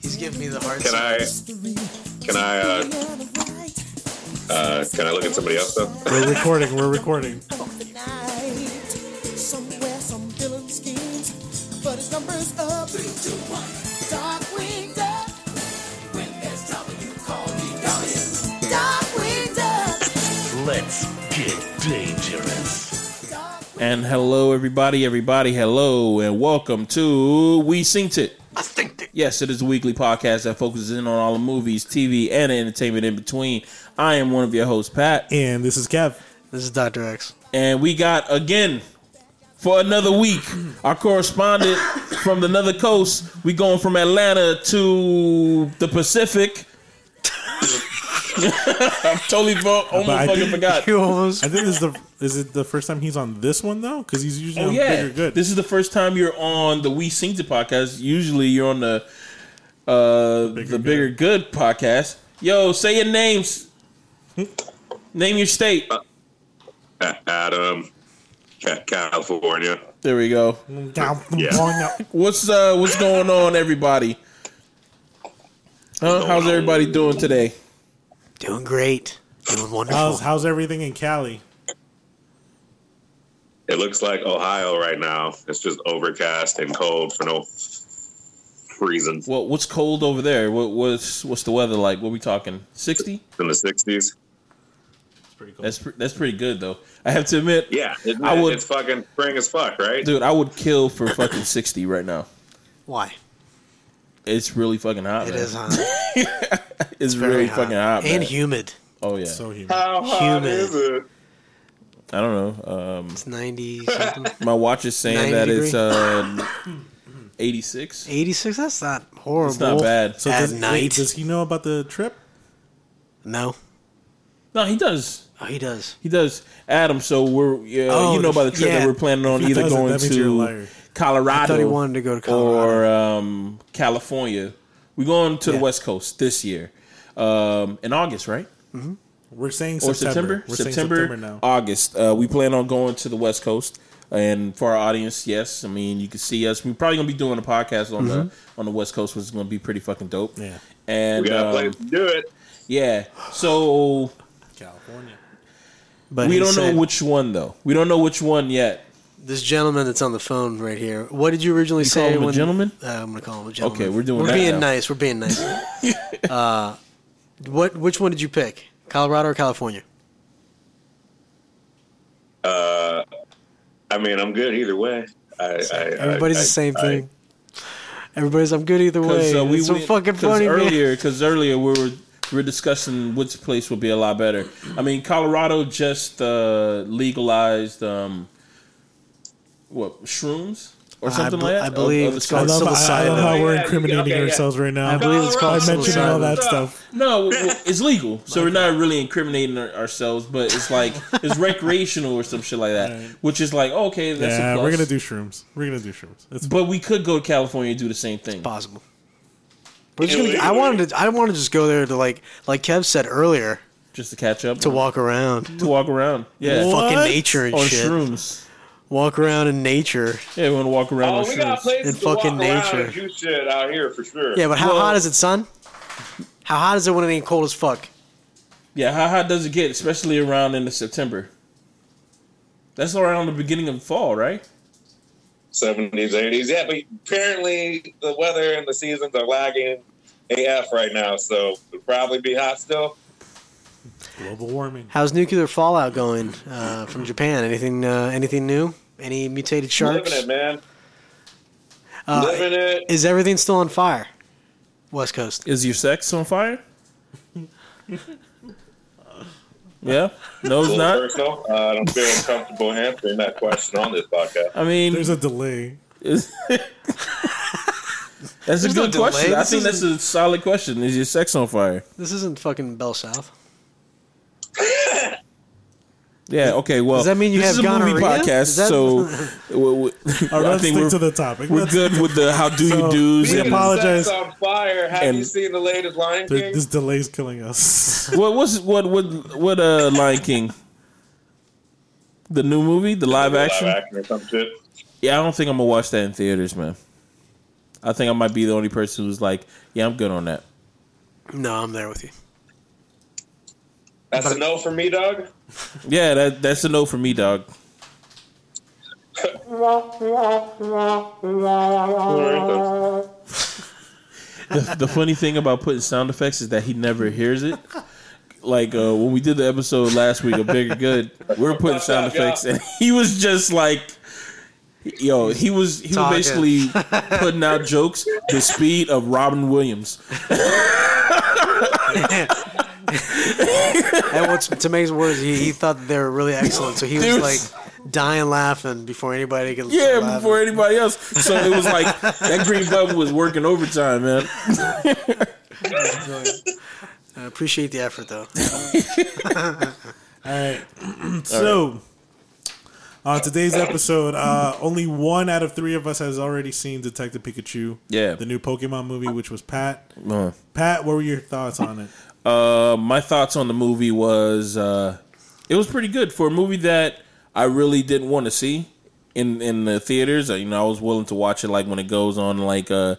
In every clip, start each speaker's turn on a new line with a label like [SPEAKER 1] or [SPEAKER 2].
[SPEAKER 1] He's giving me the hard.
[SPEAKER 2] Can I? Can I? Uh, uh, can I look at somebody else though?
[SPEAKER 3] We're recording. We're recording.
[SPEAKER 4] Somewhere some villain schemes, but his number's up. Three, two, one. Darkwing Duck. When there's trouble, you call me Darwin. Darkwing Duck.
[SPEAKER 5] Let's get dangerous.
[SPEAKER 4] Darkwing
[SPEAKER 6] And hello, everybody, everybody, hello, and welcome to We Synced It.
[SPEAKER 1] I think that
[SPEAKER 6] Yes, it is a weekly podcast that focuses in on all the movies, TV, and entertainment in between. I am one of your hosts, Pat,
[SPEAKER 3] And this is Kev.
[SPEAKER 1] this is Doctor X.
[SPEAKER 6] and we got again for another week our correspondent from another coast. We going from Atlanta to the Pacific. I've totally fo- almost
[SPEAKER 3] But I
[SPEAKER 6] fucking
[SPEAKER 3] think-
[SPEAKER 6] forgot.
[SPEAKER 1] You almost.
[SPEAKER 3] I think this is the is it the first time he's on this one though? Because he's usually
[SPEAKER 6] Oh
[SPEAKER 3] on
[SPEAKER 6] yeah,
[SPEAKER 3] bigger good.
[SPEAKER 6] this is the first time you're on the We Sing It podcast. Usually you're on the uh the
[SPEAKER 3] Good.
[SPEAKER 6] bigger good podcast. Yo, say your names. Name your state.
[SPEAKER 2] A- Adam, Ca- California.
[SPEAKER 6] There we go.
[SPEAKER 3] yeah.
[SPEAKER 6] What's uh what's going on, everybody? Huh? How's everybody doing today?
[SPEAKER 1] Doing great. Doing wonderful.
[SPEAKER 3] How's how's everything in Cali?
[SPEAKER 2] It looks like Ohio right now. It's just overcast and cold for no reason.
[SPEAKER 6] What what's cold over there? What what's what's the weather like? What we talking? Sixty?
[SPEAKER 2] It's in the sixties.
[SPEAKER 6] That's pre- that's pretty good though. I have to admit,
[SPEAKER 2] Yeah, isn't
[SPEAKER 6] I
[SPEAKER 2] it?
[SPEAKER 6] would-
[SPEAKER 2] It's fucking spring as fuck, right?
[SPEAKER 6] dude, I would kill for fucking sixty right now.
[SPEAKER 1] Why? uh,
[SPEAKER 6] It's really fucking hot.
[SPEAKER 1] It
[SPEAKER 6] man.
[SPEAKER 1] is hot. It's
[SPEAKER 6] It's
[SPEAKER 1] very
[SPEAKER 6] really
[SPEAKER 1] hot.
[SPEAKER 6] fucking hot.
[SPEAKER 1] and
[SPEAKER 6] man.
[SPEAKER 1] humid.
[SPEAKER 6] Oh yeah.
[SPEAKER 3] So humid.
[SPEAKER 2] How hot
[SPEAKER 1] Humid.
[SPEAKER 2] is it?
[SPEAKER 6] I don't know. Um,
[SPEAKER 1] It's ninety something.
[SPEAKER 6] my watch is
[SPEAKER 1] 90
[SPEAKER 6] saying that
[SPEAKER 1] degree.
[SPEAKER 6] it's uh, 86.
[SPEAKER 1] Eighty six. That's not horrible.
[SPEAKER 6] It's not bad.
[SPEAKER 3] So
[SPEAKER 1] At
[SPEAKER 3] does, wait,
[SPEAKER 1] night.
[SPEAKER 3] does he know about the trip?
[SPEAKER 1] No.
[SPEAKER 6] No, he does.
[SPEAKER 1] Oh, he does.
[SPEAKER 6] He does. Adam, so we're yeah,
[SPEAKER 1] Oh,
[SPEAKER 6] you know about the trip
[SPEAKER 1] yeah.
[SPEAKER 6] that we're planning on
[SPEAKER 3] If he
[SPEAKER 6] either
[SPEAKER 3] doesn't,
[SPEAKER 6] going
[SPEAKER 3] that means you're a
[SPEAKER 6] to
[SPEAKER 3] liar.
[SPEAKER 6] Colorado
[SPEAKER 1] I thought he wanted to go to
[SPEAKER 6] or
[SPEAKER 1] Colorado.
[SPEAKER 6] um, California. We're going to
[SPEAKER 1] Yeah.
[SPEAKER 6] the West Coast this year um, in August, right?
[SPEAKER 3] We're saying
[SPEAKER 6] Or
[SPEAKER 3] September.
[SPEAKER 6] September?
[SPEAKER 3] We're
[SPEAKER 6] September,
[SPEAKER 3] saying September now.
[SPEAKER 6] August. Uh, we plan on going to the West Coast. And for our audience, yes, I mean you can see us. We're probably gonna be doing a podcast on the on the West Coast, which is gonna be pretty fucking dope.
[SPEAKER 3] Mm-hmm. yeah,
[SPEAKER 6] And
[SPEAKER 2] We got a
[SPEAKER 6] um,
[SPEAKER 2] place to do it.
[SPEAKER 6] Yeah. So
[SPEAKER 3] California.
[SPEAKER 1] But
[SPEAKER 6] we
[SPEAKER 1] he
[SPEAKER 6] don't
[SPEAKER 1] said-
[SPEAKER 6] know which one though. We don't know which one yet.
[SPEAKER 1] this gentleman that's on the phone right here. What did you originally
[SPEAKER 6] You
[SPEAKER 1] say?
[SPEAKER 6] call him a
[SPEAKER 1] when-
[SPEAKER 6] gentleman?
[SPEAKER 1] Uh, I'm gonna call him a gentleman.
[SPEAKER 6] Okay, we're doing
[SPEAKER 1] We're
[SPEAKER 6] that
[SPEAKER 1] being
[SPEAKER 6] now.
[SPEAKER 1] nice. We're being nice. uh, what? Which one did you pick? Colorado or California?
[SPEAKER 2] I mean, I'm good either way. I, I,
[SPEAKER 1] Everybody's
[SPEAKER 2] I,
[SPEAKER 1] the same
[SPEAKER 2] I-
[SPEAKER 1] thing. Everybody's. I'm good either way.
[SPEAKER 6] Because
[SPEAKER 1] It's so
[SPEAKER 6] uh, went-
[SPEAKER 1] fucking
[SPEAKER 6] 'cause
[SPEAKER 1] funny. man.
[SPEAKER 6] earlier. Because earlier we were we were discussing which place would be a lot better. I mean, Colorado just uh, legalized um, what shrooms or
[SPEAKER 1] I
[SPEAKER 6] something
[SPEAKER 1] bel-
[SPEAKER 6] like that.
[SPEAKER 1] I
[SPEAKER 6] Of-
[SPEAKER 1] believe
[SPEAKER 6] of the
[SPEAKER 1] it's
[SPEAKER 3] I
[SPEAKER 6] Scotts-
[SPEAKER 3] love, I, I love
[SPEAKER 1] psilocybin.
[SPEAKER 6] uh,
[SPEAKER 3] how
[SPEAKER 2] Oh,
[SPEAKER 3] we're
[SPEAKER 2] yeah,
[SPEAKER 3] incriminating
[SPEAKER 2] okay, yeah.
[SPEAKER 3] ourselves right now.
[SPEAKER 1] I believe it's called
[SPEAKER 2] Colorado
[SPEAKER 3] mentioning all that
[SPEAKER 1] psilocybin.
[SPEAKER 3] stuff.
[SPEAKER 6] No, w- w- it's legal, so we're not really incriminating our- ourselves, but it's like it's recreational or some shit like that, which is like okay, that's a
[SPEAKER 3] Yeah,
[SPEAKER 6] plus.
[SPEAKER 3] we're gonna do shrooms. We're gonna do shrooms. It's
[SPEAKER 6] But we could go to California and do the same thing.
[SPEAKER 1] Possible. We're just gonna, I wanted to. I want to just go there to like, like Kev said earlier,
[SPEAKER 6] just to catch up,
[SPEAKER 1] to walk around,
[SPEAKER 6] to walk around, yeah,
[SPEAKER 3] What?
[SPEAKER 1] fucking nature and
[SPEAKER 6] on
[SPEAKER 1] shit.
[SPEAKER 6] shrooms.
[SPEAKER 1] Walk around in nature.
[SPEAKER 6] Yeah, we want to walk around on
[SPEAKER 2] Oh, we got
[SPEAKER 6] shrooms.
[SPEAKER 2] places
[SPEAKER 1] In
[SPEAKER 2] to walk
[SPEAKER 1] fucking
[SPEAKER 2] around
[SPEAKER 1] nature.
[SPEAKER 2] and do shit out here for sure.
[SPEAKER 1] Yeah, but how
[SPEAKER 6] Well-
[SPEAKER 1] hot is it, son? How hot is it when it ain't cold as fuck?
[SPEAKER 6] yeah, how hot does it get, especially around in the September? That's around the beginning of fall, right?
[SPEAKER 2] 70s, 80s. Yeah, but apparently the weather and the seasons are lagging AF right now, so it'll probably be hot still.
[SPEAKER 3] global warming.
[SPEAKER 1] How's nuclear fallout going uh, from Japan? Anything? Uh, anything new? Any mutated sharks?
[SPEAKER 2] Living it, man.
[SPEAKER 1] Uh,
[SPEAKER 2] Living it.
[SPEAKER 1] is everything still on fire? West Coast.
[SPEAKER 6] Is your sex on fire? yeah, no,
[SPEAKER 2] A
[SPEAKER 6] it's
[SPEAKER 2] little
[SPEAKER 6] not.
[SPEAKER 2] personal. Uh, I don't feel comfortable answering that question on this podcast.
[SPEAKER 6] I mean,
[SPEAKER 3] There's a delay.
[SPEAKER 6] Is- that's a
[SPEAKER 1] no
[SPEAKER 6] good
[SPEAKER 1] delay.
[SPEAKER 6] question. I
[SPEAKER 1] This
[SPEAKER 6] think that's
[SPEAKER 1] isn't-
[SPEAKER 6] a solid question. Is your sex on fire?
[SPEAKER 1] This isn't fucking Bell South.
[SPEAKER 6] Yeah. Okay. Well,
[SPEAKER 1] Does that mean you
[SPEAKER 6] this
[SPEAKER 1] have
[SPEAKER 6] is a movie
[SPEAKER 1] gonorrhea?
[SPEAKER 6] podcast?
[SPEAKER 1] Is that-
[SPEAKER 6] So, w- w-
[SPEAKER 3] All right,
[SPEAKER 6] I
[SPEAKER 3] let's
[SPEAKER 6] think
[SPEAKER 3] stick
[SPEAKER 6] we're,
[SPEAKER 3] to the topic.
[SPEAKER 6] we're
[SPEAKER 3] Let's-
[SPEAKER 6] good with the how do
[SPEAKER 3] So-
[SPEAKER 6] you do's.
[SPEAKER 3] We
[SPEAKER 6] and-
[SPEAKER 3] apologize.
[SPEAKER 2] Sex on fire. Have you
[SPEAKER 6] And-
[SPEAKER 2] seen the latest Lion
[SPEAKER 3] There,
[SPEAKER 2] King?
[SPEAKER 3] this delay's killing us.
[SPEAKER 6] What was what what what uh Lion King? The new movie, the live action.
[SPEAKER 2] Live action or some shit.
[SPEAKER 6] Yeah, I don't think I'm gonna watch that in theaters, man. I think I might be the only person who's like, yeah, I'm good on that.
[SPEAKER 1] No, I'm there with you.
[SPEAKER 2] That's a no for me, dog.
[SPEAKER 6] Yeah, that that's a no for me, dog. The, the funny thing about putting sound effects is that he never hears it. Like uh, when we did the episode last week of Bigger Good, we were putting sound effects, and he was just like, "Yo, he was he
[SPEAKER 1] Talking.
[SPEAKER 6] was basically putting out jokes the speed of Robin Williams."
[SPEAKER 1] and what's to make his words, he, he thought that they were really excellent, so he was
[SPEAKER 6] Dude.
[SPEAKER 1] like dying laughing before anybody could.
[SPEAKER 6] Yeah,
[SPEAKER 1] start laughing.
[SPEAKER 6] before anybody else. So it was like that green bubble was working overtime, man.
[SPEAKER 1] I appreciate the effort though.
[SPEAKER 3] All right. so, on today's episode, uh, only one out of three of us has already seen Detective Pikachu.
[SPEAKER 6] Yeah.
[SPEAKER 3] The new Pokemon movie, which was Pat.
[SPEAKER 6] Uh.
[SPEAKER 3] Pat, what were your thoughts on it?
[SPEAKER 6] Uh, my thoughts on the movie was uh, it was pretty good for a movie that I really didn't want to see in in the theaters. Uh, You know, I was willing to watch it like when it goes on like uh,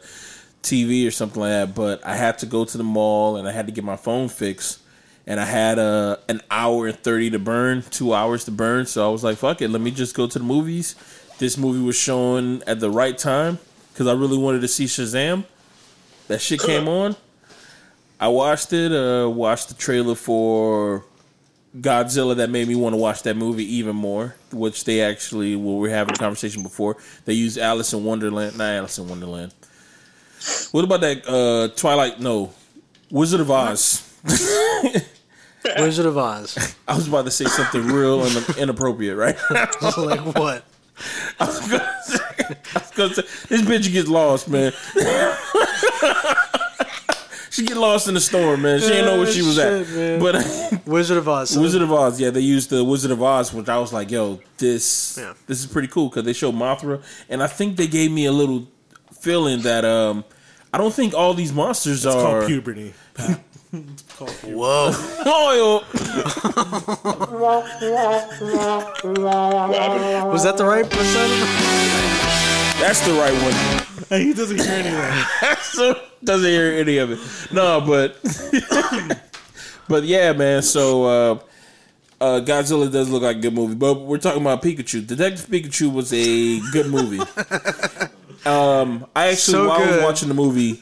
[SPEAKER 6] TV or something like that, but I had to go to the mall and I had to get my phone fixed. And I had uh, an hour and 30 to burn, two hours to burn. So I was like, fuck it, let me just go to the movies. This movie was showing at the right time because I really wanted to see Shazam. That shit came on. I watched it. Uh, watched the trailer for Godzilla that made me want to watch that movie even more. Which they actually, well, we were having a conversation before. They used Alice in Wonderland, not Alice in Wonderland. What about that uh, Twilight? No, Wizard of Oz.
[SPEAKER 1] Wizard of Oz.
[SPEAKER 6] I was about to say something real and inappropriate, right?
[SPEAKER 1] like what?
[SPEAKER 6] Because this bitch gets lost, man. she get lost in the storm, man. She didn't know where she was
[SPEAKER 1] Shit,
[SPEAKER 6] at.
[SPEAKER 1] man.
[SPEAKER 6] But
[SPEAKER 1] Wizard of Oz. So
[SPEAKER 6] Wizard of Oz, yeah, they used the Wizard of Oz, which I was like, yo, this
[SPEAKER 1] Yeah.
[SPEAKER 6] this is pretty cool because they showed Mothra, and I think they gave me a little feeling that um, I don't think all these monsters
[SPEAKER 3] It's
[SPEAKER 6] are
[SPEAKER 3] called puberty.
[SPEAKER 1] Whoa.
[SPEAKER 6] loyal.
[SPEAKER 2] What happened?
[SPEAKER 1] Was that the right percentage?
[SPEAKER 6] That's the right one.
[SPEAKER 3] Hey, he doesn't hear anything.
[SPEAKER 6] So doesn't hear any of it. No, but but yeah, man. So uh, uh, Godzilla does look like a good movie, but we're talking about Pikachu. Detective Pikachu was a good movie. um, I actually
[SPEAKER 1] So
[SPEAKER 6] while I was
[SPEAKER 1] good.
[SPEAKER 6] watching the movie,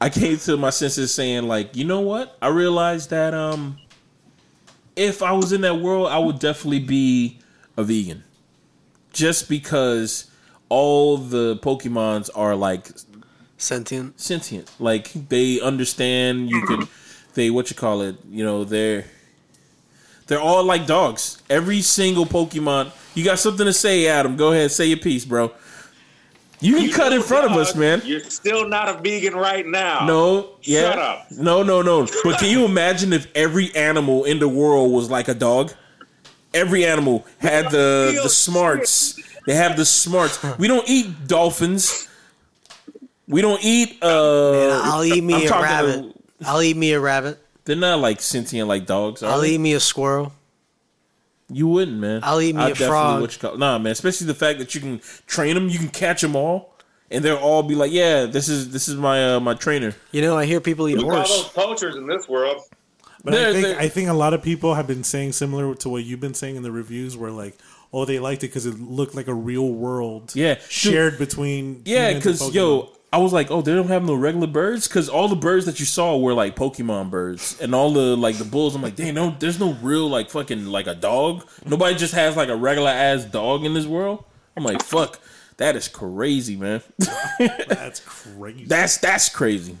[SPEAKER 6] I came to my senses saying like, you know what? I realized that um, if I was in that world, I would definitely be a vegan, just because all the Pokemons are like
[SPEAKER 1] Sentient.
[SPEAKER 6] sentient. Like they understand you could they what you call it, you know, they're they're all like dogs. Every single Pokemon you got something to say, Adam. Go ahead, say your piece, bro. You can
[SPEAKER 2] You
[SPEAKER 6] cut
[SPEAKER 2] know,
[SPEAKER 6] in front of us,
[SPEAKER 2] dog,
[SPEAKER 6] man.
[SPEAKER 2] You're still not a vegan right now.
[SPEAKER 6] No, yeah.
[SPEAKER 2] Shut up.
[SPEAKER 6] No, no, no. But can you imagine if every animal in the world was like a dog? Every animal had the the smarts. They have the smarts. We don't eat dolphins. We don't eat uh
[SPEAKER 1] I'll eat me
[SPEAKER 6] I'm
[SPEAKER 1] a
[SPEAKER 6] talking
[SPEAKER 1] rabbit. I'll eat me a rabbit.
[SPEAKER 6] They're not like sentient like dogs. Are
[SPEAKER 1] I'll
[SPEAKER 6] they?
[SPEAKER 1] eat me a squirrel.
[SPEAKER 6] you wouldn't, man.
[SPEAKER 1] I'll eat me
[SPEAKER 6] I
[SPEAKER 1] a
[SPEAKER 6] definitely
[SPEAKER 1] frog.
[SPEAKER 6] What you call, nah, man. Especially the fact that you can train them, you can catch them all, and they'll all be like, "Yeah, this is this is my uh, my trainer."
[SPEAKER 1] You know, I hear people eat
[SPEAKER 2] We call those
[SPEAKER 1] horse.
[SPEAKER 2] poachers in this world.
[SPEAKER 3] But
[SPEAKER 6] There-
[SPEAKER 3] I think
[SPEAKER 6] there-
[SPEAKER 3] I think a lot of people have been saying similar to what you've been saying in the reviews, where like, oh, they liked it because it looked like a real world,
[SPEAKER 6] Yeah.
[SPEAKER 3] shared between
[SPEAKER 6] Yeah,
[SPEAKER 3] humans and
[SPEAKER 6] because
[SPEAKER 3] Pokemon.
[SPEAKER 6] yo, I was like, "Oh, they don't have no regular birds," because all the birds that you saw were like Pokemon birds, and all the like the bulls. I'm like, "Damn, no, there's no real like fucking like a dog. Nobody just has like a regular ass dog in this world." I'm like, "Fuck, that is crazy, man.
[SPEAKER 3] that's crazy.
[SPEAKER 6] that's that's crazy."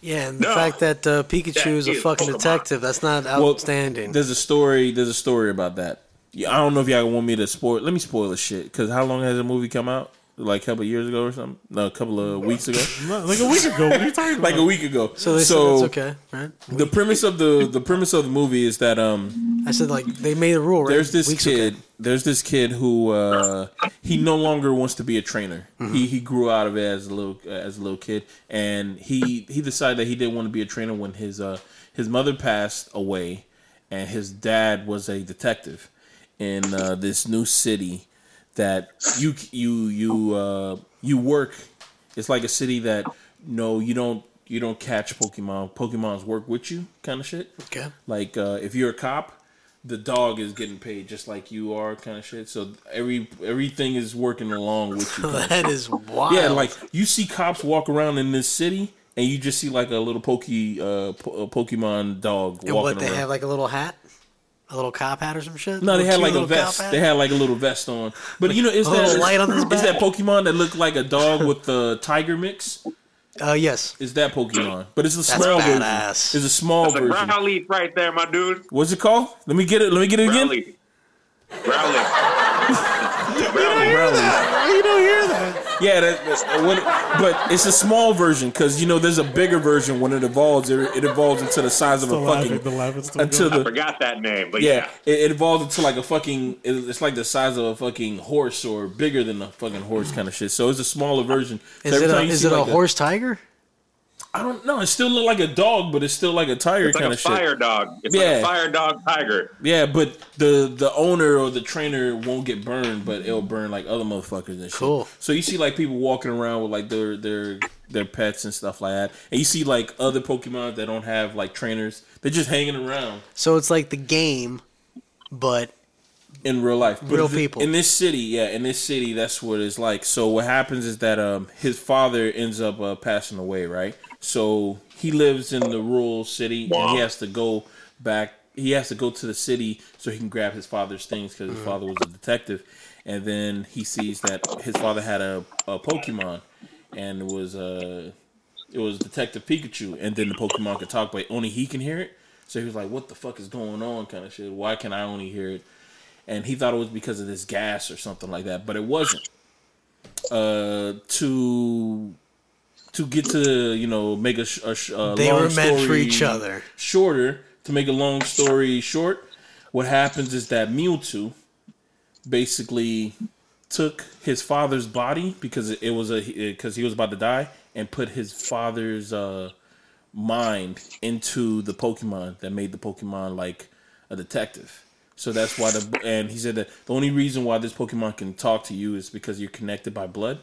[SPEAKER 1] Yeah, and the
[SPEAKER 2] No.
[SPEAKER 1] fact that uh, Pikachu
[SPEAKER 2] That
[SPEAKER 1] is a
[SPEAKER 2] is
[SPEAKER 1] fucking
[SPEAKER 2] Pokemon.
[SPEAKER 1] detective, that's not
[SPEAKER 6] Well,
[SPEAKER 1] outstanding.
[SPEAKER 6] There's a story. There's a story about that. Yeah, I don't know if y'all want me to spoil. Let me spoil the shit. Because how long has the movie come out? Like a couple of years ago or something? No, a couple of weeks ago.
[SPEAKER 3] No, like a week ago, what are you talking
[SPEAKER 6] like
[SPEAKER 3] about?
[SPEAKER 6] a week ago.
[SPEAKER 1] so
[SPEAKER 6] So,
[SPEAKER 1] they said that's okay, right?
[SPEAKER 6] the premise of the the premise of the movie is that um
[SPEAKER 1] I said like they made a rule, right?
[SPEAKER 6] there's this
[SPEAKER 1] Weeks
[SPEAKER 6] kid
[SPEAKER 1] ago.
[SPEAKER 6] there's this kid who uh he no longer wants to be a trainer.
[SPEAKER 1] Mm-hmm.
[SPEAKER 6] He he grew out of it as a little as a little kid and he he decided that he didn't want to be a trainer when his uh his mother passed away and his dad was a detective in uh, this new city that you you you uh, you work It's like a city that no, you don't you don't catch Pokemon. Pokemon's work with you, kind of shit.
[SPEAKER 1] Okay.
[SPEAKER 6] Like uh, if you're a cop, the dog is getting paid just like you are, kind of shit. So every everything is working along with you. kinda shit.
[SPEAKER 1] that is wild.
[SPEAKER 6] Yeah, like you see cops walk around in this city, and you just see like a little pokey uh, po- a Pokemon dog
[SPEAKER 1] and
[SPEAKER 6] walking
[SPEAKER 1] what they
[SPEAKER 6] around.
[SPEAKER 1] have like a little hat, a little cop hat or some shit.
[SPEAKER 6] no, they
[SPEAKER 1] Little
[SPEAKER 6] had like
[SPEAKER 1] cute
[SPEAKER 6] a
[SPEAKER 1] little cop
[SPEAKER 6] vest.
[SPEAKER 1] hat?
[SPEAKER 6] They had like a little vest on. But you know, is
[SPEAKER 1] A little
[SPEAKER 6] that
[SPEAKER 1] light on his
[SPEAKER 6] is that
[SPEAKER 1] back.
[SPEAKER 6] Pokemon that looked like a dog with the tiger mix?
[SPEAKER 1] Uh, yes.
[SPEAKER 6] Is that Pokemon? But it's a
[SPEAKER 1] That's
[SPEAKER 6] small version.
[SPEAKER 1] badass.
[SPEAKER 6] It's a small
[SPEAKER 2] The
[SPEAKER 6] version.
[SPEAKER 2] Growlithe right there, my dude.
[SPEAKER 6] What's it called? Let me get it. Let me get it again.
[SPEAKER 2] Growlithe. Growlithe. Growlithe.
[SPEAKER 1] you don't hear that.
[SPEAKER 6] Yeah, that, that's- uh, when, but it's a small version because you know there's a bigger version. When it evolves, it, it evolves into the size of
[SPEAKER 3] The
[SPEAKER 6] a
[SPEAKER 3] laughing,
[SPEAKER 6] fucking
[SPEAKER 3] the laughing still
[SPEAKER 6] until
[SPEAKER 3] going.
[SPEAKER 6] the
[SPEAKER 2] Forgot that name, but
[SPEAKER 6] Yeah,
[SPEAKER 2] yeah.
[SPEAKER 6] it, it evolved into like a fucking. it- It's like the size of a fucking horse or bigger than a fucking horse kind of shit. So it's a smaller version. So
[SPEAKER 1] Is
[SPEAKER 6] every
[SPEAKER 1] it a,
[SPEAKER 6] time you
[SPEAKER 1] is
[SPEAKER 6] see
[SPEAKER 1] it a
[SPEAKER 6] like
[SPEAKER 1] horse tiger?
[SPEAKER 6] I don't know. It still look like a dog, but it's still like a tiger
[SPEAKER 2] It's like
[SPEAKER 6] kind
[SPEAKER 2] a
[SPEAKER 6] of shit.
[SPEAKER 2] fire dog. It's like
[SPEAKER 6] Yeah.
[SPEAKER 2] a fire dog tiger.
[SPEAKER 6] Yeah, but the the owner or the trainer won't get burned, but it'll burn like other motherfuckers and shit.
[SPEAKER 1] Cool.
[SPEAKER 6] So you see like people walking around with like their their their pets and stuff like that, and you see like other Pokemon that don't have like trainers. They're just hanging around.
[SPEAKER 1] So it's like the game, but
[SPEAKER 6] in real life. But
[SPEAKER 1] Real
[SPEAKER 6] if it-
[SPEAKER 1] people.
[SPEAKER 6] in this city. Yeah, in this city, that's what it's like. So what happens is that um his father ends up uh, passing away, right? So he lives in the rural city, and he has to go back. He has to go to the city so he can grab his father's things because
[SPEAKER 1] Mm-hmm.
[SPEAKER 6] his father was a detective. And then he sees that his father had a, a Pokemon, and it was uh it was Detective Pikachu, and then the Pokemon could talk, but only he can hear it. So he was like, "What the fuck is going on?" Kind of shit. Why can I only hear it? and he thought it was because of this gas or something like that, but it wasn't. Uh, to to get to you know make a, sh- a, sh- a
[SPEAKER 1] they
[SPEAKER 6] long
[SPEAKER 1] were meant for
[SPEAKER 6] story
[SPEAKER 1] each other.
[SPEAKER 6] shorter. To make a long story short, what happens is that Mewtwo basically took his father's body because it was a because he was about to die and put his father's uh mind into the Pokemon that made the Pokemon like a detective. So that's why the and he said that the only reason why this Pokemon can talk to you is because you're connected by blood.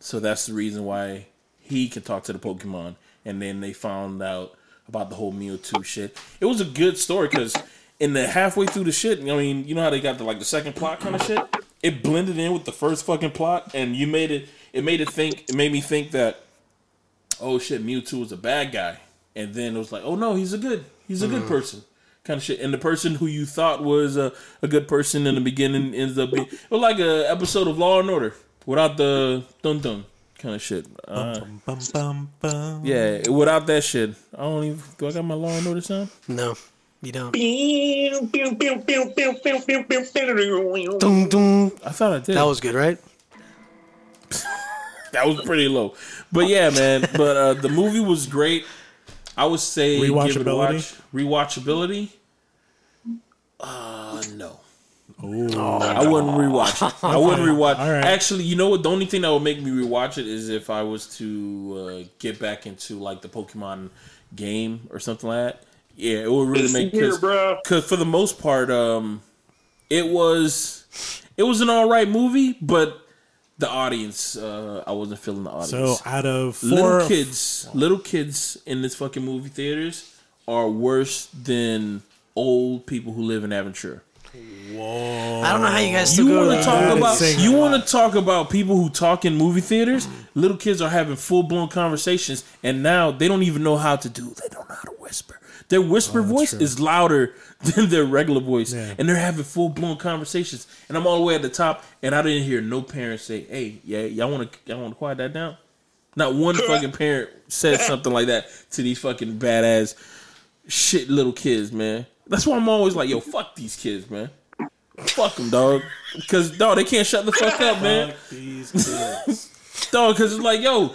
[SPEAKER 6] So that's the reason why he can talk to the Pokemon. And then they found out about the whole Mewtwo shit. It was a good story because in the halfway through the shit, I mean, you know how they got the like the second plot kind of shit. It blended in with the first fucking plot, and you made it. It made it think. It made me think that oh shit, Mewtwo is a bad guy. And then it was like, oh no, he's a good, he's a good
[SPEAKER 1] Mm.
[SPEAKER 6] person, kind of shit. And the person who you thought was a, a good person in the beginning ends up being well, like a episode of Law and Order without the dun dun kind of shit. Uh,
[SPEAKER 3] Bum, bum, bum, bum.
[SPEAKER 6] yeah, without that shit, I don't even. Do I got my Law and Order sound?
[SPEAKER 1] No, you don't.
[SPEAKER 2] That
[SPEAKER 1] Dun, dun.
[SPEAKER 6] I thought I did.
[SPEAKER 1] That was good, right?
[SPEAKER 6] that was pretty low, but yeah, man. But uh, the movie was great. I would say give it a watch. Rewatchability. Uh, no. I wouldn't rewatch it. I wouldn't rewatch.
[SPEAKER 3] All right.
[SPEAKER 6] Actually, you know what? The only thing that would make me rewatch it is if I was to uh, get back into like the Pokemon game or something like that. Yeah, it would really
[SPEAKER 2] It's
[SPEAKER 6] make
[SPEAKER 2] here,
[SPEAKER 6] cause,
[SPEAKER 2] bruh.
[SPEAKER 6] 'cause for the most part, um, it was it was an all right movie, but the audience, uh, I wasn't feeling the audience.
[SPEAKER 3] So out of four,
[SPEAKER 6] little kids, little kids in this fucking movie theaters are worse than old people who live in Aventura.
[SPEAKER 1] I don't know how you guys still
[SPEAKER 6] You
[SPEAKER 1] go to
[SPEAKER 6] want to
[SPEAKER 1] that.
[SPEAKER 6] talk
[SPEAKER 3] that
[SPEAKER 6] about
[SPEAKER 3] thing.
[SPEAKER 6] you want to talk about people who talk in movie theaters? Little kids are having full blown conversations, and now they don't even know how to do. They don't know how to whisper. Their whisper voice is louder than their regular voice,
[SPEAKER 3] Yeah.
[SPEAKER 6] and they're having full blown conversations. And I'm all the way at the top, and I didn't hear no parents say, "Hey, yeah, y'all want to y'all want to quiet that down." Not one fucking parent said something like that to these fucking badass shit little kids, man. That's why I'm always like, yo, fuck these kids, man. Fuck them, dog. Because, dog, they can't shut the fuck up, man.
[SPEAKER 3] Fuck these kids.
[SPEAKER 6] Dog, because it's like, yo,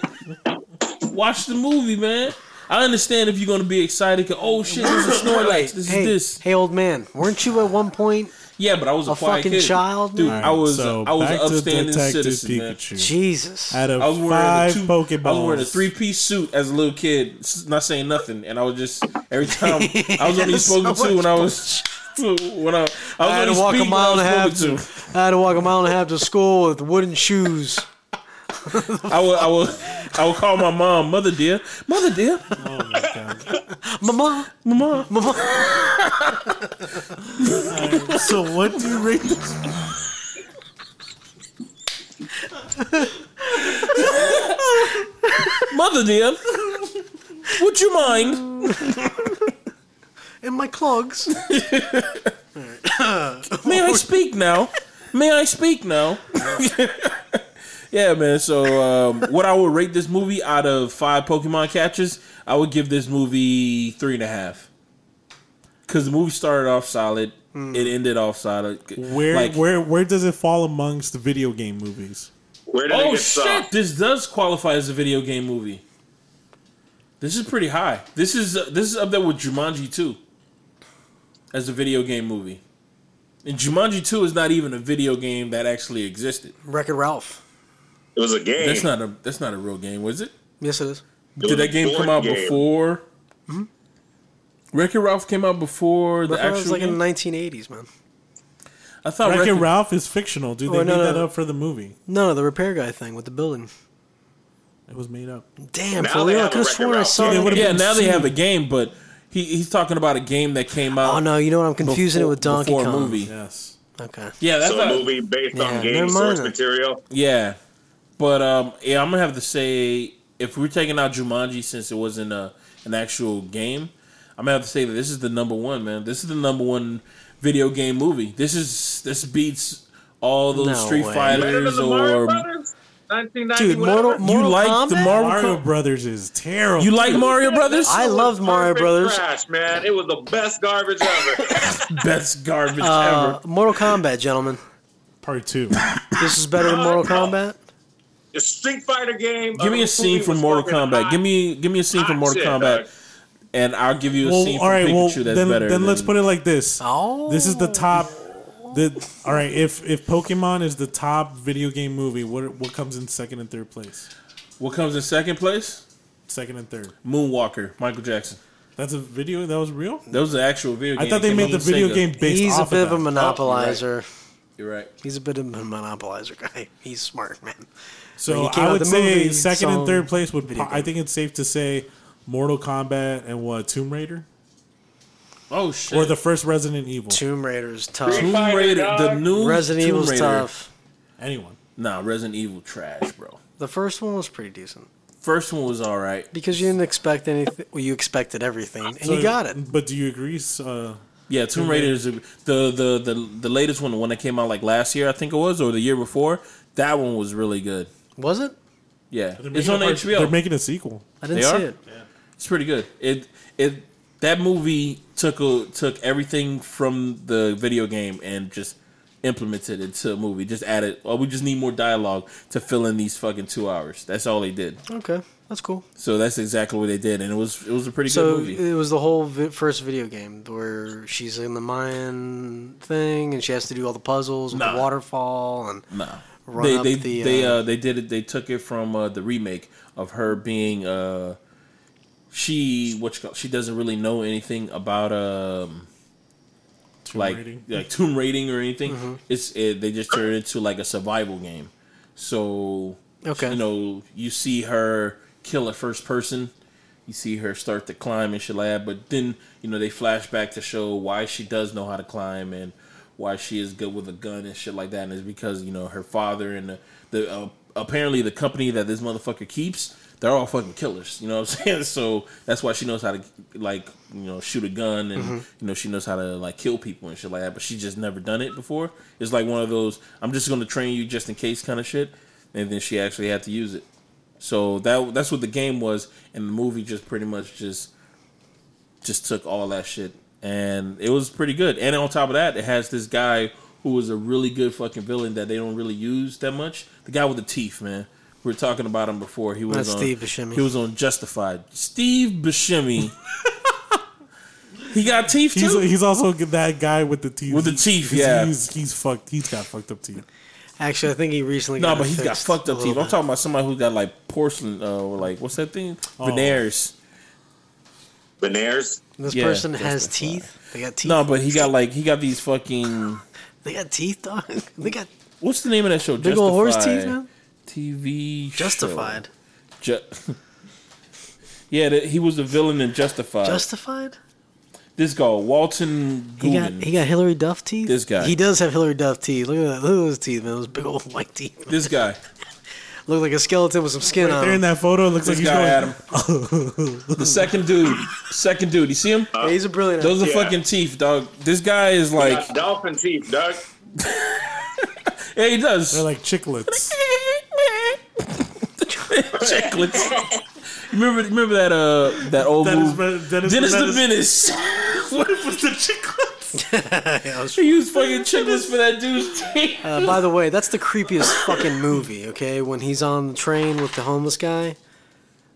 [SPEAKER 6] watch the movie, man. I understand if you're going to be excited. 'cause, oh, shit, this is Snorlax. This
[SPEAKER 1] Hey,
[SPEAKER 6] is this.
[SPEAKER 1] hey, old man, weren't you at one point?
[SPEAKER 6] Yeah, but I was a,
[SPEAKER 1] A
[SPEAKER 6] quiet
[SPEAKER 1] fucking
[SPEAKER 6] kid.
[SPEAKER 1] child,
[SPEAKER 6] Dude,
[SPEAKER 1] man.
[SPEAKER 6] I was,
[SPEAKER 3] so
[SPEAKER 6] I was an
[SPEAKER 3] back to
[SPEAKER 6] upstanding
[SPEAKER 3] Detective
[SPEAKER 6] citizen, man.
[SPEAKER 3] Pikachu.
[SPEAKER 1] Jesus.
[SPEAKER 3] Out of
[SPEAKER 6] I was wearing
[SPEAKER 3] five
[SPEAKER 6] a two,
[SPEAKER 3] Pokeballs,
[SPEAKER 6] I was wearing a three piece suit as a little kid, s- not saying nothing, and I was just every time I was only
[SPEAKER 1] That's
[SPEAKER 6] spoken
[SPEAKER 1] so
[SPEAKER 6] to when
[SPEAKER 1] much
[SPEAKER 6] I was when I, I was
[SPEAKER 1] I had
[SPEAKER 6] only
[SPEAKER 1] to walk a
[SPEAKER 6] speaking when I
[SPEAKER 1] mile and a
[SPEAKER 6] was
[SPEAKER 1] half
[SPEAKER 6] spoken
[SPEAKER 1] to. I had to walk a mile and a half to school with wooden shoes.
[SPEAKER 6] I will, I will, I will call my mom, mother dear, mother dear,
[SPEAKER 3] Oh my god!
[SPEAKER 1] Mama,
[SPEAKER 6] mama.
[SPEAKER 1] mama.
[SPEAKER 3] So what do you rate this?
[SPEAKER 6] Mother dear, would you mind?
[SPEAKER 1] And my clogs.
[SPEAKER 6] May I speak now? May I speak now? yeah, man. So, um, what I would rate this movie out of five Pokemon catches, I would give this movie three and a half. Because the movie started off solid, it ended off solid.
[SPEAKER 3] Where
[SPEAKER 6] Like-
[SPEAKER 3] where where does it fall amongst the video game movies?
[SPEAKER 2] Where did it
[SPEAKER 6] Oh
[SPEAKER 2] get
[SPEAKER 6] shit!
[SPEAKER 2] soft?
[SPEAKER 6] This does qualify as a video game movie. This is pretty high. This is uh, this is up there with Jumanji Two as a video game movie. And Jumanji Two is not even a video game that actually existed.
[SPEAKER 1] Wreck It Ralph.
[SPEAKER 2] It was a game.
[SPEAKER 6] That's not a that's not a real game, was it?
[SPEAKER 1] Yes, it is.
[SPEAKER 2] It was
[SPEAKER 6] Did
[SPEAKER 2] a
[SPEAKER 6] that game
[SPEAKER 2] board
[SPEAKER 6] come out
[SPEAKER 2] game.
[SPEAKER 6] before? Wreck-It Ralph came out before the
[SPEAKER 1] Wreck-It Ralph Hmm? was
[SPEAKER 6] actual.
[SPEAKER 1] like in
[SPEAKER 6] game?
[SPEAKER 1] the 1980s, man.
[SPEAKER 6] I thought
[SPEAKER 3] Wreck
[SPEAKER 6] Wreck-It
[SPEAKER 3] It
[SPEAKER 6] Ralph.
[SPEAKER 3] Ralph is fictional, dude. They
[SPEAKER 1] Oh, no,
[SPEAKER 3] made
[SPEAKER 1] no,
[SPEAKER 3] that
[SPEAKER 1] no.
[SPEAKER 3] up for the movie.
[SPEAKER 1] No, no, the repair guy thing with the building.
[SPEAKER 3] It was made up.
[SPEAKER 1] Damn,
[SPEAKER 2] Now
[SPEAKER 1] for
[SPEAKER 2] they
[SPEAKER 1] real. I
[SPEAKER 2] have
[SPEAKER 1] could have
[SPEAKER 2] a Wreck-It
[SPEAKER 1] sworn I
[SPEAKER 2] Ralph.
[SPEAKER 1] saw
[SPEAKER 2] Yeah,
[SPEAKER 3] they
[SPEAKER 1] that.
[SPEAKER 3] would've
[SPEAKER 6] Yeah,
[SPEAKER 3] been
[SPEAKER 6] now they have a
[SPEAKER 3] seen.
[SPEAKER 6] game, but he, he's talking about a game that came out.
[SPEAKER 1] Oh no, you know what? I'm confusing
[SPEAKER 6] before-
[SPEAKER 1] it with Donkey
[SPEAKER 6] before a
[SPEAKER 1] Kong.
[SPEAKER 6] movie.
[SPEAKER 3] Yes.
[SPEAKER 1] Okay.
[SPEAKER 6] Yeah, that's
[SPEAKER 2] so
[SPEAKER 6] not-
[SPEAKER 2] a movie based
[SPEAKER 1] Yeah,
[SPEAKER 2] on
[SPEAKER 1] never
[SPEAKER 2] game
[SPEAKER 1] mind
[SPEAKER 2] source
[SPEAKER 1] that.
[SPEAKER 2] material.
[SPEAKER 6] Yeah, but um, yeah, I'm gonna have to say if we're taking out Jumanji since it wasn't a an actual game, I'm gonna have to say that this is the number one man. This is the number one video game movie. This is this beats all those
[SPEAKER 1] No
[SPEAKER 6] Street
[SPEAKER 1] way.
[SPEAKER 2] Better
[SPEAKER 6] Fighters
[SPEAKER 2] than the Mario
[SPEAKER 6] or
[SPEAKER 2] Brothers. 1990,
[SPEAKER 1] Dude,
[SPEAKER 2] whatever.
[SPEAKER 1] Mortal, Mortal
[SPEAKER 6] like
[SPEAKER 1] Kombat?
[SPEAKER 6] the Mar-
[SPEAKER 3] Mario Brothers is terrible.
[SPEAKER 6] you like Mario Brothers?
[SPEAKER 1] I loved Mario
[SPEAKER 2] Perfect
[SPEAKER 1] Brothers.
[SPEAKER 2] Trash, man. It was the best garbage ever.
[SPEAKER 6] Best garbage
[SPEAKER 1] Uh,
[SPEAKER 6] ever.
[SPEAKER 1] Mortal Kombat, gentlemen.
[SPEAKER 3] part two.
[SPEAKER 1] This is better than Mortal Kombat.
[SPEAKER 2] the Street Fighter game.
[SPEAKER 6] Give me a scene from Mortal Kombat. Give me give me a scene from Mortal Kombat, and I'll give you a
[SPEAKER 3] well,
[SPEAKER 6] scene
[SPEAKER 3] all
[SPEAKER 6] from
[SPEAKER 3] right.
[SPEAKER 6] Pikachu
[SPEAKER 3] Well,
[SPEAKER 6] that's
[SPEAKER 3] then
[SPEAKER 6] better.
[SPEAKER 3] then let's
[SPEAKER 6] than-
[SPEAKER 3] put it like this.
[SPEAKER 1] Oh.
[SPEAKER 3] This is the top. The all right. If if Pokemon is the top video game movie, what what comes in second and third place?
[SPEAKER 6] what comes in second place.
[SPEAKER 3] Second and third.
[SPEAKER 6] Moonwalker, Michael Jackson.
[SPEAKER 3] That's a video that was real.
[SPEAKER 6] That was an actual video game.
[SPEAKER 3] I thought they
[SPEAKER 6] It came
[SPEAKER 3] made the
[SPEAKER 6] out on
[SPEAKER 3] video
[SPEAKER 6] Sega.
[SPEAKER 3] game based
[SPEAKER 1] He's a
[SPEAKER 3] off
[SPEAKER 1] bit of,
[SPEAKER 3] of
[SPEAKER 1] a
[SPEAKER 3] that.
[SPEAKER 1] monopolizer.
[SPEAKER 6] You're Oh, right.
[SPEAKER 1] He's a bit of a monopolizer guy. He's smart, man.
[SPEAKER 3] So
[SPEAKER 1] He came
[SPEAKER 3] I
[SPEAKER 1] out
[SPEAKER 3] would
[SPEAKER 1] the
[SPEAKER 3] say
[SPEAKER 1] movie,
[SPEAKER 3] second
[SPEAKER 1] song,
[SPEAKER 3] and third place would.
[SPEAKER 1] video
[SPEAKER 3] pro- I
[SPEAKER 1] game.
[SPEAKER 3] think it's safe to say Mortal Kombat and what Tomb Raider
[SPEAKER 6] Oh shit.
[SPEAKER 3] or the first Resident Evil.
[SPEAKER 1] Tomb Raider is tough.
[SPEAKER 6] Tomb
[SPEAKER 2] Fighter,
[SPEAKER 6] Raider,
[SPEAKER 2] dog.
[SPEAKER 6] the new
[SPEAKER 1] Resident
[SPEAKER 6] Tomb
[SPEAKER 1] Evil's
[SPEAKER 6] Raider.
[SPEAKER 1] tough.
[SPEAKER 3] Anyone?
[SPEAKER 6] Nah, Resident Evil trash, bro.
[SPEAKER 1] The first one was pretty decent
[SPEAKER 6] First one was all right.
[SPEAKER 1] because you didn't expect anything. Well, you expected everything, and
[SPEAKER 3] So-
[SPEAKER 1] you got it.
[SPEAKER 3] But do you agree? Uh,
[SPEAKER 6] Yeah, Tomb Raider is a- the, the the the latest one, the one that came out like last year, I think it was, or the year before. That one was really good.
[SPEAKER 1] Was it?
[SPEAKER 6] Yeah,
[SPEAKER 3] they're
[SPEAKER 6] it's
[SPEAKER 3] making
[SPEAKER 6] on
[SPEAKER 3] a part- They're
[SPEAKER 6] HBO.
[SPEAKER 3] making a sequel.
[SPEAKER 1] I didn't
[SPEAKER 6] They
[SPEAKER 1] see
[SPEAKER 6] are?
[SPEAKER 1] it.
[SPEAKER 6] it's pretty good. It it that movie took a, took everything from the video game and just implemented it to a movie. Just added. Oh, we just need more dialogue to fill in these fucking two hours. That's all they did.
[SPEAKER 1] Okay, that's cool.
[SPEAKER 6] So that's exactly what they did, and it was it was a pretty
[SPEAKER 1] So uh,
[SPEAKER 6] good movie.
[SPEAKER 1] it was the whole vi- first video game where she's in the Mayan thing and she has to do all the puzzles with
[SPEAKER 6] Nah.
[SPEAKER 1] the waterfall and
[SPEAKER 6] Nah.
[SPEAKER 1] run
[SPEAKER 6] They
[SPEAKER 1] up
[SPEAKER 6] they
[SPEAKER 1] the.
[SPEAKER 6] they
[SPEAKER 1] uh,
[SPEAKER 6] uh, they did it. They took it from uh, the remake of her being uh, she what you call she doesn't really know anything about um
[SPEAKER 3] Tomb
[SPEAKER 6] like
[SPEAKER 3] Raider. Mm-hmm.
[SPEAKER 6] like tomb raiding or anything. It's it, they just turned it into like a survival game. So
[SPEAKER 1] Okay.
[SPEAKER 6] you know you see her kill a first person. You see her start to climb and shit like that, but then you know they flash back to show why she does know how to climb and why she is good with a gun and shit like that, and it's because you know her father and the, the uh, apparently the company that this motherfucker keeps, they're all fucking killers. You know what I'm saying? So that's why she knows how to like you know shoot a gun and you know she knows how to like kill people and shit like that. But she just never done it before. It's like one of those I'm just gonna train you just in case kind of shit, and then she actually had to use it. So that that's what the game was, and the movie just pretty much just just took all that shit, and it was pretty good. And on top of that, it has this guy who was a really good fucking villain that they don't really use that much. The guy with the teeth, man. We were talking about him before. He was
[SPEAKER 1] That's
[SPEAKER 6] on,
[SPEAKER 1] Steve Buscemi.
[SPEAKER 6] He was on Justified. Steve Buscemi. he got teeth
[SPEAKER 3] He's,
[SPEAKER 6] too.
[SPEAKER 3] he's also that guy with the teeth.
[SPEAKER 6] With the
[SPEAKER 3] He's-
[SPEAKER 6] teeth,
[SPEAKER 3] he's,
[SPEAKER 6] yeah.
[SPEAKER 3] He's, he's fucked. He's got fucked up teeth.
[SPEAKER 1] actually, I think he recently.
[SPEAKER 6] no,
[SPEAKER 1] got
[SPEAKER 6] but
[SPEAKER 1] it
[SPEAKER 6] he's got
[SPEAKER 1] fixed
[SPEAKER 6] fucked
[SPEAKER 1] a
[SPEAKER 6] up
[SPEAKER 1] little
[SPEAKER 6] teeth. I'm
[SPEAKER 1] bit.
[SPEAKER 6] talking about somebody who got like porcelain, uh, like what's that thing?
[SPEAKER 1] Oh.
[SPEAKER 6] Veneers.
[SPEAKER 2] Benares.
[SPEAKER 1] This
[SPEAKER 6] Yeah,
[SPEAKER 1] person
[SPEAKER 6] that's
[SPEAKER 1] has
[SPEAKER 6] the fly.
[SPEAKER 1] teeth. They got teeth.
[SPEAKER 6] No, but he got like he got these fucking.
[SPEAKER 1] They got teeth, dog. They got
[SPEAKER 6] What's the name of that show?
[SPEAKER 1] big old horse teeth,
[SPEAKER 6] Justified.
[SPEAKER 1] man.
[SPEAKER 6] TV show.
[SPEAKER 1] Justified.
[SPEAKER 6] Ju- yeah, that he was the villain in Justified.
[SPEAKER 1] Justified?
[SPEAKER 6] this guy, Walton
[SPEAKER 1] He got
[SPEAKER 6] Gooden.
[SPEAKER 1] he got Hillary Duff teeth.
[SPEAKER 6] This guy.
[SPEAKER 1] He does have Hillary Duff teeth. Look at that. Look at those teeth, man. Those big old white teeth.
[SPEAKER 6] this guy.
[SPEAKER 1] Look like a skeleton with some skin
[SPEAKER 3] Right
[SPEAKER 1] on.
[SPEAKER 3] there in
[SPEAKER 1] him.
[SPEAKER 3] that photo, it looks like
[SPEAKER 6] This
[SPEAKER 3] he's
[SPEAKER 6] guy,
[SPEAKER 3] going.
[SPEAKER 6] Adam. the second dude. Second dude. You see him?
[SPEAKER 1] Uh, Yeah, he's a brilliant.
[SPEAKER 6] Those are
[SPEAKER 2] Yeah.
[SPEAKER 6] fucking teeth, dog. This guy is like,
[SPEAKER 2] Got dolphin teeth, Doug.
[SPEAKER 6] yeah, he does.
[SPEAKER 3] They're like chiclets.
[SPEAKER 6] Chicklets. remember, remember that uh, that old
[SPEAKER 3] Dennis
[SPEAKER 6] movie,
[SPEAKER 3] Menace- Dennis
[SPEAKER 6] Dennis the
[SPEAKER 3] Menace.
[SPEAKER 6] Menace. what was the chicklets?
[SPEAKER 1] Yeah, I was-
[SPEAKER 6] He used fucking chicklets for that dude's teeth.
[SPEAKER 1] uh, by the way, that's the creepiest fucking movie. Okay, when he's on the train with the homeless guy,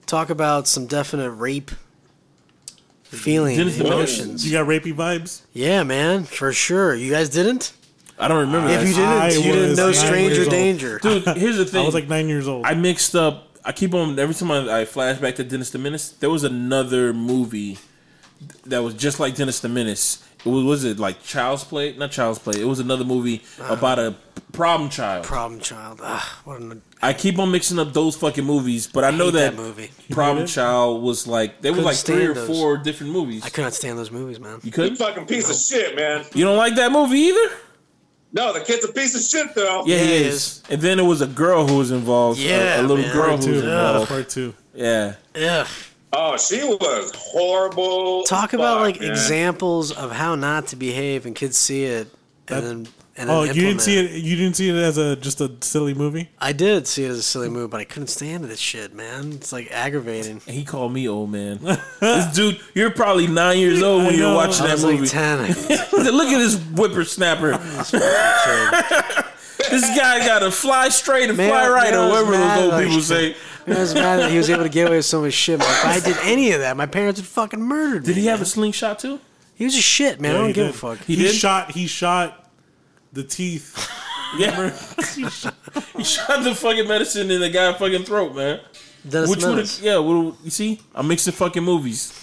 [SPEAKER 1] talk about some definite rape feeling
[SPEAKER 6] Dennis the Menace.
[SPEAKER 1] emotions.
[SPEAKER 3] You got rapey vibes.
[SPEAKER 1] Yeah, man, for sure. You guys didn't.
[SPEAKER 6] I don't remember
[SPEAKER 1] If you
[SPEAKER 6] that.
[SPEAKER 1] didn't,
[SPEAKER 3] I
[SPEAKER 1] you
[SPEAKER 3] was
[SPEAKER 1] didn't know
[SPEAKER 3] nine
[SPEAKER 1] stranger
[SPEAKER 3] years old.
[SPEAKER 1] danger.
[SPEAKER 6] Dude, here's the thing.
[SPEAKER 3] I was like nine years old.
[SPEAKER 6] I mixed up. I keep on every time I, I flash back to Dennis the Menace. There was another movie that was just like Dennis the Menace. It was was it like Child's Play? Not Child's Play. It was another movie
[SPEAKER 1] Uh-huh.
[SPEAKER 6] about a problem child.
[SPEAKER 1] Problem child. Ugh, what an,
[SPEAKER 6] I keep on mixing up those fucking movies, but I,
[SPEAKER 1] I
[SPEAKER 6] know
[SPEAKER 1] hate
[SPEAKER 6] that,
[SPEAKER 1] that movie.
[SPEAKER 6] Problem Child was like there was
[SPEAKER 1] Couldn't
[SPEAKER 6] like three
[SPEAKER 1] stand
[SPEAKER 6] or
[SPEAKER 1] those.
[SPEAKER 6] four different movies.
[SPEAKER 1] I could not stand those movies, man.
[SPEAKER 6] you
[SPEAKER 2] You
[SPEAKER 6] could
[SPEAKER 2] fucking piece of shit, man.
[SPEAKER 6] you don't like that movie either?
[SPEAKER 2] No, the kid's a piece of shit, though.
[SPEAKER 6] Yeah,
[SPEAKER 1] Yeah,
[SPEAKER 6] he
[SPEAKER 1] it
[SPEAKER 6] is.
[SPEAKER 1] is.
[SPEAKER 6] And then it was a girl who was involved. a-
[SPEAKER 1] Yeah,
[SPEAKER 6] a, little
[SPEAKER 1] man.
[SPEAKER 6] girl
[SPEAKER 3] part
[SPEAKER 6] who
[SPEAKER 3] two.
[SPEAKER 6] was involved.
[SPEAKER 3] Part two.
[SPEAKER 6] Yeah,
[SPEAKER 1] Ugh.
[SPEAKER 2] Oh, she was horrible.
[SPEAKER 1] Talk about
[SPEAKER 2] Fuck,
[SPEAKER 1] like
[SPEAKER 2] man.
[SPEAKER 1] examples of how not to behave, and kids see it, and
[SPEAKER 3] That-
[SPEAKER 1] then and
[SPEAKER 3] Oh,
[SPEAKER 1] then
[SPEAKER 3] you didn't see
[SPEAKER 1] implement
[SPEAKER 3] it. You didn't see it as a just a silly movie.
[SPEAKER 1] I did see it as a silly move, but I couldn't stand this shit, man. It's like aggravating.
[SPEAKER 6] and he called me old man. this dude, you're probably nine years old when
[SPEAKER 3] I
[SPEAKER 6] you're
[SPEAKER 3] know.
[SPEAKER 6] watching
[SPEAKER 1] I
[SPEAKER 6] that
[SPEAKER 1] was like
[SPEAKER 6] movie.
[SPEAKER 1] ten. I couldn't
[SPEAKER 6] Look at this whippersnapper.
[SPEAKER 1] stand it.
[SPEAKER 6] this guy got to fly straight and
[SPEAKER 1] Man,
[SPEAKER 6] fly right,
[SPEAKER 1] man, I
[SPEAKER 6] or
[SPEAKER 1] was
[SPEAKER 6] whatever
[SPEAKER 1] mad,
[SPEAKER 6] those old
[SPEAKER 1] like-
[SPEAKER 6] people say.
[SPEAKER 1] I was mad that he was able to get away with so much shit. man. If I did any of that, my parents would fucking murdered me.
[SPEAKER 6] Did he have a
[SPEAKER 1] man.
[SPEAKER 6] slingshot too?
[SPEAKER 1] He was a shit, man. I don't
[SPEAKER 3] he
[SPEAKER 1] give
[SPEAKER 3] did.
[SPEAKER 1] a fuck.
[SPEAKER 3] He,
[SPEAKER 6] did?
[SPEAKER 3] shot. He shot the teeth.
[SPEAKER 6] Yeah. he shot the fucking medicine in the guy's fucking throat, man.
[SPEAKER 1] Dennis
[SPEAKER 6] Which would
[SPEAKER 1] Menace.
[SPEAKER 6] yeah, would you see? I'm mixing fucking movies.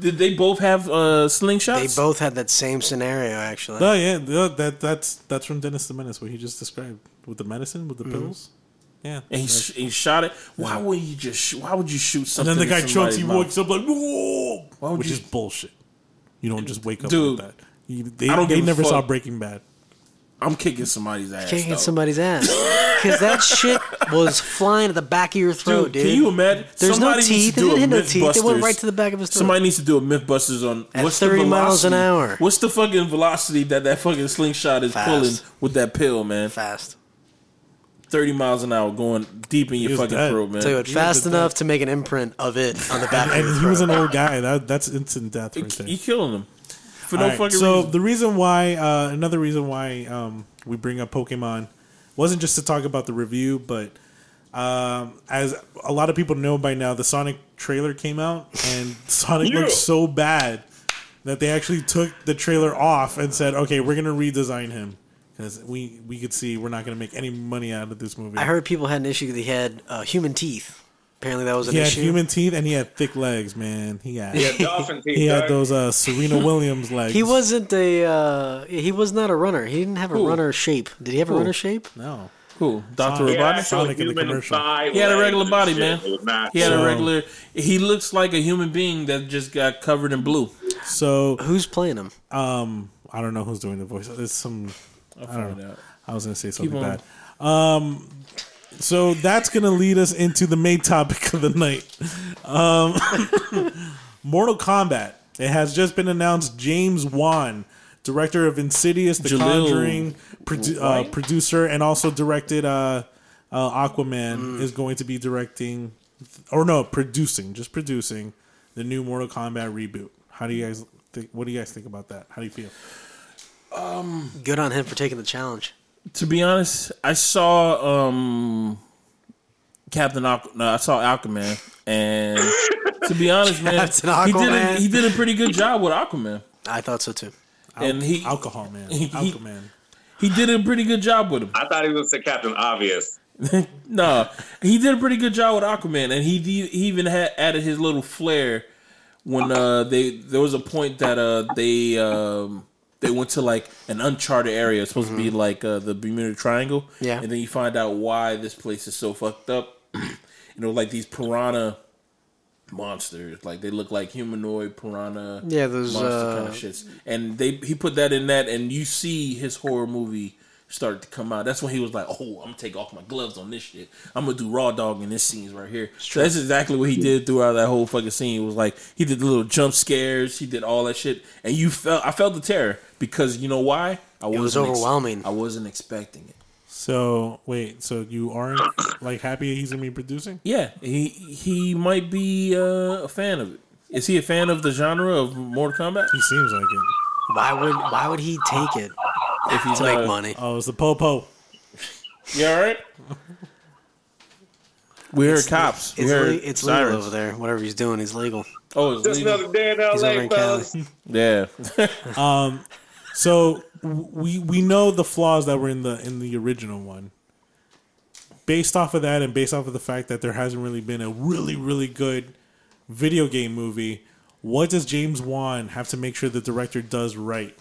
[SPEAKER 6] Did they both have uh
[SPEAKER 1] They
[SPEAKER 6] slingshots?
[SPEAKER 1] both had that same scenario, actually.
[SPEAKER 3] No, yeah, no, that that's that's from Dennis the Menace, what he just described with the medicine with the
[SPEAKER 6] Mm-hmm.
[SPEAKER 3] pills. Yeah,
[SPEAKER 6] and he, sh- he shot it. Why would you just? Sh- why would you shoot
[SPEAKER 3] and
[SPEAKER 6] something?
[SPEAKER 3] then the guy
[SPEAKER 6] in
[SPEAKER 3] chokes.
[SPEAKER 6] somebody's
[SPEAKER 3] He
[SPEAKER 6] mouth?
[SPEAKER 3] wakes up like whoa,
[SPEAKER 6] Why would
[SPEAKER 3] which
[SPEAKER 6] you-
[SPEAKER 3] is bullshit. You don't just wake up
[SPEAKER 6] Dude,
[SPEAKER 3] like that. You, they,
[SPEAKER 6] I don't
[SPEAKER 3] they
[SPEAKER 6] give a
[SPEAKER 3] never
[SPEAKER 6] fuck.
[SPEAKER 3] saw Breaking Bad.
[SPEAKER 6] I'm kicking somebody's ass.
[SPEAKER 1] Kicking
[SPEAKER 6] dog.
[SPEAKER 1] somebody's ass because that shit was flying at the back of your throat,
[SPEAKER 6] Dude,
[SPEAKER 1] dude.
[SPEAKER 6] can you imagine?
[SPEAKER 1] There's no
[SPEAKER 6] Somebody needs
[SPEAKER 1] teeth.
[SPEAKER 6] to
[SPEAKER 1] They
[SPEAKER 6] do
[SPEAKER 1] didn't hit
[SPEAKER 6] a
[SPEAKER 1] no teeth. It went
[SPEAKER 6] Mythbusters.
[SPEAKER 1] right to the back of his throat.
[SPEAKER 6] Somebody needs to do a MythBusters on
[SPEAKER 1] At
[SPEAKER 6] what's
[SPEAKER 1] 30
[SPEAKER 6] the
[SPEAKER 1] miles an
[SPEAKER 6] velocity-
[SPEAKER 1] hour.
[SPEAKER 6] What's the fucking velocity that that fucking slingshot is
[SPEAKER 1] Fast.
[SPEAKER 6] pulling with that pill, man?
[SPEAKER 1] fast.
[SPEAKER 6] Thirty miles an hour going deep in your
[SPEAKER 3] was
[SPEAKER 6] fucking
[SPEAKER 3] dead.
[SPEAKER 6] throat, man.
[SPEAKER 1] Tell you what,
[SPEAKER 3] He was
[SPEAKER 1] fast
[SPEAKER 3] a
[SPEAKER 1] enough to make an imprint of it on the back of
[SPEAKER 3] And
[SPEAKER 1] your
[SPEAKER 3] he was
[SPEAKER 1] throat.
[SPEAKER 3] an old guy. That that's instant death right there.
[SPEAKER 6] you killing them for
[SPEAKER 3] All
[SPEAKER 6] no
[SPEAKER 3] right,
[SPEAKER 6] fucking
[SPEAKER 3] so
[SPEAKER 6] reason.
[SPEAKER 3] the reason why, uh, another reason why um, we bring up Pokemon wasn't just to talk about the review, but um, as a lot of people know by now, the Sonic trailer came out, and Sonic
[SPEAKER 2] Yeah.
[SPEAKER 3] looked so bad that they actually took the trailer off and said, "Okay, we're gonna redesign him." Because we, we could see we're not going to make any money out of this movie.
[SPEAKER 1] I heard people had an issue that he had uh, human teeth. Apparently, that was an
[SPEAKER 3] he had
[SPEAKER 1] issue.
[SPEAKER 3] human teeth and he had thick legs, man. He had,
[SPEAKER 2] Yeah, dolphin teeth.
[SPEAKER 3] he had
[SPEAKER 2] Doug.
[SPEAKER 3] those uh, Serena Williams legs.
[SPEAKER 1] he wasn't a. Uh, he was not a runner. He didn't have a
[SPEAKER 6] Who?
[SPEAKER 1] runner shape. Did he have
[SPEAKER 6] Who?
[SPEAKER 1] a runner shape?
[SPEAKER 3] No.
[SPEAKER 6] cool, Doctor
[SPEAKER 3] Yeah.
[SPEAKER 2] He had
[SPEAKER 6] Robotnik.
[SPEAKER 2] actual
[SPEAKER 3] Sonic in the
[SPEAKER 2] human
[SPEAKER 3] commercial.
[SPEAKER 2] thigh
[SPEAKER 6] He had a
[SPEAKER 2] legs
[SPEAKER 6] regular
[SPEAKER 2] and
[SPEAKER 6] body,
[SPEAKER 2] shit.
[SPEAKER 6] man.
[SPEAKER 2] It was not-
[SPEAKER 6] He had
[SPEAKER 3] So-
[SPEAKER 6] a regular. He looks like a human being that just got covered in blue.
[SPEAKER 3] So
[SPEAKER 1] Who's playing him?
[SPEAKER 3] Um, I don't know who's doing the voice. It's some.
[SPEAKER 6] I'll find out.
[SPEAKER 3] I was gonna say something
[SPEAKER 6] on.
[SPEAKER 3] bad. Um, so that's gonna lead us into the main topic of the night. Um, Mortal Kombat. It has just been announced. James Wan, director of Insidious, The
[SPEAKER 6] Jaleel
[SPEAKER 3] Conjuring, produ- uh,
[SPEAKER 6] White?
[SPEAKER 3] producer, and also directed uh, uh, Aquaman,
[SPEAKER 6] Mm.
[SPEAKER 3] is going to be directing, or no, producing, just producing the new Mortal Kombat reboot. How do you guys think? What do you guys think about that? How do you feel?
[SPEAKER 1] Good on him for taking the challenge.
[SPEAKER 6] To be honest, I saw um Captain Aqu- no, I saw Aquaman, and to be honest, man,
[SPEAKER 1] Captain
[SPEAKER 6] he did a,
[SPEAKER 1] Aquaman.
[SPEAKER 6] he did a pretty good job with Aquaman,
[SPEAKER 1] I thought so too.
[SPEAKER 6] and he
[SPEAKER 3] alcohol man,
[SPEAKER 6] he-
[SPEAKER 3] alcohol man.
[SPEAKER 6] he did a pretty good job with him.
[SPEAKER 2] I thought he was the Captain Obvious.
[SPEAKER 6] Nah, he did a pretty good job with Aquaman, and he he even had added his little flair when uh they there was a point that uh they um they went to like an uncharted area. It's supposed to be like uh, the Bermuda Triangle.
[SPEAKER 1] Mm-hmm. Yeah.
[SPEAKER 6] and then you find out why this place is so fucked up. you know, like these piranha monsters. Like they look like humanoid piranha.
[SPEAKER 1] Yeah, those,
[SPEAKER 6] monster
[SPEAKER 1] uh,
[SPEAKER 6] kind of shits. And they he put that in that, and you see his horror movie start to come out. That's when he was like, "Oh, I'm gonna take off my gloves on this shit. I'm gonna do raw dog in this scenes right here." So that's exactly what he did throughout that whole fucking scene. It was like he did the little jump scares, he did all that shit, and you felt I felt the terror because you know why? I
[SPEAKER 1] was
[SPEAKER 6] wasn't ex-
[SPEAKER 1] overwhelming.
[SPEAKER 6] I wasn't expecting it.
[SPEAKER 3] So wait, so you aren't like happy he's gonna be producing?
[SPEAKER 6] Yeah, he he might be uh, a fan of it. Is he a fan of the genre of Mortal Kombat?
[SPEAKER 3] He seems like it.
[SPEAKER 1] Why would why would he take it
[SPEAKER 6] If he's
[SPEAKER 1] to make
[SPEAKER 6] not-
[SPEAKER 1] money?
[SPEAKER 3] Oh, it's the popo.
[SPEAKER 6] You all right? We heard cops. we
[SPEAKER 1] It's,
[SPEAKER 6] heard
[SPEAKER 1] le- it's legal
[SPEAKER 6] sirens.
[SPEAKER 1] over there. Whatever he's doing, he's legal.
[SPEAKER 6] Oh, it's
[SPEAKER 2] Just
[SPEAKER 6] legal.
[SPEAKER 2] another day in
[SPEAKER 1] He's over
[SPEAKER 2] LA,
[SPEAKER 1] in Cali.
[SPEAKER 2] fellas.
[SPEAKER 6] yeah.
[SPEAKER 3] So w- we we know the flaws that were in the in the original one. Based off of that, and based off of the fact that there hasn't really been a really really good video game movie, what does James Wan have to make sure the director does right,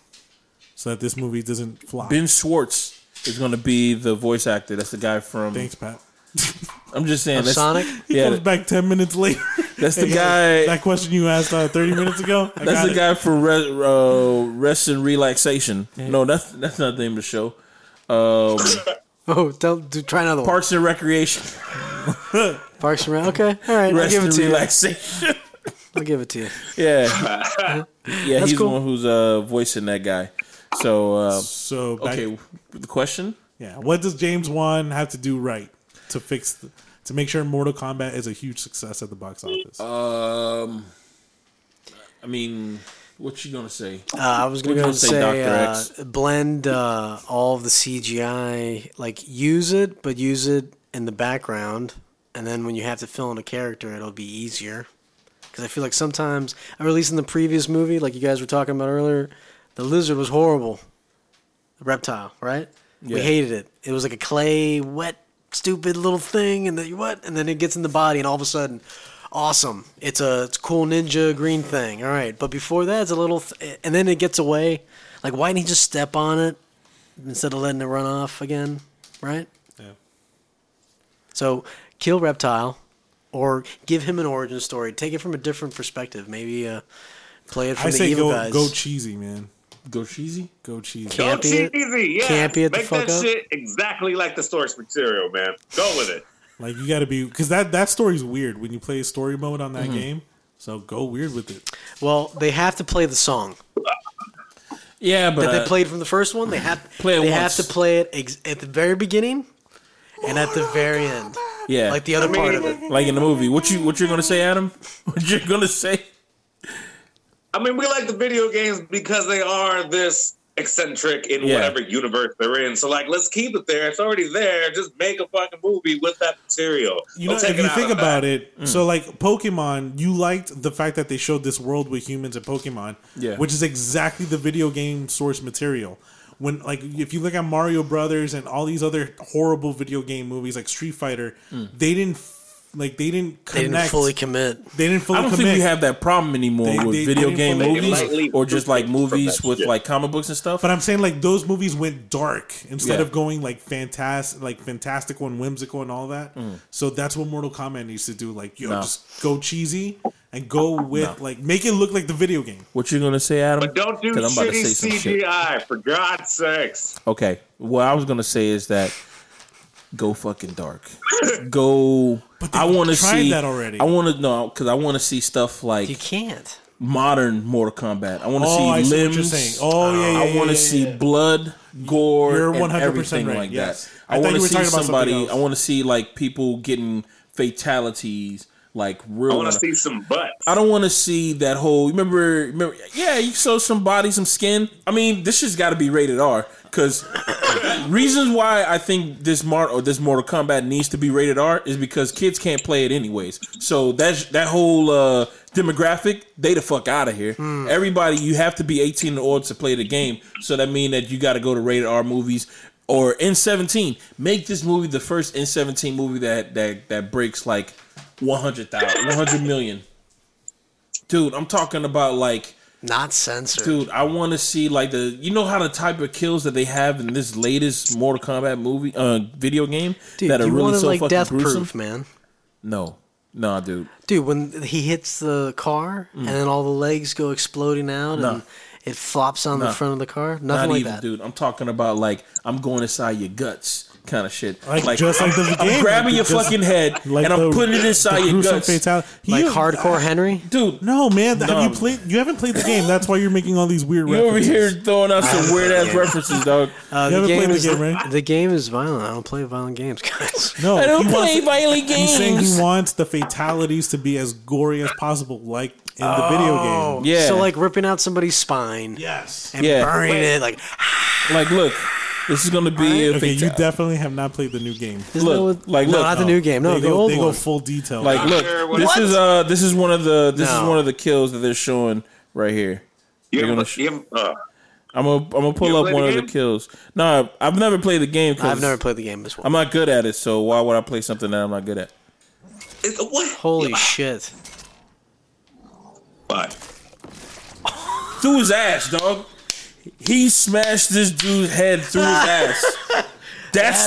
[SPEAKER 3] so that this movie doesn't flop?
[SPEAKER 6] ben Schwartz is going to be the voice actor. That's the guy from.
[SPEAKER 3] Thanks, Pat.
[SPEAKER 6] I'm just saying.
[SPEAKER 1] Of
[SPEAKER 6] That's,
[SPEAKER 1] Sonic?
[SPEAKER 3] He
[SPEAKER 6] Yeah,
[SPEAKER 3] comes back ten minutes later.
[SPEAKER 6] that's the
[SPEAKER 3] Hey,
[SPEAKER 6] guy.
[SPEAKER 3] That question you asked uh, thirty minutes ago. I
[SPEAKER 6] That's
[SPEAKER 3] got
[SPEAKER 6] the
[SPEAKER 3] it.
[SPEAKER 6] guy from Re- uh, Rest and Relaxation. No, that's that's not the name of the show. Um,
[SPEAKER 1] Oh, tell, do, try another one.
[SPEAKER 6] Parks and Recreation.
[SPEAKER 1] Parks and Rec. Okay, all right. I'll
[SPEAKER 6] Rest
[SPEAKER 1] give it
[SPEAKER 6] and
[SPEAKER 1] to you.
[SPEAKER 6] Relaxation.
[SPEAKER 1] I'll give it to you.
[SPEAKER 6] yeah, yeah. he's
[SPEAKER 1] cool.
[SPEAKER 6] the one who's uh, voicing that guy. So uh,
[SPEAKER 3] So back,
[SPEAKER 6] okay, the question.
[SPEAKER 3] yeah. What does James Wan have to do right to fix the, to make sure Mortal Kombat is a huge success at the box
[SPEAKER 1] Uh,
[SPEAKER 3] office?
[SPEAKER 6] Um, I mean, what you gonna say?
[SPEAKER 1] Uh, I was gonna go
[SPEAKER 6] We're gonna
[SPEAKER 1] and
[SPEAKER 6] say
[SPEAKER 1] say
[SPEAKER 6] Dr.
[SPEAKER 1] uh,
[SPEAKER 6] X.
[SPEAKER 1] blend uh, all of the CGI, like use it, but use it in the background, and then when you have to fill in a character, it'll be easier. Because I feel like sometimes, or at least in the previous movie, like you guys were talking about earlier, the lizard was horrible. The reptile, right? We
[SPEAKER 6] Yeah.
[SPEAKER 1] hated it. It was like a clay, wet, stupid little thing, and then what? And then it gets in the body, and all of a sudden, awesome! It's a it's a cool ninja green thing. All right, but before that, it's a little, th- and then it gets away. Like, why didn't he just step on it instead of letting it run off again? Right?
[SPEAKER 3] Yeah.
[SPEAKER 1] So kill reptile, or give him an origin story. Take it from a different perspective. Maybe uh, play it from
[SPEAKER 3] I
[SPEAKER 1] the
[SPEAKER 3] say
[SPEAKER 1] evil
[SPEAKER 3] go
[SPEAKER 1] guys.
[SPEAKER 3] go cheesy, man.
[SPEAKER 6] Go cheesy.
[SPEAKER 3] Go cheesy.
[SPEAKER 1] Can't be it.
[SPEAKER 2] Cheesy, yeah.
[SPEAKER 1] Can't be it the
[SPEAKER 2] Make
[SPEAKER 1] fuck
[SPEAKER 2] that
[SPEAKER 1] up.
[SPEAKER 2] shit exactly like the source material, man. Go with it.
[SPEAKER 3] Like you got to be because that that story's weird when you play story mode on that
[SPEAKER 6] Mm-hmm.
[SPEAKER 3] game. So go weird with it.
[SPEAKER 1] well, they have to play the song.
[SPEAKER 6] Yeah, but
[SPEAKER 1] that
[SPEAKER 6] uh,
[SPEAKER 1] they played from the first one. They have
[SPEAKER 6] Play it
[SPEAKER 1] they
[SPEAKER 6] once.
[SPEAKER 1] have to play it ex- at the very beginning and at the very end,
[SPEAKER 6] yeah,
[SPEAKER 1] like the other part of it.
[SPEAKER 6] like in the movie. What you what you're gonna say, Adam? What you're gonna say?
[SPEAKER 2] I mean, we like the video games because they are this eccentric in
[SPEAKER 6] Yeah.
[SPEAKER 2] whatever universe they're in. So, like, let's keep it there. It's already there. Just make a fucking movie with that material.
[SPEAKER 3] You know,
[SPEAKER 2] Don't take
[SPEAKER 3] if you
[SPEAKER 2] out
[SPEAKER 3] think
[SPEAKER 2] of that.
[SPEAKER 3] about it, so like Pokemon, you liked the fact that they showed this world with humans and Pokemon,
[SPEAKER 6] Yeah.
[SPEAKER 3] which is exactly the video game source material. When like if you look at Mario Brothers and all these other horrible video game movies like Street Fighter, they didn't f- like they didn't
[SPEAKER 1] They
[SPEAKER 3] connect.
[SPEAKER 1] didn't fully commit.
[SPEAKER 3] they didn't fully
[SPEAKER 6] I don't
[SPEAKER 3] commit.
[SPEAKER 6] think we have that problem anymore
[SPEAKER 3] They-
[SPEAKER 6] with
[SPEAKER 3] they-
[SPEAKER 6] video
[SPEAKER 3] they
[SPEAKER 6] game
[SPEAKER 3] didn't play-
[SPEAKER 6] movies
[SPEAKER 2] Lightly
[SPEAKER 6] or just like
[SPEAKER 2] frustrated from
[SPEAKER 6] movies
[SPEAKER 2] that
[SPEAKER 6] with
[SPEAKER 2] shit.
[SPEAKER 6] like comic books and stuff.
[SPEAKER 3] But I'm saying like those movies went dark instead
[SPEAKER 6] Yeah.
[SPEAKER 3] of going like fantastic, like fantastical and whimsical and all that. So that's what Mortal Kombat needs to do. Like, yo,
[SPEAKER 6] Mm. No.
[SPEAKER 3] just go cheesy and go with like make it look like the video game.
[SPEAKER 6] what you gonna say, Adam?
[SPEAKER 2] But don't do
[SPEAKER 6] 'Cause I'm about to
[SPEAKER 2] shitty
[SPEAKER 6] say some shit.
[SPEAKER 2] CGI, for God's sakes.
[SPEAKER 6] Okay. What I was gonna say is that go fucking dark. go.
[SPEAKER 3] But
[SPEAKER 6] I
[SPEAKER 3] they've
[SPEAKER 6] want to
[SPEAKER 3] tried
[SPEAKER 6] see
[SPEAKER 3] that already.
[SPEAKER 6] I want to know because I want to see stuff like
[SPEAKER 1] You can't.
[SPEAKER 6] modern Mortal Kombat. I want to
[SPEAKER 3] Oh, I
[SPEAKER 6] see
[SPEAKER 3] see
[SPEAKER 6] limbs.
[SPEAKER 3] what you're saying. Oh, yeah, yeah,
[SPEAKER 6] I
[SPEAKER 3] yeah,
[SPEAKER 6] want to
[SPEAKER 3] yeah,
[SPEAKER 6] see
[SPEAKER 3] yeah.
[SPEAKER 6] blood, gore,
[SPEAKER 3] You're
[SPEAKER 6] and
[SPEAKER 3] 100%
[SPEAKER 6] everything
[SPEAKER 3] right,
[SPEAKER 6] like
[SPEAKER 3] yes.
[SPEAKER 6] that. I,
[SPEAKER 3] I thought
[SPEAKER 6] want
[SPEAKER 3] you
[SPEAKER 6] to
[SPEAKER 3] were
[SPEAKER 6] see
[SPEAKER 3] talking about
[SPEAKER 6] somebody.
[SPEAKER 3] something
[SPEAKER 6] I
[SPEAKER 3] else.
[SPEAKER 6] want to see like people getting fatalities, like real.
[SPEAKER 2] I want to see some butts.
[SPEAKER 6] I don't want to see that whole. Remember, remember, yeah, you saw some body, some skin. I mean, this shit's got to be rated R because reasons why I think this Mar or this Mortal Kombat needs to be rated R is because kids can't play it anyways. So that that whole uh, demographic, they the fuck out of here. Everybody, you have to be eighteen and old to play the game. So that mean that you got to go to rated R movies. Or N seventeen, make this movie the first N seventeen movie that that that breaks like 100,000, 100 million dude i'm talking about like
[SPEAKER 1] Not censored.
[SPEAKER 6] Dude, I want to see like the you know how the type of kills that they have in this latest Mortal Kombat movie uh video game
[SPEAKER 1] Dude,
[SPEAKER 6] that are
[SPEAKER 1] you
[SPEAKER 6] really
[SPEAKER 1] wanted
[SPEAKER 6] so
[SPEAKER 1] like
[SPEAKER 6] fucking
[SPEAKER 1] death
[SPEAKER 6] gruesome.
[SPEAKER 1] proof, man.
[SPEAKER 6] No, no, dude,
[SPEAKER 1] Dude, when he hits the car and then all the legs go exploding out
[SPEAKER 6] Mm. No.
[SPEAKER 1] and it flops on
[SPEAKER 6] No.
[SPEAKER 1] the front of the car, nothing
[SPEAKER 6] not
[SPEAKER 1] like
[SPEAKER 6] even,
[SPEAKER 1] that.
[SPEAKER 6] dude. I'm talking about like I'm going inside your guts kind of shit.
[SPEAKER 3] Like, just like the
[SPEAKER 6] I'm
[SPEAKER 3] game,
[SPEAKER 6] grabbing
[SPEAKER 3] like
[SPEAKER 6] your
[SPEAKER 3] just-
[SPEAKER 6] fucking head
[SPEAKER 3] like
[SPEAKER 6] and I'm
[SPEAKER 3] the-
[SPEAKER 6] putting it inside
[SPEAKER 3] the
[SPEAKER 6] your
[SPEAKER 3] gruesome
[SPEAKER 6] guts,
[SPEAKER 3] fatality.
[SPEAKER 1] Like
[SPEAKER 3] You-
[SPEAKER 1] hardcore Henry.
[SPEAKER 6] dude.
[SPEAKER 3] No, man.
[SPEAKER 6] No.
[SPEAKER 3] Have you played? You haven't played the game. That's why you're making all these weird
[SPEAKER 6] You over
[SPEAKER 3] references.
[SPEAKER 6] here throwing out some weird ass references, dog.
[SPEAKER 1] Uh, the
[SPEAKER 3] You haven't played
[SPEAKER 1] game
[SPEAKER 3] the
[SPEAKER 1] is
[SPEAKER 3] game, right?
[SPEAKER 1] the game is violent. I don't play violent games, guys.
[SPEAKER 3] No,
[SPEAKER 6] I don't
[SPEAKER 3] he wants-
[SPEAKER 6] play violent
[SPEAKER 3] He's saying
[SPEAKER 6] games.
[SPEAKER 3] he wants the fatalities to be as gory as possible, like in the
[SPEAKER 6] Oh.
[SPEAKER 3] video game.
[SPEAKER 6] Yeah,
[SPEAKER 1] So like ripping out somebody's spine
[SPEAKER 3] Yes.
[SPEAKER 1] and
[SPEAKER 6] Yeah.
[SPEAKER 1] burning it. Like
[SPEAKER 6] like look, this is gonna be a
[SPEAKER 3] Okay, you
[SPEAKER 6] fatal-
[SPEAKER 3] definitely have not played the new game.
[SPEAKER 1] isn't
[SPEAKER 6] Look,
[SPEAKER 1] that what-
[SPEAKER 6] like,
[SPEAKER 1] no,
[SPEAKER 6] look,
[SPEAKER 1] not the
[SPEAKER 6] no.
[SPEAKER 1] new game. No,
[SPEAKER 3] they
[SPEAKER 1] the
[SPEAKER 3] go,
[SPEAKER 1] old
[SPEAKER 3] they
[SPEAKER 1] one.
[SPEAKER 3] go full detail.
[SPEAKER 6] Like, look,
[SPEAKER 2] sure what-
[SPEAKER 6] this
[SPEAKER 2] What?
[SPEAKER 6] is uh, this is one of the this is
[SPEAKER 1] No.
[SPEAKER 6] one of the kills that they're showing right here.
[SPEAKER 2] You
[SPEAKER 6] They're
[SPEAKER 2] ever,
[SPEAKER 6] gonna sh-
[SPEAKER 2] you ever, uh,
[SPEAKER 6] I'm gonna I'm gonna
[SPEAKER 2] You
[SPEAKER 6] pull up
[SPEAKER 2] played
[SPEAKER 6] one
[SPEAKER 2] the
[SPEAKER 6] of the
[SPEAKER 2] game?
[SPEAKER 6] kills. No, I've never played the game. i
[SPEAKER 1] I've never played the game before.
[SPEAKER 6] I'm not good at it, so why would I play something that I'm not good at?
[SPEAKER 2] it's- what?
[SPEAKER 1] Holy shit!
[SPEAKER 2] But
[SPEAKER 6] Through his ass, dog. He smashed this dude's head through his ass. That's,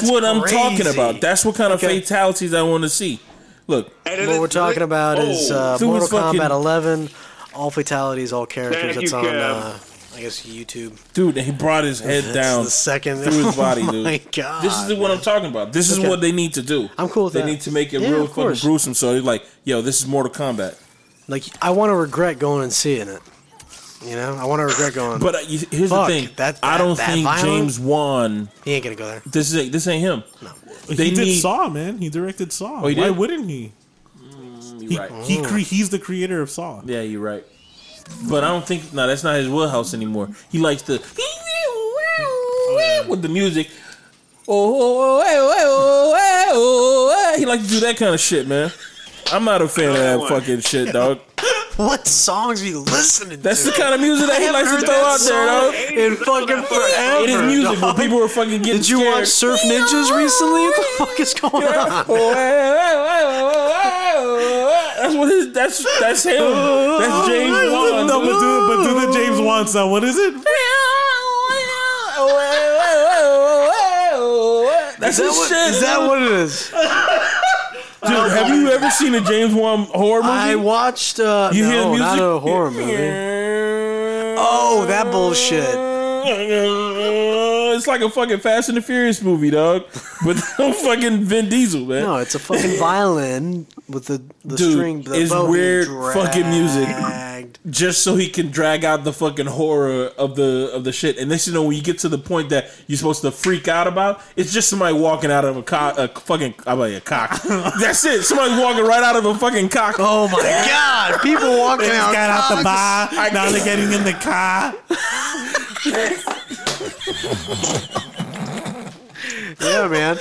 [SPEAKER 1] That's
[SPEAKER 6] what I'm talking
[SPEAKER 1] crazy.
[SPEAKER 6] about. That's what kind of
[SPEAKER 1] Okay.
[SPEAKER 6] fatalities I want to see. Look,
[SPEAKER 2] and it
[SPEAKER 1] What
[SPEAKER 2] is-
[SPEAKER 1] we're talking about is
[SPEAKER 2] Oh,
[SPEAKER 1] uh,
[SPEAKER 6] through
[SPEAKER 1] Mortal
[SPEAKER 6] his fucking-
[SPEAKER 1] Kombat 11, all fatalities, all characters.
[SPEAKER 2] Thank
[SPEAKER 1] That's
[SPEAKER 2] you,
[SPEAKER 1] on,
[SPEAKER 2] Kev.
[SPEAKER 1] uh, I guess, YouTube.
[SPEAKER 6] dude, he brought his head
[SPEAKER 1] That's
[SPEAKER 6] down.
[SPEAKER 1] the second
[SPEAKER 6] through his body,
[SPEAKER 1] Oh
[SPEAKER 6] dude.
[SPEAKER 1] my god!
[SPEAKER 6] This is what I'm talking about. This is
[SPEAKER 1] Okay.
[SPEAKER 6] what they need to do.
[SPEAKER 1] I'm cool with
[SPEAKER 6] they
[SPEAKER 1] that.
[SPEAKER 6] need to make it
[SPEAKER 1] Yeah,
[SPEAKER 6] real
[SPEAKER 1] of
[SPEAKER 6] fucking
[SPEAKER 1] course.
[SPEAKER 6] gruesome. So they're like, yo, this is Mortal Kombat.
[SPEAKER 1] like I want to regret going and seeing it. You know, I want to regret going.
[SPEAKER 6] But uh, you- here's
[SPEAKER 1] Fuck,
[SPEAKER 6] the thing:
[SPEAKER 1] that-
[SPEAKER 6] I
[SPEAKER 1] that-
[SPEAKER 6] don't
[SPEAKER 1] that
[SPEAKER 6] think
[SPEAKER 1] violent?
[SPEAKER 6] James Wan.
[SPEAKER 1] he ain't gonna go there.
[SPEAKER 6] This is this ain't him.
[SPEAKER 3] he
[SPEAKER 6] they
[SPEAKER 3] did
[SPEAKER 6] need- Oh,
[SPEAKER 3] Saw, man. He directed Saw.
[SPEAKER 6] he
[SPEAKER 3] Why
[SPEAKER 6] did?
[SPEAKER 3] wouldn't he?
[SPEAKER 6] You're
[SPEAKER 3] He,
[SPEAKER 6] right. Oh.
[SPEAKER 3] he cre- he's the creator of Saw.
[SPEAKER 6] Yeah, you're right. But I don't think no, that's not his wheelhouse anymore. He likes the with the music. Oh, oh, oh, oh, oh, oh, oh, oh. he likes to do that kind of shit, man. I'm not a fan of that fucking shit, dog.
[SPEAKER 1] What songs are you listening
[SPEAKER 6] That's
[SPEAKER 1] to?
[SPEAKER 6] the kind of music that he
[SPEAKER 1] haven't
[SPEAKER 6] likes
[SPEAKER 1] heard
[SPEAKER 6] to throw
[SPEAKER 1] that
[SPEAKER 6] out there,
[SPEAKER 1] song
[SPEAKER 6] dog.
[SPEAKER 1] in fucking forever.
[SPEAKER 6] It is music, but
[SPEAKER 1] dog.
[SPEAKER 6] people were fucking getting
[SPEAKER 1] Did you
[SPEAKER 6] scared.
[SPEAKER 1] watch Surf Ninjas recently? What the fuck is going on?
[SPEAKER 6] that's what his. That's that's him. That's James Wan.
[SPEAKER 3] No, but do, but do the James Wan sound. What is it?
[SPEAKER 1] Is
[SPEAKER 6] That's
[SPEAKER 1] that,
[SPEAKER 6] his
[SPEAKER 1] what,
[SPEAKER 6] shit.
[SPEAKER 1] is that what it is?
[SPEAKER 6] Dude, have you ever seen a James Wan horror movie?
[SPEAKER 1] I watched. Uh,
[SPEAKER 6] you
[SPEAKER 1] no,
[SPEAKER 6] hear the music?
[SPEAKER 1] not a horror movie. Oh, that bullshit.
[SPEAKER 6] It's like a fucking Fast and the Furious movie, dog. But no fucking Vin Diesel, man.
[SPEAKER 1] No, it's a fucking violin with the, the
[SPEAKER 6] Dude,
[SPEAKER 1] string. The
[SPEAKER 6] it's
[SPEAKER 1] bow being
[SPEAKER 6] weird fucking music.
[SPEAKER 1] dragged.
[SPEAKER 6] just so he can drag out the fucking horror of the of the shit. And this, you know, when you get to the point that you're supposed to freak out about, it's just somebody walking out of a cock, a fucking, I mean, a cock. That's it. Somebody walking right out of a fucking cock.
[SPEAKER 1] Oh my god! People walking
[SPEAKER 3] They
[SPEAKER 1] out.
[SPEAKER 3] just got out the bar.
[SPEAKER 6] I-
[SPEAKER 3] now they're getting in the car.
[SPEAKER 1] Yeah, man.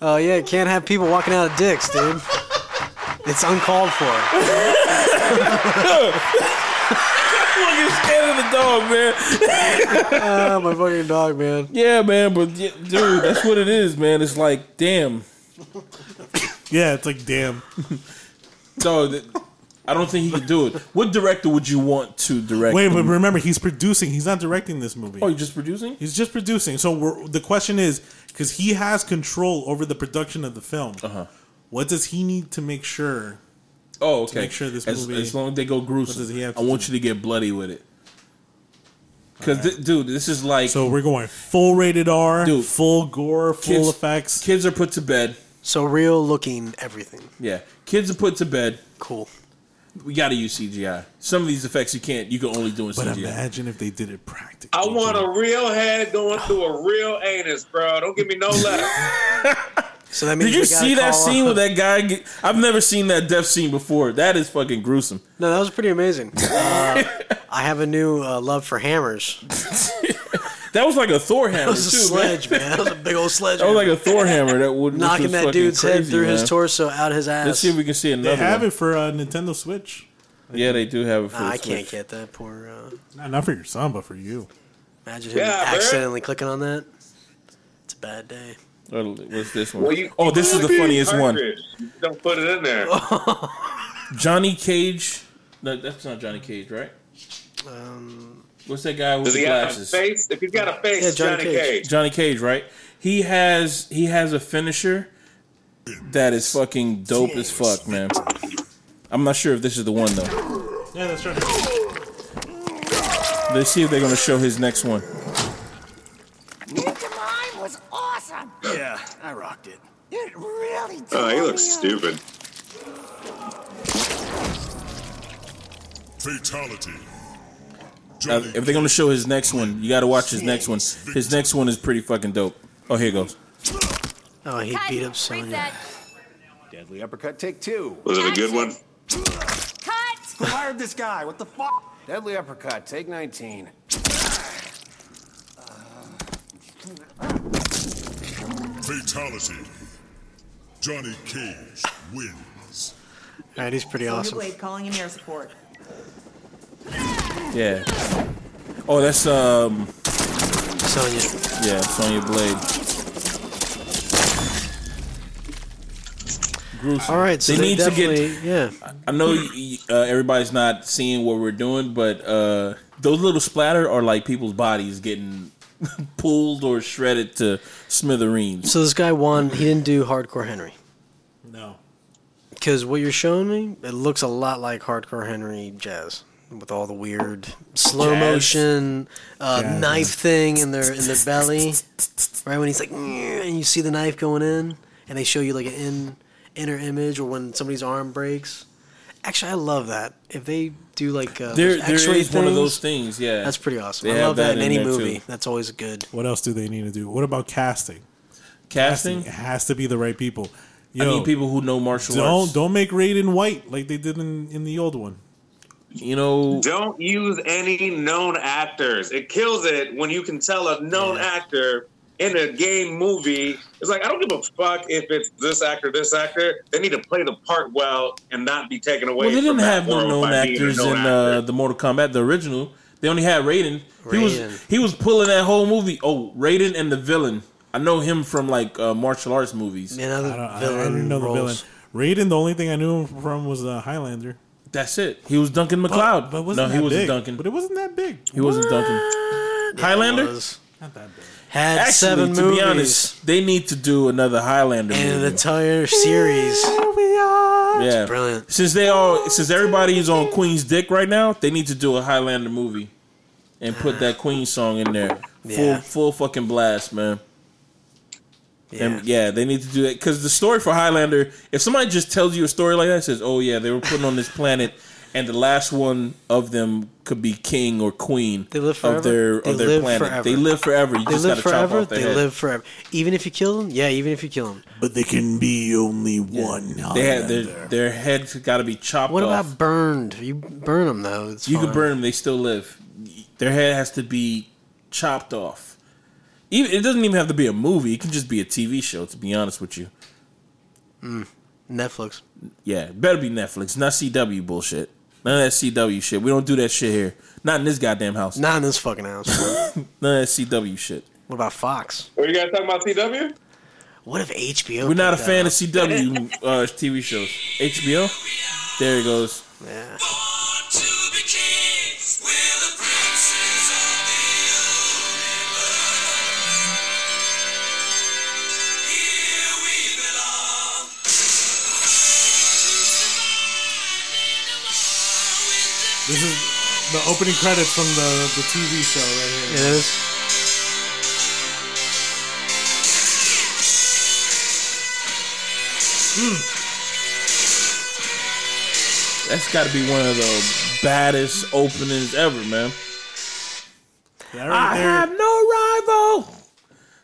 [SPEAKER 1] Oh yeah, can't have people walking out of dicks, dude. It's uncalled for.
[SPEAKER 6] Fucking scared of the dog, man.
[SPEAKER 1] Oh, my fucking dog, man.
[SPEAKER 6] Yeah, man. But yeah, dude, that's what it is, man. It's like, damn,
[SPEAKER 3] Yeah, it's like damn.
[SPEAKER 6] dog. That, I don't think he can do it. What director would you want to direct?
[SPEAKER 3] Wait,
[SPEAKER 6] the
[SPEAKER 3] but
[SPEAKER 6] movie?
[SPEAKER 3] remember, he's producing. He's not directing this movie.
[SPEAKER 6] oh, you just producing?
[SPEAKER 3] He's just producing. So we're, the question is, because he has control over the production of the film, uh-huh. what does he need to make sure?
[SPEAKER 6] Oh, okay.
[SPEAKER 3] make sure this
[SPEAKER 6] as,
[SPEAKER 3] movie-
[SPEAKER 6] as long as they go
[SPEAKER 3] What does he
[SPEAKER 6] gruesome,
[SPEAKER 3] have
[SPEAKER 6] I
[SPEAKER 3] to
[SPEAKER 6] want
[SPEAKER 3] do?
[SPEAKER 6] you to get bloody with it. Because, dude, this is like
[SPEAKER 3] So we're going full rated R,
[SPEAKER 6] Dude.
[SPEAKER 3] full gore, full
[SPEAKER 6] Kids-
[SPEAKER 3] effects.
[SPEAKER 6] kids are put to bed.
[SPEAKER 1] So real looking everything.
[SPEAKER 6] Yeah, kids are put to bed.
[SPEAKER 1] Cool.
[SPEAKER 6] We got to use CGI. Some of these effects you can't. You can only do in
[SPEAKER 3] but
[SPEAKER 6] CGI.
[SPEAKER 3] imagine if they did it practically.
[SPEAKER 2] I want a real head going through a real anus, bro. Don't give me no letter.
[SPEAKER 1] So that means
[SPEAKER 6] Did you
[SPEAKER 1] we gotta
[SPEAKER 6] see that
[SPEAKER 1] call
[SPEAKER 6] scene
[SPEAKER 1] up-
[SPEAKER 6] with that guy? Get, I've never seen that death scene before. That is fucking gruesome.
[SPEAKER 1] No, that was pretty amazing. Uh, I have a new uh, love for hammers.
[SPEAKER 6] That was like a Thor hammer
[SPEAKER 1] That was a
[SPEAKER 6] too, man.
[SPEAKER 1] sledge, man. That was a big old sledge.
[SPEAKER 6] That was like a Thor hammer that would which
[SPEAKER 1] knocking
[SPEAKER 6] was
[SPEAKER 1] that
[SPEAKER 6] fucking
[SPEAKER 1] dude's head
[SPEAKER 6] crazy,
[SPEAKER 1] through
[SPEAKER 6] man.
[SPEAKER 1] his torso out his ass.
[SPEAKER 6] Let's see if we can see
[SPEAKER 3] They
[SPEAKER 6] another.
[SPEAKER 3] have
[SPEAKER 6] one.
[SPEAKER 3] it for uh, Nintendo Switch.
[SPEAKER 6] Yeah, they do have it. For
[SPEAKER 1] Nah, I
[SPEAKER 6] the Switch.
[SPEAKER 1] can't get that poor. Uh,
[SPEAKER 3] Not, not for your son, but for you.
[SPEAKER 1] imagine him
[SPEAKER 2] Yeah, man.
[SPEAKER 1] accidentally clicking on that. It's a bad day.
[SPEAKER 6] Or What's this one?
[SPEAKER 2] Well, you-
[SPEAKER 6] oh, this is the funniest one.
[SPEAKER 2] Cartridge. Don't put it in there.
[SPEAKER 6] Johnny Cage. No, that's not Johnny Cage, right?
[SPEAKER 1] Um,
[SPEAKER 6] What's that guy with
[SPEAKER 2] Does
[SPEAKER 6] the
[SPEAKER 2] he have a
[SPEAKER 6] glasses?
[SPEAKER 2] face? If he's got a face,
[SPEAKER 1] Yeah, Johnny
[SPEAKER 2] Johnny,
[SPEAKER 1] Cage.
[SPEAKER 2] Cage.
[SPEAKER 6] Johnny Cage, right? He has he has a finisher that is fucking dope as fuck, man. I'm not sure if this is the one though.
[SPEAKER 3] Yeah, that's right.
[SPEAKER 6] Let's see if they're gonna show his next one.
[SPEAKER 4] Ninja Mime was awesome.
[SPEAKER 5] Yeah, I rocked it.
[SPEAKER 4] It really did.
[SPEAKER 2] Oh, he looks stupid.
[SPEAKER 7] Fatality.
[SPEAKER 6] Uh,
[SPEAKER 7] Johnny
[SPEAKER 6] if they're gonna show his next one, you gotta watch his next one. His next one is pretty fucking dope. Oh, here it goes.
[SPEAKER 1] Oh, he
[SPEAKER 8] Cut.
[SPEAKER 1] beat up
[SPEAKER 8] Freeze
[SPEAKER 1] Sonya.
[SPEAKER 8] that.
[SPEAKER 5] Deadly uppercut, take two.
[SPEAKER 2] Was it a good one?
[SPEAKER 8] Cut.
[SPEAKER 5] Who hired this guy? What the fuck? Deadly uppercut, take 19.
[SPEAKER 7] Fatality. Johnny Cage wins.
[SPEAKER 1] All right, he's pretty awesome.
[SPEAKER 9] Blade calling in air support.
[SPEAKER 6] Yeah. Oh, that's um
[SPEAKER 1] Sonya.
[SPEAKER 6] yeah, Sonya Blade.
[SPEAKER 1] All right, so
[SPEAKER 6] They
[SPEAKER 1] they,
[SPEAKER 6] need to get-
[SPEAKER 1] definitely, yeah.
[SPEAKER 6] I know y- y- uh, everybody's not seeing what we're doing, but uh, those little splatter are like people's bodies getting pulled or shredded to smithereens.
[SPEAKER 1] So this guy won. He didn't do Hardcore Henry
[SPEAKER 3] No.
[SPEAKER 1] because what you're showing me, it looks a lot like Hardcore Henry jazz with all the weird slow
[SPEAKER 6] Jazz.
[SPEAKER 1] motion uh,
[SPEAKER 3] Jazz.
[SPEAKER 1] knife thing in their in their belly, right when he's like, "Nyeh," and you see the knife going in, and they show you like an in, inner image or when somebody's arm breaks. Actually, I love that. If they do like uh,
[SPEAKER 6] There,
[SPEAKER 1] those
[SPEAKER 6] there is
[SPEAKER 1] X-ray
[SPEAKER 6] one of
[SPEAKER 1] things,
[SPEAKER 6] those things. Yeah,
[SPEAKER 1] That's pretty awesome.
[SPEAKER 6] They
[SPEAKER 1] I
[SPEAKER 6] have
[SPEAKER 1] love that, in
[SPEAKER 6] that
[SPEAKER 1] any
[SPEAKER 6] in there,
[SPEAKER 1] movie.
[SPEAKER 6] too.
[SPEAKER 1] That's always good.
[SPEAKER 3] What else do they need to do? What about casting?
[SPEAKER 6] casting.
[SPEAKER 3] It has to be the right people.
[SPEAKER 6] I
[SPEAKER 3] Yo,
[SPEAKER 6] need people who know martial
[SPEAKER 3] don't
[SPEAKER 6] arts.
[SPEAKER 3] don't make Raiden white like they did in, in the old one.
[SPEAKER 6] You know,
[SPEAKER 2] Don't use any known actors. It kills it when you can tell a known actor in a game movie. It's like I don't give a fuck if it's this actor, this actor. They need to play the part well and not be taken away.
[SPEAKER 6] well, they
[SPEAKER 2] from
[SPEAKER 6] didn't
[SPEAKER 2] that
[SPEAKER 6] have no
[SPEAKER 2] world
[SPEAKER 6] known
[SPEAKER 2] by being a
[SPEAKER 6] actors
[SPEAKER 2] known
[SPEAKER 6] in
[SPEAKER 2] actor.
[SPEAKER 6] uh, the Mortal Kombat, the original. They only had Raiden. He was
[SPEAKER 1] Raiden.
[SPEAKER 6] he was pulling that whole movie. Oh, Raiden and the villain. I know him from like uh, martial arts movies.
[SPEAKER 1] Man, other
[SPEAKER 3] I don't, I-
[SPEAKER 1] villain
[SPEAKER 3] I didn't know the
[SPEAKER 1] roles.
[SPEAKER 3] villain. Raiden, the only thing I knew him from was uh, Highlander.
[SPEAKER 6] That's it. He was Duncan McLeod.
[SPEAKER 3] but
[SPEAKER 6] Ah, no,
[SPEAKER 3] wasn't
[SPEAKER 6] he
[SPEAKER 3] that
[SPEAKER 6] wasn't
[SPEAKER 3] big.
[SPEAKER 6] Duncan.
[SPEAKER 3] But it wasn't that big.
[SPEAKER 6] He wasn't Duncan. Highlander.
[SPEAKER 1] was-
[SPEAKER 3] Not that big.
[SPEAKER 1] had
[SPEAKER 6] Actually,
[SPEAKER 1] seven
[SPEAKER 6] to
[SPEAKER 1] movies
[SPEAKER 6] be honest, they need to do another Highlander
[SPEAKER 1] and an
[SPEAKER 6] movie.
[SPEAKER 1] entire series.
[SPEAKER 6] yeah,
[SPEAKER 1] brilliant.
[SPEAKER 6] Since they all, since everybody is on Queen's dick right now, they need to do a Highlander movie and put that Queen song in there,
[SPEAKER 1] Yeah.
[SPEAKER 6] full, full fucking blast, man.
[SPEAKER 1] Yeah.
[SPEAKER 6] And yeah, they need to do that because the story for Highlander, if somebody just tells you a story like that, says, "Oh yeah, they were putting on this planet." And the last one of them could be king or queen
[SPEAKER 1] They live
[SPEAKER 6] of their
[SPEAKER 1] forever. They
[SPEAKER 6] of their
[SPEAKER 1] live
[SPEAKER 6] planet.
[SPEAKER 1] forever.
[SPEAKER 6] They live forever. You
[SPEAKER 1] They
[SPEAKER 6] just
[SPEAKER 1] live
[SPEAKER 6] gotta chop
[SPEAKER 1] forever.
[SPEAKER 6] off their
[SPEAKER 1] They
[SPEAKER 6] head.
[SPEAKER 1] live forever. Even if you kill them, yeah. Even if you kill them.
[SPEAKER 10] But they can be only one.
[SPEAKER 6] They had their their heads got to be chopped
[SPEAKER 1] What
[SPEAKER 6] off.
[SPEAKER 1] about burned? You burn them though. It's
[SPEAKER 6] you
[SPEAKER 1] fine.
[SPEAKER 6] can burn them; they still live. Their head has to be chopped off. Even it doesn't even have to be a movie; it can just be a TV show. To be honest with you,
[SPEAKER 1] Netflix.
[SPEAKER 6] yeah, it better be Netflix, not CW bullshit. None of that CW shit. We don't do that shit here. Not in this goddamn house.
[SPEAKER 1] Not in this fucking house.
[SPEAKER 6] None of that CW shit.
[SPEAKER 1] what about Fox?
[SPEAKER 2] What you guys talking about? CW?
[SPEAKER 1] What if HBO?
[SPEAKER 6] We're not a
[SPEAKER 1] picked
[SPEAKER 6] fan
[SPEAKER 1] that
[SPEAKER 6] of CW uh, TV shows. HBO. There it goes.
[SPEAKER 1] up? Yeah.
[SPEAKER 3] This is the opening credits from the, the TV show right here.
[SPEAKER 1] It is.
[SPEAKER 6] That's got to be one of the baddest openings ever, man.
[SPEAKER 3] That right there.
[SPEAKER 6] no rival.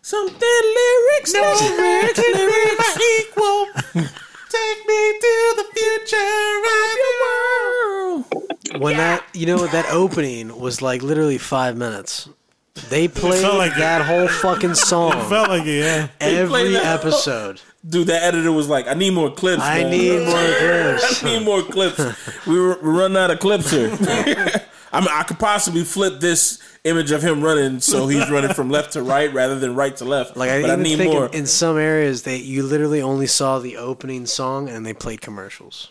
[SPEAKER 6] Something lyrics, lyrics, lyrics equal. Take me to the future of your world.
[SPEAKER 1] When that you know what, that opening was like literally five minutes. They played
[SPEAKER 3] like it.
[SPEAKER 1] that whole fucking
[SPEAKER 3] It
[SPEAKER 1] song
[SPEAKER 3] felt like it, yeah.
[SPEAKER 1] every
[SPEAKER 6] that whole-
[SPEAKER 1] episode.
[SPEAKER 6] Dude, that editor was like, "I need more clips.
[SPEAKER 1] I
[SPEAKER 6] man.
[SPEAKER 1] need more clips.
[SPEAKER 6] I need more clips. We were we're running out of clips here. I mean, I could possibly flip this image of him running, so he's running from left to right rather than right to left.
[SPEAKER 1] Like I
[SPEAKER 6] but
[SPEAKER 1] even
[SPEAKER 6] I need
[SPEAKER 1] think
[SPEAKER 6] more.
[SPEAKER 1] in, in some areas that you literally only saw the opening song and they played commercials.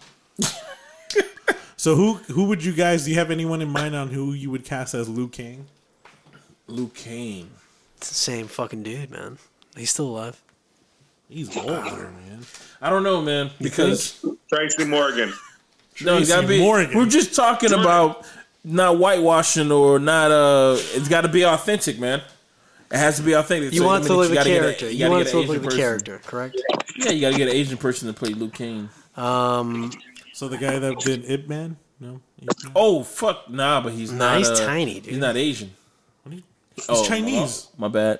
[SPEAKER 3] So who who would you guys? Do you have anyone in mind on who you would cast as Liu Kang?
[SPEAKER 6] Luke Kane.
[SPEAKER 1] It's the same fucking dude, man. He's still alive.
[SPEAKER 3] He's older, man.
[SPEAKER 6] I don't know, man, because
[SPEAKER 2] Tracy Morgan.
[SPEAKER 6] no, it's gotta be.
[SPEAKER 3] Morgan.
[SPEAKER 6] We're just talking about not whitewashing or not. Uh, it's got to be authentic, man. It has to be authentic.
[SPEAKER 1] You
[SPEAKER 6] So
[SPEAKER 1] want
[SPEAKER 6] that
[SPEAKER 1] to
[SPEAKER 6] means
[SPEAKER 1] live the
[SPEAKER 6] gotta get a-
[SPEAKER 1] character. You
[SPEAKER 6] gotta
[SPEAKER 1] want
[SPEAKER 6] get
[SPEAKER 1] to
[SPEAKER 6] an
[SPEAKER 1] live
[SPEAKER 6] Asian
[SPEAKER 1] the
[SPEAKER 6] person.
[SPEAKER 1] character, correct?
[SPEAKER 6] Yeah, you got to get an Asian person to play Luke Kane.
[SPEAKER 1] Um,
[SPEAKER 3] So the guy that did Ip Man. No, Ip Man?
[SPEAKER 6] Oh fuck, nah, but he's
[SPEAKER 1] Nah,
[SPEAKER 6] not.
[SPEAKER 1] he's
[SPEAKER 6] uh,
[SPEAKER 1] tiny, dude.
[SPEAKER 6] He's not Asian.
[SPEAKER 3] What do you- he's
[SPEAKER 6] Oh,
[SPEAKER 3] Chinese.
[SPEAKER 6] My, my bad.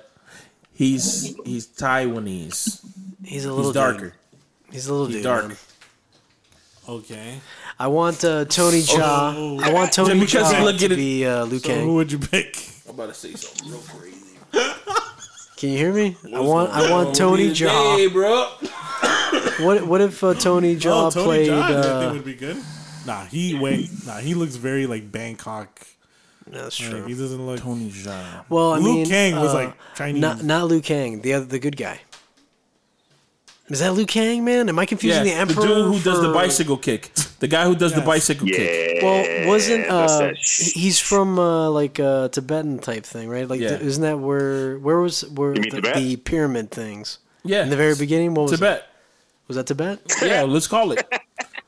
[SPEAKER 6] He's he's Taiwanese.
[SPEAKER 1] he's a little dude.
[SPEAKER 6] He's darker.
[SPEAKER 1] He's a little dude.
[SPEAKER 6] dark.
[SPEAKER 1] man.
[SPEAKER 3] Okay.
[SPEAKER 1] I want uh, Tony Jaa. I want Tony
[SPEAKER 6] Yeah, because
[SPEAKER 1] Jaa
[SPEAKER 6] look
[SPEAKER 1] to
[SPEAKER 6] at Oh. it-
[SPEAKER 1] be uh, Liu
[SPEAKER 3] So who
[SPEAKER 1] Kang.
[SPEAKER 3] would you pick?
[SPEAKER 6] I'm about to say something real crazy.
[SPEAKER 1] Can you hear me? I want I want Tony
[SPEAKER 6] Hey,
[SPEAKER 1] Jaa.
[SPEAKER 6] bro.
[SPEAKER 1] What what if uh, Tony Jaa
[SPEAKER 3] oh, Tony
[SPEAKER 1] played?
[SPEAKER 3] Jaa, I think
[SPEAKER 1] uh,
[SPEAKER 3] would be good. Nah, he wait. Nah, he looks very like Bangkok.
[SPEAKER 1] no, that's
[SPEAKER 3] Like,
[SPEAKER 1] true.
[SPEAKER 3] he doesn't look.
[SPEAKER 6] Tony Jaa.
[SPEAKER 1] Well, I
[SPEAKER 3] Liu
[SPEAKER 1] mean,
[SPEAKER 3] Kang was
[SPEAKER 1] uh,
[SPEAKER 3] like Chinese.
[SPEAKER 1] not not Liu Kang, the other the good guy. Is that Liu Kang, man? Am I confusing the emperor?
[SPEAKER 6] dude who does the
[SPEAKER 1] for-
[SPEAKER 6] bicycle kick. The guy who does the
[SPEAKER 3] Yes.
[SPEAKER 6] bicycle kick.
[SPEAKER 2] Yeah.
[SPEAKER 1] Well, wasn't
[SPEAKER 2] that's
[SPEAKER 1] uh,
[SPEAKER 2] that
[SPEAKER 1] he-
[SPEAKER 2] sh-
[SPEAKER 1] he's from uh, like uh, Tibetan type thing, right? Like,
[SPEAKER 6] Yeah.
[SPEAKER 1] isn't that where where was where
[SPEAKER 2] mean
[SPEAKER 1] the,
[SPEAKER 2] Tibet?
[SPEAKER 1] the pyramid things
[SPEAKER 6] Yeah.
[SPEAKER 1] in the very beginning? What was
[SPEAKER 6] Tibet.
[SPEAKER 1] That? Was that Tibet?
[SPEAKER 6] Yeah, let's call it.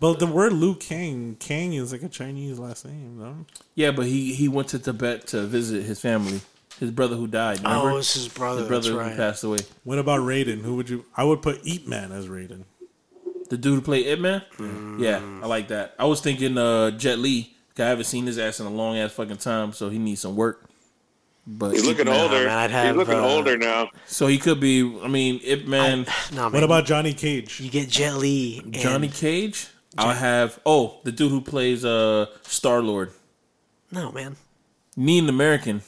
[SPEAKER 3] But the word Liu Kang, Kang is like a Chinese last name. No?
[SPEAKER 6] Yeah, but he he went to Tibet to visit his family, his brother who died. Remember?
[SPEAKER 1] Oh, it's his brother.
[SPEAKER 6] his brother
[SPEAKER 1] that's
[SPEAKER 6] who
[SPEAKER 1] right.
[SPEAKER 6] passed away.
[SPEAKER 3] What about Raiden? Who would you? I would put Eat Man as Raiden.
[SPEAKER 6] The dude who played Ip Man?
[SPEAKER 1] Mm.
[SPEAKER 6] Yeah, I like that. I was thinking uh, Jet Li. 'cause I haven't seen his ass in a long ass fucking time, so he needs some work. But
[SPEAKER 2] He's looking
[SPEAKER 1] Nah,
[SPEAKER 2] older.
[SPEAKER 1] man, I'd
[SPEAKER 2] He's
[SPEAKER 1] have,
[SPEAKER 2] looking
[SPEAKER 1] uh,
[SPEAKER 2] older now.
[SPEAKER 6] so he could be. I mean, Ip Man,
[SPEAKER 1] Nah, man,
[SPEAKER 3] What about Johnny Cage?
[SPEAKER 1] you get Jet Li? and-
[SPEAKER 6] Johnny Cage. I'll have oh the dude who plays uh Star Lord.
[SPEAKER 1] No, man.
[SPEAKER 6] You need an American.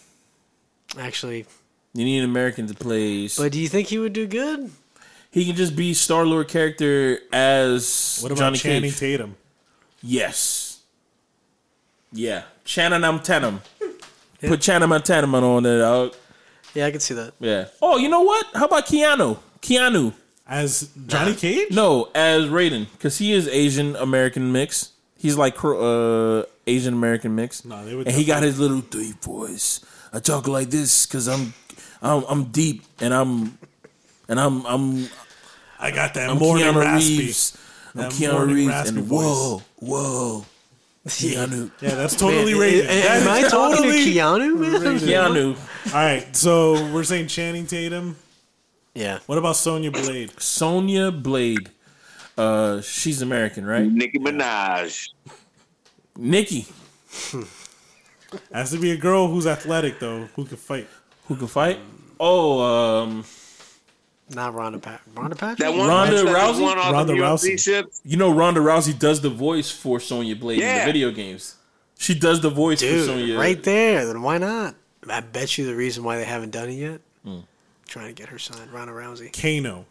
[SPEAKER 1] Actually,
[SPEAKER 6] You need an American to play.
[SPEAKER 1] but do you think he would do good?
[SPEAKER 6] He can just be Star Lord character as
[SPEAKER 3] What about
[SPEAKER 6] Johnny
[SPEAKER 3] Channing
[SPEAKER 6] Cage.
[SPEAKER 3] Tatum?
[SPEAKER 6] yes. Yeah, Channing Tatum. Put Channing Tatum on there. dog.
[SPEAKER 1] Yeah, I could see that.
[SPEAKER 6] Yeah. Oh, you know what? How about Keanu? Keanu.
[SPEAKER 3] As Johnny Cage?
[SPEAKER 6] No, as Raiden, because he is Asian American mix. He's like uh, Asian American mix.
[SPEAKER 3] No, they would
[SPEAKER 6] and he got his little deep voice. I talk like this because I'm, I'm, I'm deep and I'm, and I'm, I'm,
[SPEAKER 3] I got that
[SPEAKER 6] I'm
[SPEAKER 3] morning
[SPEAKER 6] Keanu
[SPEAKER 3] raspy.
[SPEAKER 6] Reeves. I'm
[SPEAKER 3] That
[SPEAKER 6] Keanu
[SPEAKER 3] morning
[SPEAKER 6] Reeves,
[SPEAKER 3] raspy
[SPEAKER 6] and
[SPEAKER 3] voice.
[SPEAKER 6] whoa, whoa, Keanu,
[SPEAKER 3] Yeah, that's totally
[SPEAKER 1] Man,
[SPEAKER 3] Raiden.
[SPEAKER 1] a- a-
[SPEAKER 3] That
[SPEAKER 1] Am I
[SPEAKER 3] is
[SPEAKER 1] talking to
[SPEAKER 3] totally-
[SPEAKER 1] Keanu, man?
[SPEAKER 6] Keanu,
[SPEAKER 3] All right, so we're saying Channing Tatum.
[SPEAKER 1] Yeah.
[SPEAKER 3] What about Sonya Blade?
[SPEAKER 6] Sonya Blade. Uh, she's American, right?
[SPEAKER 2] Nicki Minaj.
[SPEAKER 6] Nikki,
[SPEAKER 3] Has to be a girl who's athletic though, who can fight.
[SPEAKER 6] who can fight. Oh, um,
[SPEAKER 1] Not Ronda Pack. Ronda Pack.
[SPEAKER 2] That one
[SPEAKER 6] Ronda
[SPEAKER 2] that
[SPEAKER 6] Rousey?
[SPEAKER 2] won all
[SPEAKER 3] Ronda
[SPEAKER 2] the UFC
[SPEAKER 3] Rousey.
[SPEAKER 2] shits.
[SPEAKER 6] You know, Ronda Rousey does the voice for Sonya Blade in
[SPEAKER 2] Yeah.
[SPEAKER 6] the video games. She does the voice for
[SPEAKER 1] Dude,
[SPEAKER 6] Sonya.
[SPEAKER 1] right there. Then why not? I bet you the reason why they haven't done it yet. Trying to get her signed, Ronda Rousey.
[SPEAKER 3] Kano,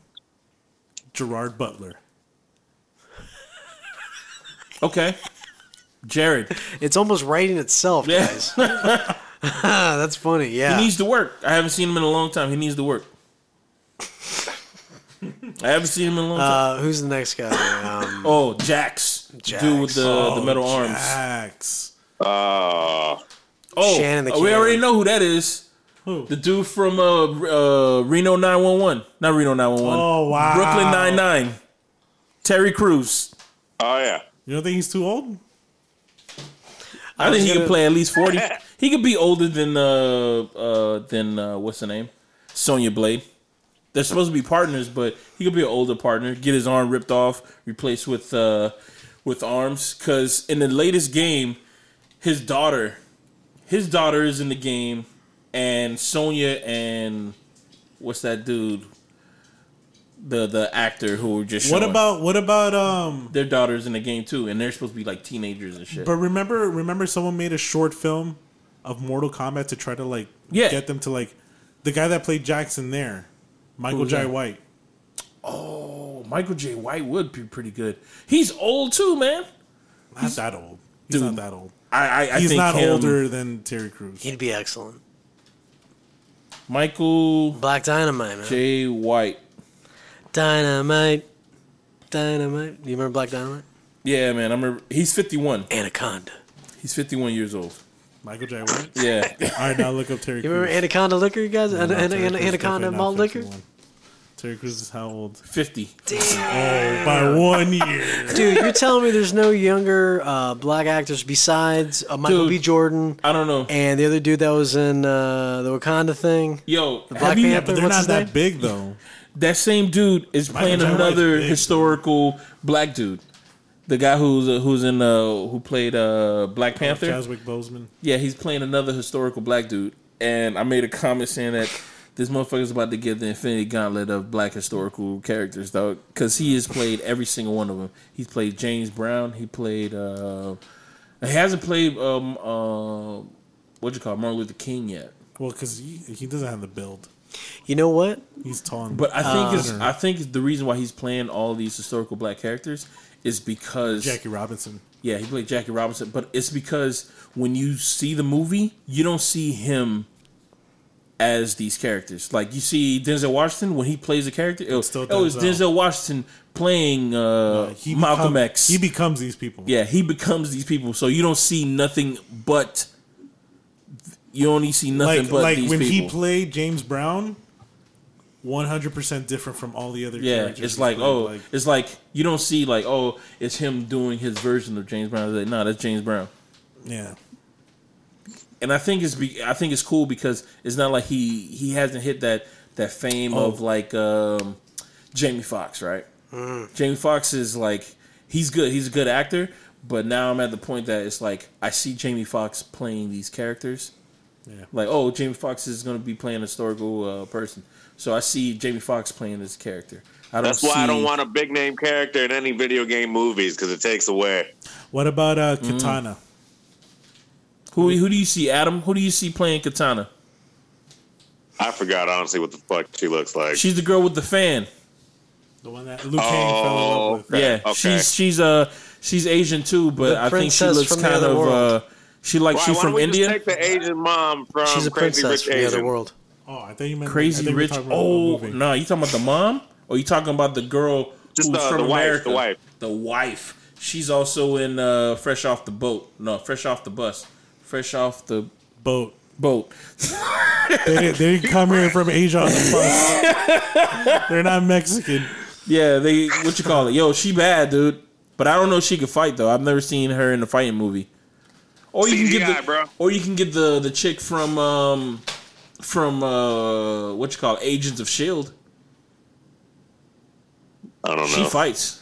[SPEAKER 3] Gerard Butler.
[SPEAKER 6] Okay. Jared,
[SPEAKER 1] It's almost writing itself,
[SPEAKER 6] Yeah.
[SPEAKER 1] guys. That's funny. Yeah.
[SPEAKER 6] he needs to work. I haven't seen him in a long time. He needs to work. I haven't seen him in a long time.
[SPEAKER 1] uh, who's the next guy? Um,
[SPEAKER 6] Oh, Jax, dude with the, the metal arms.
[SPEAKER 3] Oh, Jax.
[SPEAKER 2] Uh,
[SPEAKER 6] Oh,
[SPEAKER 1] Shannon the
[SPEAKER 6] we
[SPEAKER 1] Kid.
[SPEAKER 6] already know who that is.
[SPEAKER 3] Who?
[SPEAKER 6] The dude from uh, uh, Reno 911, not Reno 911.
[SPEAKER 3] Oh, wow.
[SPEAKER 6] Brooklyn 99. Terry Crews.
[SPEAKER 2] oh yeah.
[SPEAKER 3] You don't think he's too old?
[SPEAKER 6] I think he
[SPEAKER 1] gonna-
[SPEAKER 6] could play at least forty. he could be older than uh uh than uh what's the name, Sonya Blade. They're supposed to be partners, but he could be an older partner. Get his arm ripped off, replaced with uh with arms. Because in the latest game, his daughter, his daughter is in the game, and Sonya and what's that dude, the the actor who were just
[SPEAKER 3] What
[SPEAKER 6] showing.
[SPEAKER 3] about what about um?
[SPEAKER 6] their daughters in the game too, and they're supposed to be like teenagers and shit.
[SPEAKER 3] But remember, remember, someone made a short film of Mortal Kombat to try to like
[SPEAKER 6] Yeah.
[SPEAKER 3] get them to like the guy that played Jackson there, Michael
[SPEAKER 6] Who's
[SPEAKER 3] Jai
[SPEAKER 6] that?
[SPEAKER 3] White.
[SPEAKER 6] Oh, Michael J. White would be pretty good. He's old too, man.
[SPEAKER 3] Not that old. He's
[SPEAKER 6] Dude.
[SPEAKER 3] not that old.
[SPEAKER 6] I, I, I
[SPEAKER 3] He's
[SPEAKER 6] think
[SPEAKER 3] not
[SPEAKER 6] him-
[SPEAKER 3] older than Terry Crews.
[SPEAKER 1] he'd be excellent.
[SPEAKER 6] Michael
[SPEAKER 1] Black Dynamite, man.
[SPEAKER 6] J. White.
[SPEAKER 1] Dynamite. Dynamite. Do you remember Black Dynamite?
[SPEAKER 6] Yeah, man. I'm. A, he's 51.
[SPEAKER 1] Anaconda.
[SPEAKER 6] He's 51 years old.
[SPEAKER 3] Michael J. White.
[SPEAKER 6] Yeah.
[SPEAKER 3] All right, now look up Terry.
[SPEAKER 1] You remember
[SPEAKER 3] Crews.
[SPEAKER 1] Anaconda liquor, you guys? An-
[SPEAKER 3] No,
[SPEAKER 1] an-
[SPEAKER 3] Terry
[SPEAKER 1] an-
[SPEAKER 3] Crews
[SPEAKER 1] Anaconda
[SPEAKER 3] definitely not
[SPEAKER 1] malt liquor?
[SPEAKER 3] 51. Terry Crews is how old?
[SPEAKER 6] 50.
[SPEAKER 3] Oh, by one year.
[SPEAKER 1] Dude, you're telling me there's no younger uh, black actors besides uh, Michael
[SPEAKER 6] Dude.
[SPEAKER 1] B. Jordan
[SPEAKER 6] I don't know.
[SPEAKER 1] and the other dude that was in uh, the Wakanda thing?
[SPEAKER 6] Yo,
[SPEAKER 1] Black
[SPEAKER 6] have you-
[SPEAKER 3] Yeah,
[SPEAKER 1] Panther,
[SPEAKER 3] but they're
[SPEAKER 1] what's
[SPEAKER 3] not
[SPEAKER 1] his
[SPEAKER 3] that
[SPEAKER 1] name?
[SPEAKER 3] big though.
[SPEAKER 6] that same dude is playing
[SPEAKER 3] J. White's
[SPEAKER 6] another
[SPEAKER 3] big.
[SPEAKER 6] historical black dude. The guy who's uh, who's in uh, who played uh, Black Panther.
[SPEAKER 3] Chadwick Boseman.
[SPEAKER 6] Yeah, he's playing another historical black dude, and I made a comment saying that this motherfucker's about to get the Infinity Gauntlet of black historical characters, though, because he has played every single one of them. He's played James Brown. He played. Uh, he hasn't played um uh, what you call it, Martin Luther King yet.
[SPEAKER 3] Well, because he, he doesn't have the build.
[SPEAKER 1] You know what?
[SPEAKER 3] He's tall. and-
[SPEAKER 6] But I think it's I think the reason why he's playing all these historical black characters is because
[SPEAKER 3] Jackie Robinson.
[SPEAKER 6] Yeah, he played Jackie Robinson, but it's because when you see the movie, you don't see him as these characters. Like you see Denzel Washington when he plays a character, it was,
[SPEAKER 3] still
[SPEAKER 6] oh, it's
[SPEAKER 3] Denzel.
[SPEAKER 6] Denzel Washington playing uh,
[SPEAKER 3] He
[SPEAKER 6] Malcolm
[SPEAKER 3] become-
[SPEAKER 6] X.
[SPEAKER 3] He becomes these people.
[SPEAKER 6] yeah, he becomes these people, so you don't see nothing but you only see nothing
[SPEAKER 3] like
[SPEAKER 6] but
[SPEAKER 3] like
[SPEAKER 6] these
[SPEAKER 3] when
[SPEAKER 6] people.
[SPEAKER 3] he played James Brown, one hundred percent different from all the other.
[SPEAKER 6] Yeah,
[SPEAKER 3] characters
[SPEAKER 6] it's
[SPEAKER 3] he's
[SPEAKER 6] like
[SPEAKER 3] played,
[SPEAKER 6] oh, it's like you don't see like oh, it's him doing his version of James Brown. It's Like, nah, that's James Brown.
[SPEAKER 3] yeah.
[SPEAKER 6] and I think it's be, I think it's cool because it's not like he he hasn't hit that that fame of
[SPEAKER 3] Oh.
[SPEAKER 6] like um, Jamie Foxx, right?
[SPEAKER 3] Mm.
[SPEAKER 6] Jamie Foxx is like he's good, he's a good actor, but now I'm at the point that it's like I see Jamie Foxx playing these characters.
[SPEAKER 3] Yeah.
[SPEAKER 6] Like oh, Jamie Foxx is going to be playing a historical uh, person, so I see Jamie Foxx playing this character. I don't
[SPEAKER 2] That's why I don't
[SPEAKER 6] see-
[SPEAKER 2] want a big name character in any video game movies because it takes away.
[SPEAKER 3] What about uh,
[SPEAKER 6] Mm.
[SPEAKER 3] Katana?
[SPEAKER 6] who who do you see Adam? Who do you see playing Katana?
[SPEAKER 2] I forgot honestly what the fuck she looks like.
[SPEAKER 6] She's the girl with the fan.
[SPEAKER 3] The one that Luke Kang fell in
[SPEAKER 2] Oh,
[SPEAKER 3] love with.
[SPEAKER 2] okay,
[SPEAKER 6] Yeah,
[SPEAKER 2] okay.
[SPEAKER 6] she's she's uh she's Asian too, but
[SPEAKER 1] The
[SPEAKER 6] I think she
[SPEAKER 1] princess
[SPEAKER 6] looks
[SPEAKER 1] from the
[SPEAKER 6] kind
[SPEAKER 1] other
[SPEAKER 6] of uh
[SPEAKER 1] world.
[SPEAKER 6] she like
[SPEAKER 2] Why-
[SPEAKER 6] she's
[SPEAKER 2] why
[SPEAKER 6] from
[SPEAKER 2] don't we
[SPEAKER 6] India.
[SPEAKER 2] Just take the Asian mom from
[SPEAKER 6] Um,
[SPEAKER 1] She's a
[SPEAKER 2] Crazy
[SPEAKER 1] princess
[SPEAKER 2] Rich
[SPEAKER 1] from the
[SPEAKER 2] Asian.
[SPEAKER 1] other world.
[SPEAKER 3] Oh, I thought you meant I
[SPEAKER 6] Crazy
[SPEAKER 3] think we were
[SPEAKER 6] rich.
[SPEAKER 3] talking about
[SPEAKER 6] Oh
[SPEAKER 3] the
[SPEAKER 6] no,
[SPEAKER 3] movie.
[SPEAKER 6] you talking about the mom? Or you talking about the girl
[SPEAKER 2] Just
[SPEAKER 6] who's
[SPEAKER 2] the-
[SPEAKER 6] from
[SPEAKER 2] the wife,
[SPEAKER 6] America?
[SPEAKER 2] the wife.
[SPEAKER 6] The wife. She's also in uh Fresh Off the Boat. No, Fresh Off the Bus. Fresh Off the
[SPEAKER 3] boat.
[SPEAKER 6] Boat.
[SPEAKER 3] They, they come here from Asia on the bus. They're not Mexican.
[SPEAKER 6] Yeah, they what you call it? Yo, she bad, dude. But I don't know if she could fight though. I've never seen her in a fighting movie. Or you can get
[SPEAKER 2] CGI,
[SPEAKER 6] the
[SPEAKER 2] bro.
[SPEAKER 6] or you can get the the chick from um from uh what you call it, Agents of Shield.
[SPEAKER 2] I don't
[SPEAKER 6] She
[SPEAKER 2] know.
[SPEAKER 6] fights.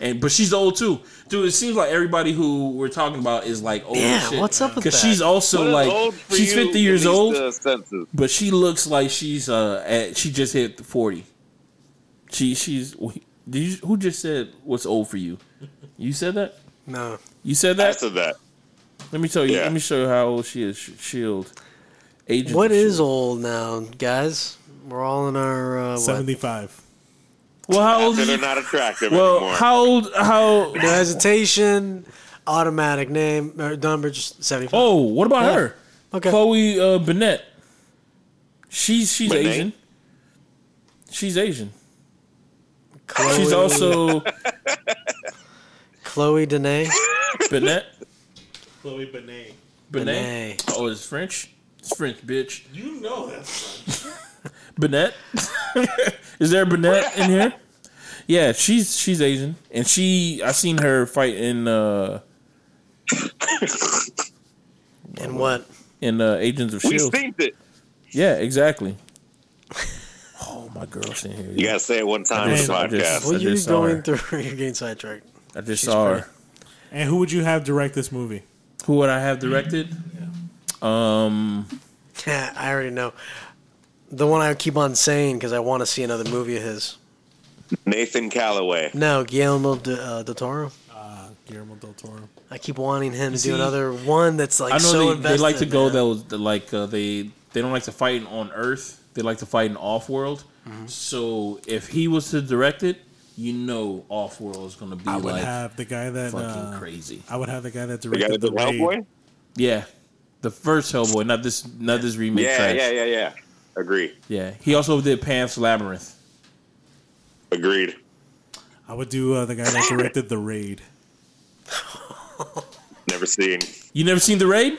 [SPEAKER 6] And but she's old too. Dude, it seems like everybody who we're talking about is like old
[SPEAKER 1] Yeah,
[SPEAKER 6] shit.
[SPEAKER 1] what's up with
[SPEAKER 6] Cuz
[SPEAKER 1] that?
[SPEAKER 6] she's also
[SPEAKER 2] What is
[SPEAKER 6] like
[SPEAKER 2] old for
[SPEAKER 6] she's
[SPEAKER 2] you
[SPEAKER 6] 50 years
[SPEAKER 2] in these,
[SPEAKER 6] old,
[SPEAKER 2] uh, senses?
[SPEAKER 6] but she looks like she's uh at, she just hit 40. She she's did you, who just said what's old for you? You said that?
[SPEAKER 1] No.
[SPEAKER 6] You said
[SPEAKER 2] I
[SPEAKER 6] that?
[SPEAKER 2] said that.
[SPEAKER 6] Let me tell you.
[SPEAKER 2] Yeah.
[SPEAKER 6] Let me show you how old she is. Sh- Shield. E Agents
[SPEAKER 1] What
[SPEAKER 6] of
[SPEAKER 1] is
[SPEAKER 6] Shield.
[SPEAKER 1] old now, guys? We're all in our uh, what?
[SPEAKER 3] Seventy-five.
[SPEAKER 6] Well, how old?
[SPEAKER 2] After
[SPEAKER 6] Is
[SPEAKER 2] they're
[SPEAKER 6] you?
[SPEAKER 2] not attractive
[SPEAKER 6] Well,
[SPEAKER 2] anymore.
[SPEAKER 6] how old? How?
[SPEAKER 1] No hesitation, automatic name or number, just seventy-five.
[SPEAKER 6] Oh, what about her?
[SPEAKER 1] okay.
[SPEAKER 6] Chloe uh, Bennett. She's she's
[SPEAKER 2] Bennett?
[SPEAKER 6] Asian. She's Asian.
[SPEAKER 1] Chloe,
[SPEAKER 6] She's also
[SPEAKER 1] Chloe Dene.
[SPEAKER 6] Bennett.
[SPEAKER 3] Chloe Bonet.
[SPEAKER 6] Bennett. Oh, it's French. It's French, bitch.
[SPEAKER 3] You know that's
[SPEAKER 6] Bennett. is there a Bennett in here? Yeah, she's she's Asian, and she I seen her fight in uh
[SPEAKER 1] and what?
[SPEAKER 6] in uh, Agents of
[SPEAKER 2] we
[SPEAKER 6] Shield.
[SPEAKER 2] synced it.
[SPEAKER 6] Yeah, exactly. oh, my girl's in here.
[SPEAKER 2] You gotta say it one time in the
[SPEAKER 6] I just-
[SPEAKER 2] podcast.
[SPEAKER 1] What are you
[SPEAKER 6] just saw
[SPEAKER 1] going
[SPEAKER 6] her.
[SPEAKER 1] through? You're getting sidetracked.
[SPEAKER 6] I just saw her.
[SPEAKER 3] And who would you have direct this movie?
[SPEAKER 6] Who would I have directed?
[SPEAKER 1] Yeah, I already know. The one I keep on saying because I want to see another movie of his.
[SPEAKER 2] Nathan Calloway.
[SPEAKER 1] No, Guillermo de, uh, del Toro.
[SPEAKER 3] Guillermo del Toro.
[SPEAKER 1] I keep wanting him to
[SPEAKER 6] see,
[SPEAKER 1] do another one that's like
[SPEAKER 6] I know
[SPEAKER 1] so
[SPEAKER 6] they, they
[SPEAKER 1] invested.
[SPEAKER 6] like to go
[SPEAKER 1] man.
[SPEAKER 6] though. the- Like uh, they they don't like to fight on Earth. They like to fight in off world. So if he was to direct it, you know, off world is going to be
[SPEAKER 3] I would
[SPEAKER 6] like
[SPEAKER 3] have the guy that
[SPEAKER 6] fucking
[SPEAKER 3] uh,
[SPEAKER 6] crazy.
[SPEAKER 3] I would have the guy that
[SPEAKER 2] The guy
[SPEAKER 3] directed
[SPEAKER 2] that
[SPEAKER 3] the
[SPEAKER 2] did
[SPEAKER 3] raid.
[SPEAKER 2] Hellboy?
[SPEAKER 6] Yeah, the first Hellboy, not this, not this remake.
[SPEAKER 2] Yeah,
[SPEAKER 6] trash.
[SPEAKER 2] yeah, yeah, yeah. Agree.
[SPEAKER 6] Yeah, he also did Pan's Labyrinth.
[SPEAKER 2] Agreed.
[SPEAKER 3] I would do uh, the guy that directed the raid.
[SPEAKER 2] Never seen.
[SPEAKER 6] You never seen the raid?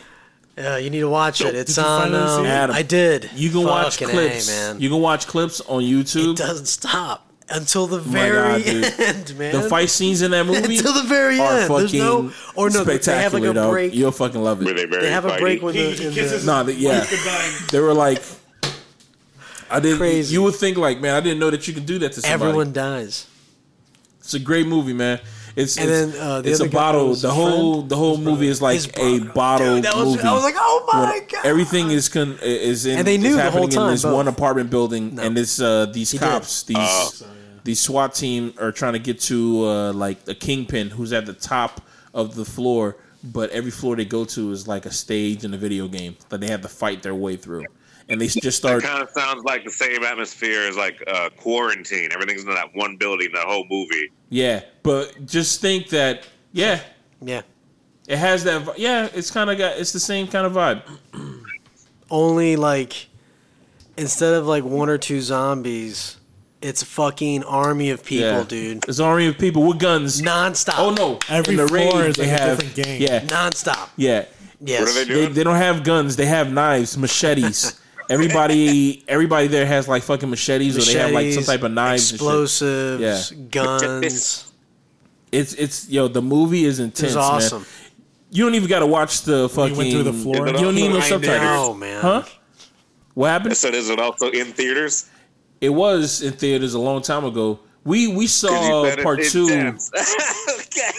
[SPEAKER 1] Yeah, you need to watch it. It's
[SPEAKER 3] you
[SPEAKER 1] on.
[SPEAKER 3] finally see
[SPEAKER 1] Um,
[SPEAKER 3] it?
[SPEAKER 6] Adam,
[SPEAKER 1] I did.
[SPEAKER 6] You can watch
[SPEAKER 1] Fucking A,
[SPEAKER 6] clips.
[SPEAKER 1] man.
[SPEAKER 6] You can watch clips on
[SPEAKER 1] it
[SPEAKER 6] YouTube.
[SPEAKER 1] doesn't stop until the
[SPEAKER 6] Oh my
[SPEAKER 1] very
[SPEAKER 6] God, dude.
[SPEAKER 1] end, man.
[SPEAKER 6] the fight scenes in that movie
[SPEAKER 1] Until the very
[SPEAKER 6] are
[SPEAKER 1] end. There's
[SPEAKER 6] fucking
[SPEAKER 1] no- or no, they have, like,
[SPEAKER 6] spectacular,
[SPEAKER 1] a
[SPEAKER 6] dog.
[SPEAKER 1] break.
[SPEAKER 6] You'll fucking love
[SPEAKER 2] Were
[SPEAKER 6] it.
[SPEAKER 2] they very
[SPEAKER 1] they have a
[SPEAKER 2] fighty?
[SPEAKER 1] break when
[SPEAKER 3] He,
[SPEAKER 1] the,
[SPEAKER 3] he
[SPEAKER 1] in
[SPEAKER 3] kisses
[SPEAKER 1] the
[SPEAKER 6] No, they- yeah,
[SPEAKER 3] goodbye.
[SPEAKER 6] they were like, I didn't.
[SPEAKER 1] Crazy.
[SPEAKER 6] You would think like, man, I didn't know that you could do that to somebody.
[SPEAKER 1] everyone dies.
[SPEAKER 6] It's a great movie, man. It's
[SPEAKER 1] And
[SPEAKER 6] it's,
[SPEAKER 1] then, uh, the
[SPEAKER 6] it's a
[SPEAKER 1] other guy
[SPEAKER 6] bottle.
[SPEAKER 1] was
[SPEAKER 6] The
[SPEAKER 1] his
[SPEAKER 6] whole
[SPEAKER 1] friend?
[SPEAKER 6] the whole movie is like
[SPEAKER 1] His
[SPEAKER 6] a
[SPEAKER 1] brother.
[SPEAKER 6] bottle
[SPEAKER 1] Dude, that was-
[SPEAKER 6] movie.
[SPEAKER 1] I was like, oh my
[SPEAKER 6] When
[SPEAKER 1] God.
[SPEAKER 6] Everything is con is in
[SPEAKER 1] And they knew
[SPEAKER 6] is
[SPEAKER 1] the whole
[SPEAKER 6] happening in
[SPEAKER 1] time,
[SPEAKER 6] this
[SPEAKER 1] both.
[SPEAKER 6] one apartment building, and this uh, these
[SPEAKER 1] did.
[SPEAKER 6] cops these these SWAT team are trying to get to uh, like a kingpin who's at the top of the floor. But every floor they go to is like a stage in a video game that they have to fight their way through, and they just
[SPEAKER 2] That
[SPEAKER 6] start.
[SPEAKER 2] kind of sounds like the same atmosphere as like uh, quarantine. Everything's in that one building, that whole movie.
[SPEAKER 6] Yeah, but just think that yeah,
[SPEAKER 1] Yeah.
[SPEAKER 6] it has that. vi- Yeah, it's kind of got it's the same kind of vibe.
[SPEAKER 1] Only like instead of like one or two zombies, it's a fucking army of people,
[SPEAKER 6] yeah.
[SPEAKER 1] dude.
[SPEAKER 6] It's an army of people with guns.
[SPEAKER 1] Nonstop.
[SPEAKER 6] Oh no!
[SPEAKER 3] Every
[SPEAKER 6] In the
[SPEAKER 3] floor
[SPEAKER 6] raid,
[SPEAKER 3] is
[SPEAKER 6] they
[SPEAKER 3] like a
[SPEAKER 6] have
[SPEAKER 3] different game.
[SPEAKER 6] yeah,
[SPEAKER 1] Nonstop.
[SPEAKER 6] yeah.
[SPEAKER 1] Yes.
[SPEAKER 2] What do they do?
[SPEAKER 6] They, they don't have guns. They have knives, machetes. everybody, everybody there has like fucking machetes, or they have like some
[SPEAKER 1] Machetes,
[SPEAKER 6] type of knives. and shit.
[SPEAKER 1] explosives, guns.
[SPEAKER 6] It's it's yo. The movie is intense.
[SPEAKER 1] It's awesome.
[SPEAKER 6] Man. You don't even got to watch the
[SPEAKER 3] When
[SPEAKER 6] fucking.
[SPEAKER 3] he went through the floor.
[SPEAKER 6] You don't need no
[SPEAKER 2] Right there.
[SPEAKER 6] subtitles.
[SPEAKER 1] No man.
[SPEAKER 6] Huh? What
[SPEAKER 2] I
[SPEAKER 6] happened?
[SPEAKER 2] said, is it also in theaters?
[SPEAKER 6] It was in theaters a long time ago. We we
[SPEAKER 2] 'Cause you
[SPEAKER 6] saw
[SPEAKER 2] said it-
[SPEAKER 6] Oh, part
[SPEAKER 2] it's
[SPEAKER 6] two.
[SPEAKER 2] dance. okay.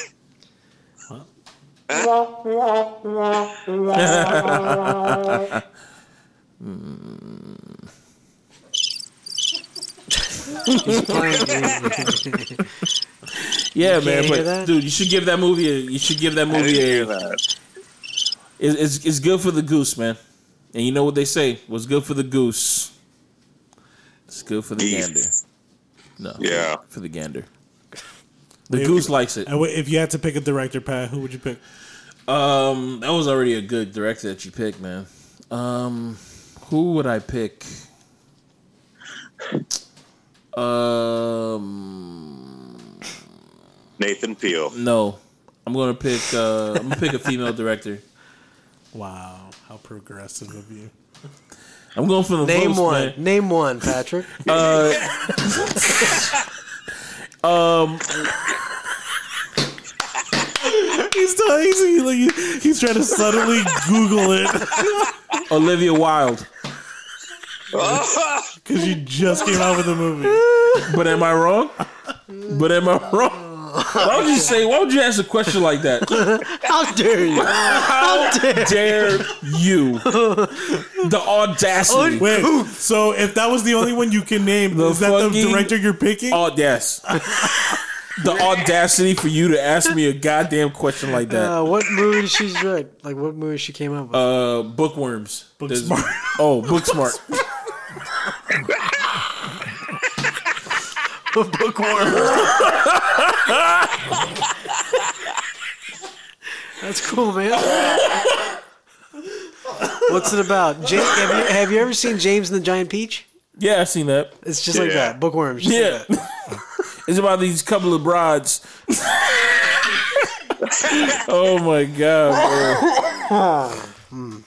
[SPEAKER 6] Yeah,
[SPEAKER 1] can't
[SPEAKER 6] man.
[SPEAKER 1] hear
[SPEAKER 6] But
[SPEAKER 1] that?
[SPEAKER 6] dude, you should give that movie. A, you should give that
[SPEAKER 2] I
[SPEAKER 6] movie
[SPEAKER 2] didn't
[SPEAKER 6] a.
[SPEAKER 2] hear that.
[SPEAKER 6] It's, it's, it's good for the goose, man. And you know what they say? What's good for the goose? It's good for the
[SPEAKER 2] Geese.
[SPEAKER 6] gander. No.
[SPEAKER 2] Yeah.
[SPEAKER 6] For the gander. The
[SPEAKER 3] If-
[SPEAKER 6] goose likes it.
[SPEAKER 3] And wh- If you had to pick a director, Pat, who would you pick?
[SPEAKER 6] Um, that was already a good director that you picked, man. Um, who would I pick? Um,
[SPEAKER 2] Nathan Peel.
[SPEAKER 6] no. I'm gonna pick. Uh, I'm gonna pick a female director.
[SPEAKER 3] Wow, how progressive of you.
[SPEAKER 6] I'm going for the
[SPEAKER 1] Name
[SPEAKER 6] most,
[SPEAKER 1] one.
[SPEAKER 6] man.
[SPEAKER 1] Name one, Patrick.
[SPEAKER 3] He's still, he's, he- like, he's trying to subtly Google it
[SPEAKER 6] Olivia Wilde.
[SPEAKER 3] because you just came out with a movie.
[SPEAKER 6] But am I wrong? But am I wrong? Why would you say? Why would you ask a question like that?
[SPEAKER 1] How dare you?
[SPEAKER 6] How dare you? The audacity!
[SPEAKER 3] Wait, so if that was the only one you can name,
[SPEAKER 6] The
[SPEAKER 3] is that the
[SPEAKER 6] fucking-
[SPEAKER 3] director you're picking?
[SPEAKER 6] Oh yes. The audacity for you to ask me a goddamn question like that.
[SPEAKER 1] Uh, what movie she's read? Like what movie she came up with?
[SPEAKER 6] Uh, bookworms. There's-
[SPEAKER 3] Booksmart.
[SPEAKER 6] Oh, Booksmart.
[SPEAKER 1] Bookworm. That's cool, man. What's it about? Ja- have, you, have you ever seen James and the Giant Peach?
[SPEAKER 6] Yeah, I've seen that.
[SPEAKER 1] It's just like
[SPEAKER 2] Yeah.
[SPEAKER 1] that. Bookworms. Just
[SPEAKER 6] Yeah.
[SPEAKER 1] Like that.
[SPEAKER 6] It's about these couple of broads. oh my god, bro.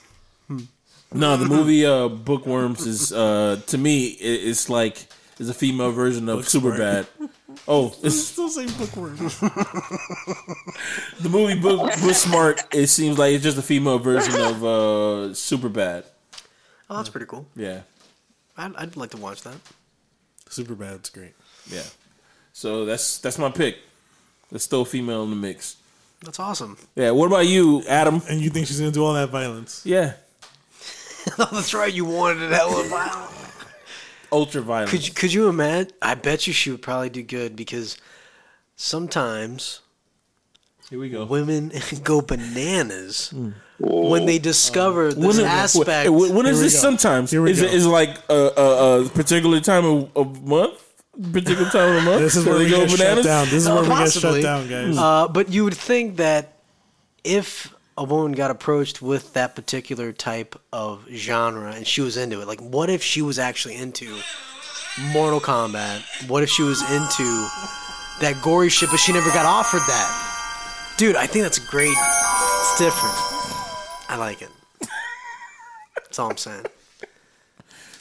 [SPEAKER 6] No, the movie uh, Bookworms is uh, to me i it's like it's a female version of Superbad. Oh, it's
[SPEAKER 3] still saying bookworm.
[SPEAKER 6] the movie Book Smart. It seems like it's just a female version of uh, Superbad.
[SPEAKER 1] Oh, that's pretty cool.
[SPEAKER 6] Yeah,
[SPEAKER 1] I'd, I'd like to watch that.
[SPEAKER 3] Super bad. It's great.
[SPEAKER 6] yeah. So that's that's my pick. Let's throw a female in the mix.
[SPEAKER 1] That's awesome.
[SPEAKER 6] Yeah. What about you, Adam?
[SPEAKER 3] And you think she's gonna do all that violence?
[SPEAKER 6] Yeah.
[SPEAKER 1] that's right. You wanted it hella violent.
[SPEAKER 6] Ultra violent.
[SPEAKER 1] Could you, could you imagine? I bet you she would probably do good because sometimes
[SPEAKER 6] Here we go.
[SPEAKER 1] women go bananas when they discover this aspect.
[SPEAKER 6] When, when is
[SPEAKER 3] Here we
[SPEAKER 6] this?
[SPEAKER 3] go.
[SPEAKER 6] Sometimes
[SPEAKER 3] Here we
[SPEAKER 6] is it
[SPEAKER 3] go.
[SPEAKER 6] is it like a, a, a particular time of, of month, particular time of month.
[SPEAKER 3] This is
[SPEAKER 6] So
[SPEAKER 3] where
[SPEAKER 6] they
[SPEAKER 3] we
[SPEAKER 6] go
[SPEAKER 3] get shut
[SPEAKER 6] bananas?
[SPEAKER 3] down. This is where we get shut
[SPEAKER 1] Possibly.
[SPEAKER 3] down, guys.
[SPEAKER 1] Uh, but you would think that if a woman got approached with that particular type of genre and she was into it, like what if she was actually into Mortal Kombat? What if she was into that gory shit, but she never got offered that? Dude, I think that's great. It's different. I like it. That's all I'm saying.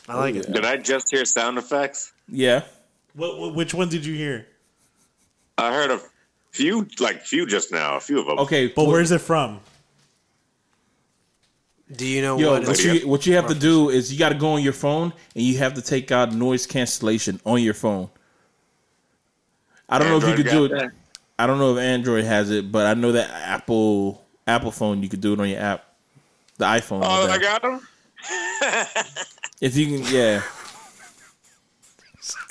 [SPEAKER 1] I like it.
[SPEAKER 2] Did I just hear sound effects?
[SPEAKER 6] Yeah.
[SPEAKER 3] What, what, which one did you hear?
[SPEAKER 2] I heard a few, like few just now, a few of them.
[SPEAKER 6] Okay.
[SPEAKER 3] But where's it from?
[SPEAKER 1] Do you know
[SPEAKER 6] Yo,
[SPEAKER 1] what?
[SPEAKER 6] what
[SPEAKER 1] it's-
[SPEAKER 6] you, what you have to do is you got to go on your phone and you have to take out noise cancellation on your phone. I don't know if you
[SPEAKER 2] Android
[SPEAKER 6] could do it.
[SPEAKER 2] got that?
[SPEAKER 6] I don't know if Android has it, but I know that Apple Apple phone you could do it on your app, the iPhone.
[SPEAKER 2] Oh,
[SPEAKER 6] rather.
[SPEAKER 2] I got them.
[SPEAKER 6] If you can, yeah.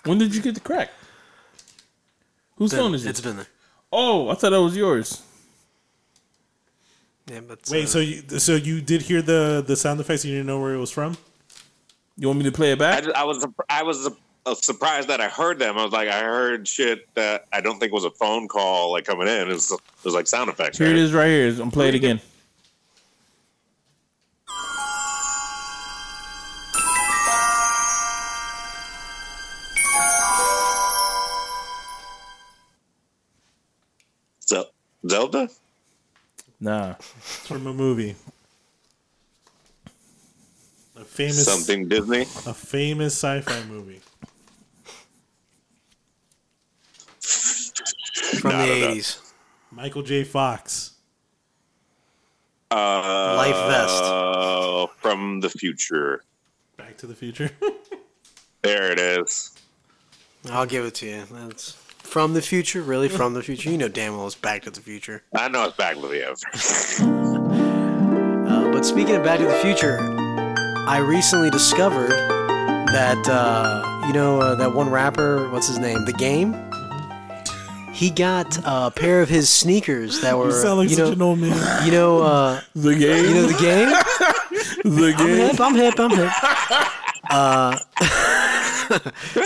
[SPEAKER 6] when did you get the crack? Whose phone is
[SPEAKER 1] it's
[SPEAKER 6] it?
[SPEAKER 1] been there.
[SPEAKER 6] Oh, I thought that was yours.
[SPEAKER 1] Yeah, but it's, uh,
[SPEAKER 3] Wait, so you, so you did hear the the sound effects and you didn't know where it was from?
[SPEAKER 6] You want me to play
[SPEAKER 2] I,
[SPEAKER 6] it back?
[SPEAKER 2] just- I was I was uh, surprised that I heard them. I was like, I heard shit that I don't think was a phone call like coming in. It was, it was like sound effects.
[SPEAKER 6] Here it
[SPEAKER 2] right?
[SPEAKER 6] is, right here. I'm play it again.
[SPEAKER 2] Ze- Zelda.
[SPEAKER 6] Nah,
[SPEAKER 3] It's from a movie. A famous
[SPEAKER 2] Something Disney.
[SPEAKER 3] a famous sci-fi movie.
[SPEAKER 1] from the
[SPEAKER 2] I don't know.
[SPEAKER 1] '80s.
[SPEAKER 3] Michael J. Fox.
[SPEAKER 2] Uh,
[SPEAKER 1] Life vest.
[SPEAKER 2] Uh, from the future.
[SPEAKER 3] Back to the Future.
[SPEAKER 2] There it is.
[SPEAKER 1] I'll give it to you. That's from the future. Really, from the future. You know damn well it's Back to the Future.
[SPEAKER 2] I know it's back with you.
[SPEAKER 1] Uh, but speaking of Back to the Future, I recently discovered that uh, you know uh, that one rapper, what's his name, The Game. He got a pair of his sneakers that were
[SPEAKER 3] you sound like
[SPEAKER 1] you
[SPEAKER 3] such
[SPEAKER 1] know
[SPEAKER 3] an old man.
[SPEAKER 1] you know uh,
[SPEAKER 6] the
[SPEAKER 1] you
[SPEAKER 6] game,
[SPEAKER 1] know The Game.
[SPEAKER 6] the
[SPEAKER 1] I'm
[SPEAKER 6] game.
[SPEAKER 1] hip. I'm hip. I'm hip. Uh,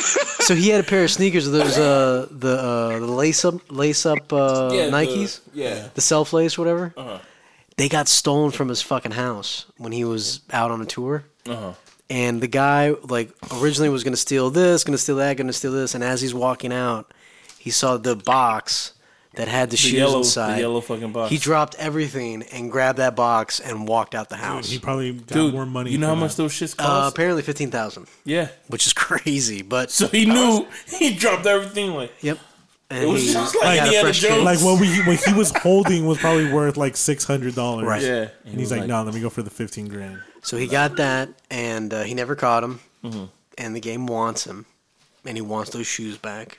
[SPEAKER 1] so he had a pair of sneakers of those uh, the uh, the lace up lace up uh, Nikes, the,
[SPEAKER 6] yeah.
[SPEAKER 1] self lace whatever.
[SPEAKER 6] Uh-huh.
[SPEAKER 1] They got stolen from his fucking house when he was out on a tour.
[SPEAKER 6] Uh-huh.
[SPEAKER 1] And the guy like originally was gonna steal this, gonna steal that, gonna steal this, and as he's walking out, he saw the box that had the,
[SPEAKER 6] The
[SPEAKER 1] shoes
[SPEAKER 6] yellow,
[SPEAKER 1] inside.
[SPEAKER 6] the yellow fucking box.
[SPEAKER 1] He dropped everything and grabbed that box and walked out the house.
[SPEAKER 3] He probably got
[SPEAKER 6] Dude,
[SPEAKER 3] more money.
[SPEAKER 6] You know how
[SPEAKER 3] for
[SPEAKER 6] much
[SPEAKER 3] that.
[SPEAKER 6] those shits
[SPEAKER 1] Uh,
[SPEAKER 6] cost?
[SPEAKER 1] apparently fifteen thousand,
[SPEAKER 6] yeah.
[SPEAKER 1] which is crazy. But
[SPEAKER 6] So he knew he dropped everything. Like
[SPEAKER 1] yep, and
[SPEAKER 6] it was
[SPEAKER 1] he
[SPEAKER 6] just like
[SPEAKER 1] got a
[SPEAKER 6] Indiana
[SPEAKER 1] fresh pair.
[SPEAKER 6] Jones.
[SPEAKER 3] Like what we what he was holding was probably worth like six hundred dollars.
[SPEAKER 1] Right.
[SPEAKER 6] yeah,
[SPEAKER 3] And he's like, "No, let me go for the fifteen grand."
[SPEAKER 1] so he got that, and uh, he never caught him. And the game wants him, and he wants those shoes back.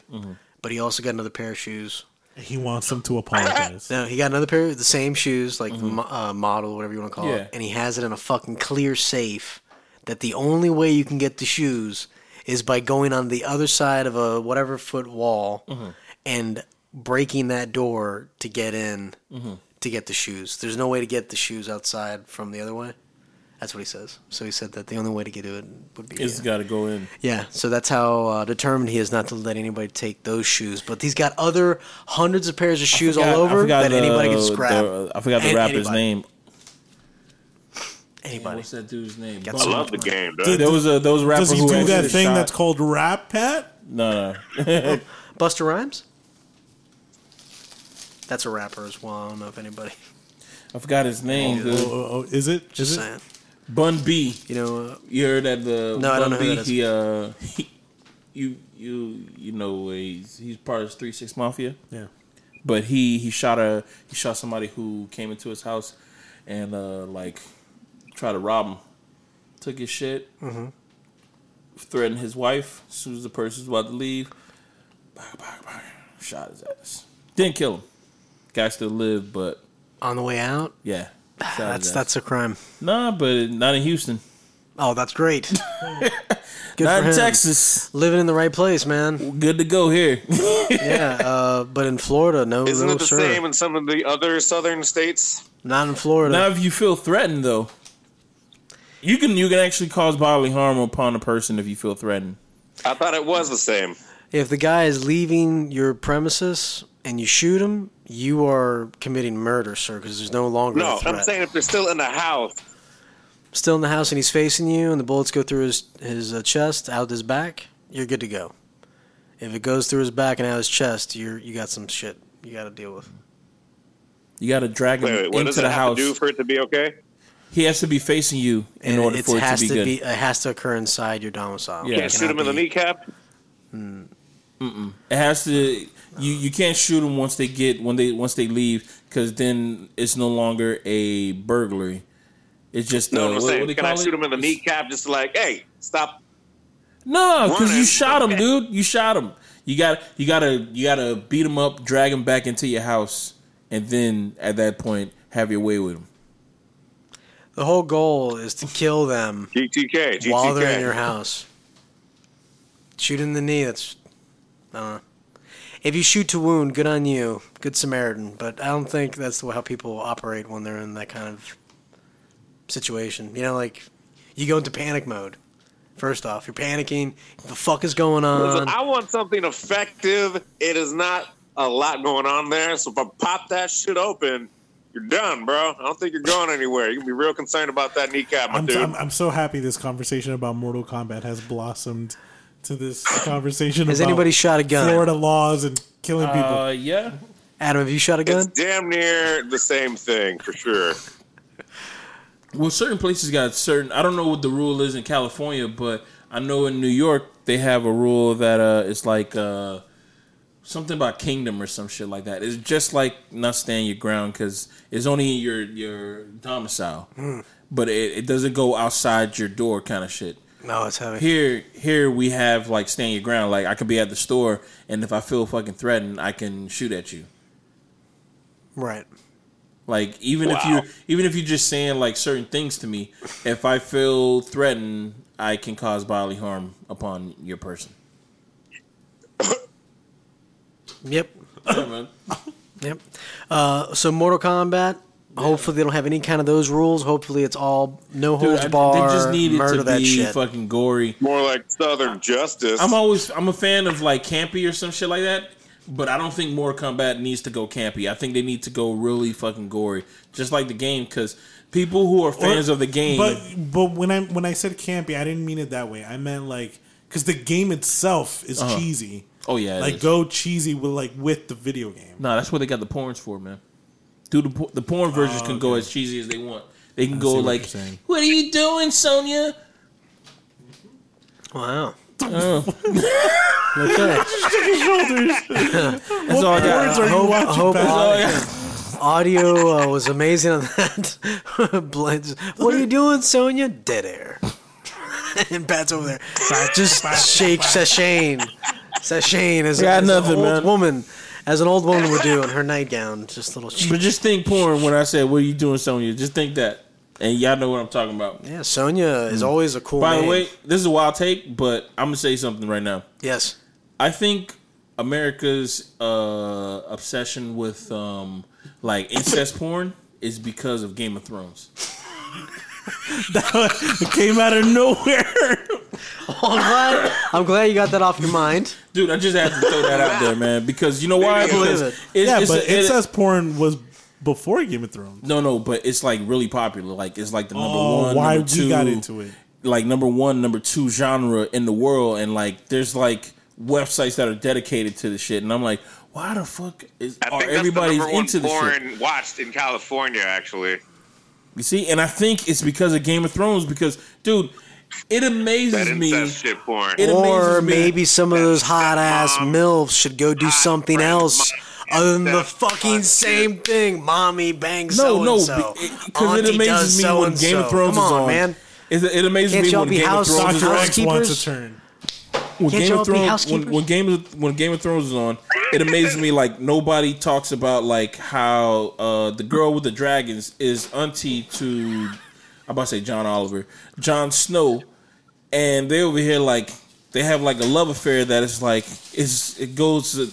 [SPEAKER 1] But he also got another pair of shoes.
[SPEAKER 3] He wants them to apologize.
[SPEAKER 1] No, he got another pair of the same shoes, like the mo- uh, model, whatever you want to call
[SPEAKER 6] Yeah.
[SPEAKER 1] it. And he has it in a fucking clear safe. That the only way you can get the shoes is by going on the other side of a whatever foot wall and breaking that door to get in to get the shoes. There's no way to get the shoes outside from the other way. That's what he says. So he said that the only way to get to it would be
[SPEAKER 6] It's got to go in.
[SPEAKER 1] yeah, so that's how uh, determined he is not to let anybody take those shoes. But he's got other hundreds of pairs of shoes
[SPEAKER 6] Forgot-
[SPEAKER 1] all over that
[SPEAKER 6] the-
[SPEAKER 1] anybody can just grab.
[SPEAKER 6] the- I forgot the
[SPEAKER 1] An-
[SPEAKER 6] rapper's
[SPEAKER 1] anybody.
[SPEAKER 6] name.
[SPEAKER 1] anybody.
[SPEAKER 6] What's that dude's name?
[SPEAKER 1] Got
[SPEAKER 6] Bum.
[SPEAKER 2] I
[SPEAKER 1] some-
[SPEAKER 2] love the game, dude.
[SPEAKER 6] There was a there was a rapper
[SPEAKER 3] Does he
[SPEAKER 6] who
[SPEAKER 3] do
[SPEAKER 6] actually
[SPEAKER 3] that thing
[SPEAKER 6] shot-
[SPEAKER 3] that's called rap pat?
[SPEAKER 6] no, no.
[SPEAKER 1] Buster Rhymes? That's a rapper as well. I don't know if anybody.
[SPEAKER 6] I forgot his name.
[SPEAKER 3] Oh,
[SPEAKER 6] Dude.
[SPEAKER 3] oh, oh, is it? Is
[SPEAKER 1] Just
[SPEAKER 3] it?
[SPEAKER 1] saying.
[SPEAKER 6] Bun B.
[SPEAKER 1] You know, uh,
[SPEAKER 6] You heard that the
[SPEAKER 1] No, I don't know
[SPEAKER 6] Bun
[SPEAKER 1] who
[SPEAKER 6] B?
[SPEAKER 1] that is.
[SPEAKER 6] He uh, he, you you you know he's he's part of Three Six Mafia.
[SPEAKER 3] Yeah.
[SPEAKER 6] but he he shot a he shot somebody who came into his house and uh like tried to rob him took his shit
[SPEAKER 1] Mm-hmm.
[SPEAKER 6] threatened his wife as soon as the person's about to leave bah, bah, bah, shot his ass didn't kill him guy still lived but
[SPEAKER 1] on the way out,
[SPEAKER 6] yeah shot his
[SPEAKER 1] Ah, that's
[SPEAKER 6] ass.
[SPEAKER 1] that's a crime.
[SPEAKER 6] nah but not in houston
[SPEAKER 1] Oh, that's great. Good
[SPEAKER 6] not
[SPEAKER 1] for
[SPEAKER 6] in
[SPEAKER 1] him.
[SPEAKER 6] texas
[SPEAKER 1] Living in the right place, man.
[SPEAKER 6] good to go here
[SPEAKER 1] Yeah, uh, but in Florida, no,
[SPEAKER 2] Isn't
[SPEAKER 1] no,
[SPEAKER 2] it the
[SPEAKER 1] sir.
[SPEAKER 2] same in some of the other southern states?
[SPEAKER 1] Not in Florida.
[SPEAKER 6] Now, if you feel threatened, though, you can you can actually cause bodily harm upon a person if you feel threatened.
[SPEAKER 2] I thought it was the same.
[SPEAKER 1] If the guy is leaving your premises and you shoot him, you are committing murder, sir, because there's no longer
[SPEAKER 2] No,
[SPEAKER 1] a threat.
[SPEAKER 2] I'm saying if they're still in the house,
[SPEAKER 1] Still in the house and he's facing you, and the bullets go through his his uh, chest, out his back. You're good to go. If it goes through his back and out his chest, you're you got some shit you got to deal with.
[SPEAKER 6] You got to drag him
[SPEAKER 2] Wait, wait, what
[SPEAKER 6] into
[SPEAKER 2] does it
[SPEAKER 6] the
[SPEAKER 2] have
[SPEAKER 6] house.
[SPEAKER 2] to do for it to be okay?
[SPEAKER 6] he has to be facing you in
[SPEAKER 1] And
[SPEAKER 6] order
[SPEAKER 1] it's-
[SPEAKER 6] for it to
[SPEAKER 1] has
[SPEAKER 6] be good.
[SPEAKER 1] it has to occur inside your domicile.
[SPEAKER 6] Yeah.
[SPEAKER 1] It
[SPEAKER 2] Can't shoot him
[SPEAKER 1] cannot
[SPEAKER 2] in the
[SPEAKER 1] be-
[SPEAKER 2] kneecap.
[SPEAKER 6] It has to. You you can't shoot them once they get when they once they leave because then it's no longer a burglary. It's just
[SPEAKER 2] No,
[SPEAKER 6] uh,
[SPEAKER 2] I'm
[SPEAKER 6] what-
[SPEAKER 2] saying,
[SPEAKER 6] what they
[SPEAKER 2] can I
[SPEAKER 6] call
[SPEAKER 2] shoot
[SPEAKER 6] it?
[SPEAKER 2] him in the kneecap? Just like, hey, stop.
[SPEAKER 6] No, because you
[SPEAKER 2] Running.
[SPEAKER 6] shot him, dude. You shot him. You got you gotta you gotta beat him up, drag him back into your house, and then at that point have your way with him.
[SPEAKER 1] The whole goal is to kill them
[SPEAKER 2] GTK, GTK.
[SPEAKER 1] while they're in your house. Shoot in the knee. That's. I don't know. If you shoot to wound, good on you. Good Samaritan. But I don't think that's the- how people operate when they're in that kind of situation. You know, like, you go into panic mode. First off, you're panicking. The fuck is going
[SPEAKER 2] Listen,
[SPEAKER 1] on?
[SPEAKER 2] I want something effective. It is not a lot going on there. So if I pop that shit open, you're done, bro. I don't think you're going anywhere. You can be real concerned about that kneecap, my
[SPEAKER 3] I'm,
[SPEAKER 2] dude.
[SPEAKER 3] I'm, I'm so happy this conversation about Mortal Kombat has blossomed to this conversation
[SPEAKER 1] Has
[SPEAKER 3] about
[SPEAKER 1] anybody shot a gun?
[SPEAKER 3] Florida laws and killing people.
[SPEAKER 6] Uh, yeah.
[SPEAKER 1] Adam, have you shot a
[SPEAKER 2] it's
[SPEAKER 1] gun?
[SPEAKER 2] damn near the same thing for sure.
[SPEAKER 6] Well, certain places got certain. I don't know what the rule is in California, but I know in New York they have a rule that uh, it's like uh, something about kingdom or some shit like that. It's just like not staying your ground because it's only in your your domicile, but it, it doesn't go outside your door kind of shit.
[SPEAKER 1] No, it's heavy.
[SPEAKER 6] Here, here we have like staying your ground. Like I could be at the store, and if I feel fucking threatened, I can shoot at you.
[SPEAKER 1] Right.
[SPEAKER 6] Like even if
[SPEAKER 2] Wow.
[SPEAKER 6] you even if you're just saying like certain things to me, if I feel threatened, I can cause bodily harm upon your person.
[SPEAKER 1] Yep.
[SPEAKER 6] Yeah, man.
[SPEAKER 1] Yep. Uh, so Mortal Kombat. Hopefully they don't have any kind of those rules. Hopefully it's all no
[SPEAKER 6] Dude,
[SPEAKER 1] holds
[SPEAKER 6] I-
[SPEAKER 1] barred.
[SPEAKER 6] they just need it
[SPEAKER 1] murder
[SPEAKER 6] to
[SPEAKER 1] that
[SPEAKER 6] be
[SPEAKER 1] shit.
[SPEAKER 6] fucking gory.
[SPEAKER 2] More like Southern Justice.
[SPEAKER 6] I'm always I'm a fan of like campy or some shit like that, but I don't think Mortal Kombat needs to go campy. I think they need to go really fucking gory, just like the game, because people who are fans of the game.
[SPEAKER 3] But but when I when I said campy, I didn't mean it that way. I meant like because the game itself is cheesy.
[SPEAKER 6] oh yeah, it
[SPEAKER 3] Like
[SPEAKER 6] is.
[SPEAKER 3] go cheesy with like with the video game.
[SPEAKER 6] No, that's what they got the porns for, man. Dude, the, por- the porn versions can go as cheesy as they want. They can go
[SPEAKER 3] Oh, see what
[SPEAKER 6] like,
[SPEAKER 3] you're saying.
[SPEAKER 6] "What are you doing, Sonia?"
[SPEAKER 1] wow.
[SPEAKER 6] Oh,
[SPEAKER 1] Okay.
[SPEAKER 6] that's all I
[SPEAKER 3] Words
[SPEAKER 6] got.
[SPEAKER 3] are you
[SPEAKER 1] hope- I
[SPEAKER 3] watching?
[SPEAKER 1] hope-
[SPEAKER 3] Pat?
[SPEAKER 6] That's all I got.
[SPEAKER 1] Audio uh, was amazing on that. Blends. What are you doing, Sonya? Dead air. and Pat's over there. Just shake Sashane. Sashane is,
[SPEAKER 6] Got
[SPEAKER 1] as
[SPEAKER 6] nothing,
[SPEAKER 1] an old
[SPEAKER 6] man.
[SPEAKER 1] woman, as an old woman would do in her nightgown. Just little.
[SPEAKER 6] But just think porn when I said, "What are you doing, Sonia?" Just think that, and y'all know what I'm talking about.
[SPEAKER 1] Yeah, Sonya is always a cool.
[SPEAKER 6] By the
[SPEAKER 1] name.
[SPEAKER 6] way, this is a wild take, but I'm gonna say something right now.
[SPEAKER 1] yes.
[SPEAKER 6] I think America's uh, obsession with um, like incest porn is because of Game of Thrones.
[SPEAKER 3] it came out of nowhere.
[SPEAKER 1] I'm glad, I'm glad you got that off your mind.
[SPEAKER 6] Dude, I just had to throw that out there, man, because you know why?
[SPEAKER 1] Believe
[SPEAKER 6] Because
[SPEAKER 1] it.
[SPEAKER 6] It's,
[SPEAKER 3] yeah,
[SPEAKER 6] it's-
[SPEAKER 3] but
[SPEAKER 6] it-
[SPEAKER 3] incest porn was before Game of Thrones.
[SPEAKER 6] no, no, but it's like really popular. Like it's like the number
[SPEAKER 3] Oh,
[SPEAKER 6] one,
[SPEAKER 3] why
[SPEAKER 6] number
[SPEAKER 3] we
[SPEAKER 6] two,
[SPEAKER 3] got into it?
[SPEAKER 6] like number one, number two genre in the world, and like there's like websites that are dedicated to the shit, and I'm like, why the fuck is
[SPEAKER 2] I
[SPEAKER 6] are
[SPEAKER 2] think that's the
[SPEAKER 6] everybody's
[SPEAKER 2] number one
[SPEAKER 6] into this shit?
[SPEAKER 2] porn watched in California, actually.
[SPEAKER 6] You see, and I think it's because of Game of Thrones. Because, dude, it amazes
[SPEAKER 2] That
[SPEAKER 6] me.
[SPEAKER 2] incest shit porn.
[SPEAKER 6] It amazes
[SPEAKER 1] Or
[SPEAKER 6] me.
[SPEAKER 1] maybe some of those hot ass
[SPEAKER 2] Mom,
[SPEAKER 1] MILFs should go do
[SPEAKER 2] hot
[SPEAKER 1] something
[SPEAKER 2] friend,
[SPEAKER 1] else
[SPEAKER 2] mom,
[SPEAKER 1] other than the
[SPEAKER 2] that's
[SPEAKER 1] fucking
[SPEAKER 2] hot
[SPEAKER 1] same
[SPEAKER 2] shit.
[SPEAKER 1] thing. Mommy bangs
[SPEAKER 6] No,
[SPEAKER 1] so
[SPEAKER 6] no,
[SPEAKER 1] and
[SPEAKER 6] be-
[SPEAKER 1] so.
[SPEAKER 6] it- 'cause it amazes me when Game of Thrones
[SPEAKER 1] Come
[SPEAKER 6] is
[SPEAKER 1] on,
[SPEAKER 6] on.
[SPEAKER 1] man.
[SPEAKER 6] It, it amazes
[SPEAKER 1] Can't
[SPEAKER 6] me
[SPEAKER 1] y'all
[SPEAKER 6] when
[SPEAKER 1] be
[SPEAKER 6] Game of
[SPEAKER 1] house-
[SPEAKER 6] Thrones is
[SPEAKER 3] Doctor
[SPEAKER 6] on.
[SPEAKER 3] X wants
[SPEAKER 1] Housekeepers?
[SPEAKER 3] a turn.
[SPEAKER 6] When
[SPEAKER 1] Can't
[SPEAKER 6] Game
[SPEAKER 1] y'all
[SPEAKER 6] of
[SPEAKER 1] be
[SPEAKER 6] Thrones, when,
[SPEAKER 1] housekeepers?
[SPEAKER 6] when Game of when Game of Thrones is on, it amazes me like nobody talks about like how uh, the girl with the dragons is auntie to I'm about to say John Oliver, John Snow, and they over here like they have like a love affair that is like it's it goes uh,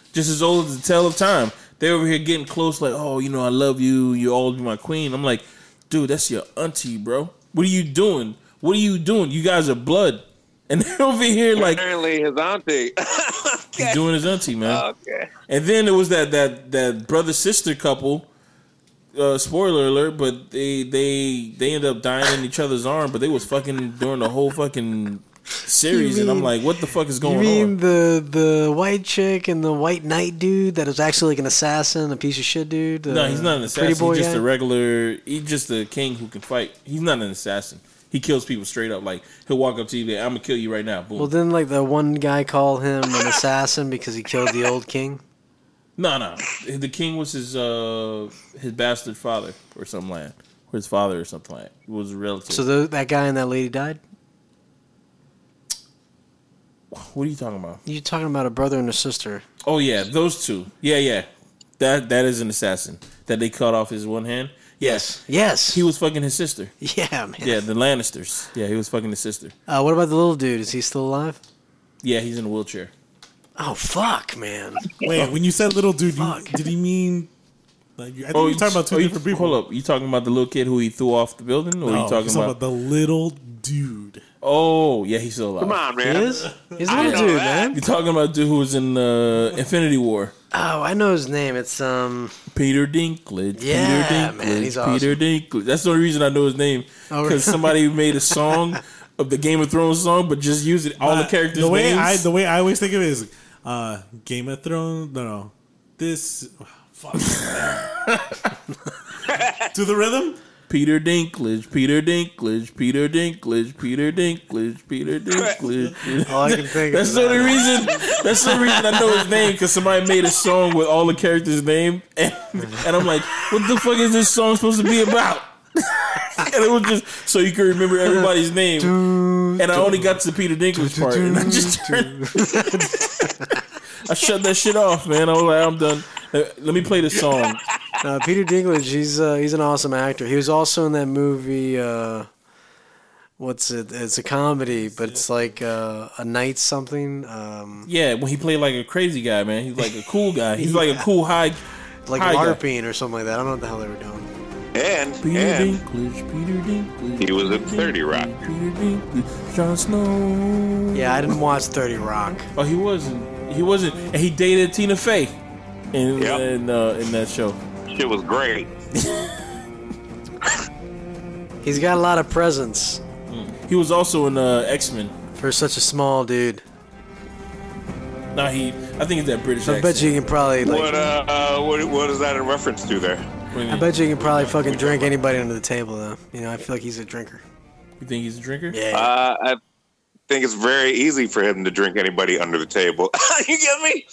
[SPEAKER 6] just as old as the tale of time. They over here getting close, like oh you know I love you, you always be my queen. I'm like, dude, that's your auntie, bro. What are you doing? What are you doing? You guys are blood. And they're over here like
[SPEAKER 2] Apparently, his auntie.
[SPEAKER 6] he's doing his auntie, man.
[SPEAKER 2] Oh, okay.
[SPEAKER 6] And then it was that that that brother sister couple. Uh, spoiler alert! But they they they end up dying in each other's arm, but they was fucking during the whole fucking series, and I'm
[SPEAKER 1] mean-
[SPEAKER 6] like, what the fuck is
[SPEAKER 1] You
[SPEAKER 6] going
[SPEAKER 1] mean
[SPEAKER 6] on?
[SPEAKER 1] the the white chick and the white knight dude that was actually like an assassin, a piece of shit dude?
[SPEAKER 6] No, he's not an assassin. He's just
[SPEAKER 1] guy?
[SPEAKER 6] a regular. He's just a king who can fight. He's not an assassin. He kills people straight up. Like he'll walk up to you, like, I'm gonna kill you right now. Boom.
[SPEAKER 1] Well, didn't like the one guy call him an assassin because he killed the old king?
[SPEAKER 6] No, no. The king was his uh his bastard father or something like that. Or his father or something like that. It was a relative.
[SPEAKER 1] So tho- that guy and that lady died.
[SPEAKER 6] what are you talking about?
[SPEAKER 1] You're talking about a brother and a sister.
[SPEAKER 6] Oh yeah, those two. Yeah, yeah. That that is an assassin. That they cut off his one hand. Yes.
[SPEAKER 1] Yes.
[SPEAKER 6] He was fucking his sister.
[SPEAKER 1] yeah, man.
[SPEAKER 6] Yeah, the Lannisters. Yeah, he was fucking his sister.
[SPEAKER 1] Uh, what about the little dude? Is he still alive?
[SPEAKER 6] Yeah, he's in a wheelchair.
[SPEAKER 1] Oh fuck, man.
[SPEAKER 3] Wait, when you said little dude, you,
[SPEAKER 1] Fuck.
[SPEAKER 3] did he mean? Like, you- I think you're talking about two
[SPEAKER 6] oh, you-
[SPEAKER 3] different people.
[SPEAKER 6] Hold up. You talking about the little kid who he threw off the building? Or
[SPEAKER 3] No,
[SPEAKER 6] are you talking
[SPEAKER 3] he's
[SPEAKER 6] about,
[SPEAKER 3] the little dude?
[SPEAKER 6] Oh, yeah, he's still alive.
[SPEAKER 2] Come on,
[SPEAKER 1] He
[SPEAKER 2] man.
[SPEAKER 1] is. He's a
[SPEAKER 2] I
[SPEAKER 1] little
[SPEAKER 2] know
[SPEAKER 1] dude,
[SPEAKER 2] that.
[SPEAKER 1] man.
[SPEAKER 6] You talking about dude who was in uh, Infinity War.
[SPEAKER 1] Oh, I know his name. It's um.
[SPEAKER 6] Peter Dinklage.
[SPEAKER 1] Yeah,
[SPEAKER 6] Peter Dinklage.
[SPEAKER 1] man, he's
[SPEAKER 6] Peter Dinklage. That's the only reason I know his name because
[SPEAKER 1] Oh, really?
[SPEAKER 6] somebody made a song of the Game of Thrones song, but just used it all the
[SPEAKER 3] Uh,
[SPEAKER 6] characters'
[SPEAKER 3] The way
[SPEAKER 6] names.
[SPEAKER 3] I the way I always think of it is uh, Game of Thrones. No, no, this. oh, Fuck. to the rhythm.
[SPEAKER 6] Peter Dinklage. Peter Dinklage. Peter Dinklage. Peter Dinklage. Peter Dinklage.
[SPEAKER 1] All I can think of.
[SPEAKER 6] That's
[SPEAKER 1] is
[SPEAKER 6] the
[SPEAKER 1] that.
[SPEAKER 6] only reason. That's the only reason I know his name because somebody made a song with all the characters' name, and, and I'm like, what the fuck is this song supposed to be about? and it was just so you can remember everybody's name. and I only got to the Peter Dinklage part, and I just turned. I shut that shit off, man. I was like, I'm done. Uh, Let me play this song.
[SPEAKER 1] Uh, Peter Dinklage, he's uh, he's an awesome actor. He was also in that movie. Uh, what's it? It's a comedy, but it's like uh, a night something, um,
[SPEAKER 6] Yeah, when he played like a crazy guy, man. He's like a cool guy. He's like a cool high.
[SPEAKER 1] like
[SPEAKER 6] high guy.
[SPEAKER 1] LARPing or something like that. I don't know what the hell they were doing.
[SPEAKER 2] And
[SPEAKER 6] Peter
[SPEAKER 2] and
[SPEAKER 6] Dinklage, Peter Dinklage.
[SPEAKER 2] He was in 30 Rock.
[SPEAKER 6] Peter Dinklage, Jon Snow.
[SPEAKER 1] Yeah, I didn't watch Thirty Rock.
[SPEAKER 6] Oh, he wasn't. He wasn't. And he dated Tina Fey in
[SPEAKER 2] Yep.
[SPEAKER 6] in, uh, in that show.
[SPEAKER 2] shit was great.
[SPEAKER 1] He's got a lot of presence
[SPEAKER 6] He was also in uh, X Men.
[SPEAKER 1] for such a small dude.
[SPEAKER 6] Now he, I think it's that British
[SPEAKER 1] I
[SPEAKER 6] accent.
[SPEAKER 1] bet you can probably
[SPEAKER 2] What
[SPEAKER 1] like.
[SPEAKER 2] uh, uh what what is that in reference to there?
[SPEAKER 6] What do you
[SPEAKER 1] I
[SPEAKER 6] mean?
[SPEAKER 1] bet you can probably fucking drink anybody under the table though. You know, I feel like he's a drinker.
[SPEAKER 6] You think he's a drinker?
[SPEAKER 1] Yeah.
[SPEAKER 2] Uh, I think it's very easy for him to drink anybody under the table. you get me?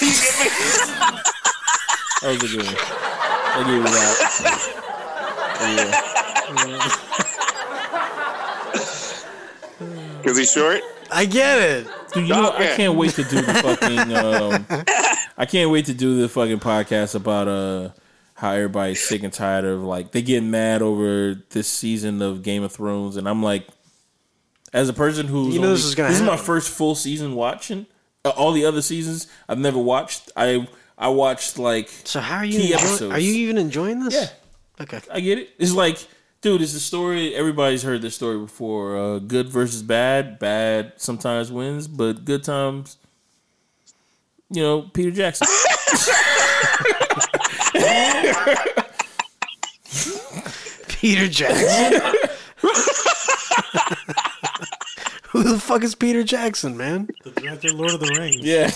[SPEAKER 2] you get me?
[SPEAKER 6] That was a good one. I gave it out. Yeah.
[SPEAKER 2] Because he's short.
[SPEAKER 1] I get it.
[SPEAKER 6] Dude, you know, I
[SPEAKER 2] Okay.
[SPEAKER 6] can't wait to do the fucking. Um, I can't wait to do the fucking podcast about uh how everybody's sick and tired of like they get mad over this season of Game of Thrones, and I'm like, as a person who's
[SPEAKER 1] You know
[SPEAKER 6] only-
[SPEAKER 1] this is gonna
[SPEAKER 6] is my
[SPEAKER 1] happen.
[SPEAKER 6] first full season watching uh, all the other seasons I've never watched. I I watched like
[SPEAKER 1] So how are you?
[SPEAKER 6] Key
[SPEAKER 1] Enjoy-
[SPEAKER 6] episodes.
[SPEAKER 1] are you even enjoying this?
[SPEAKER 6] Yeah.
[SPEAKER 1] Okay.
[SPEAKER 6] I get it. It's like, dude, it's the story. Everybody's heard this story before. Uh, good versus bad. Bad sometimes wins, but good times. You know, Peter Jackson.
[SPEAKER 1] Peter Jackson. Who the fuck is Peter Jackson, man?
[SPEAKER 3] The director, Lord of the Rings.
[SPEAKER 6] yeah.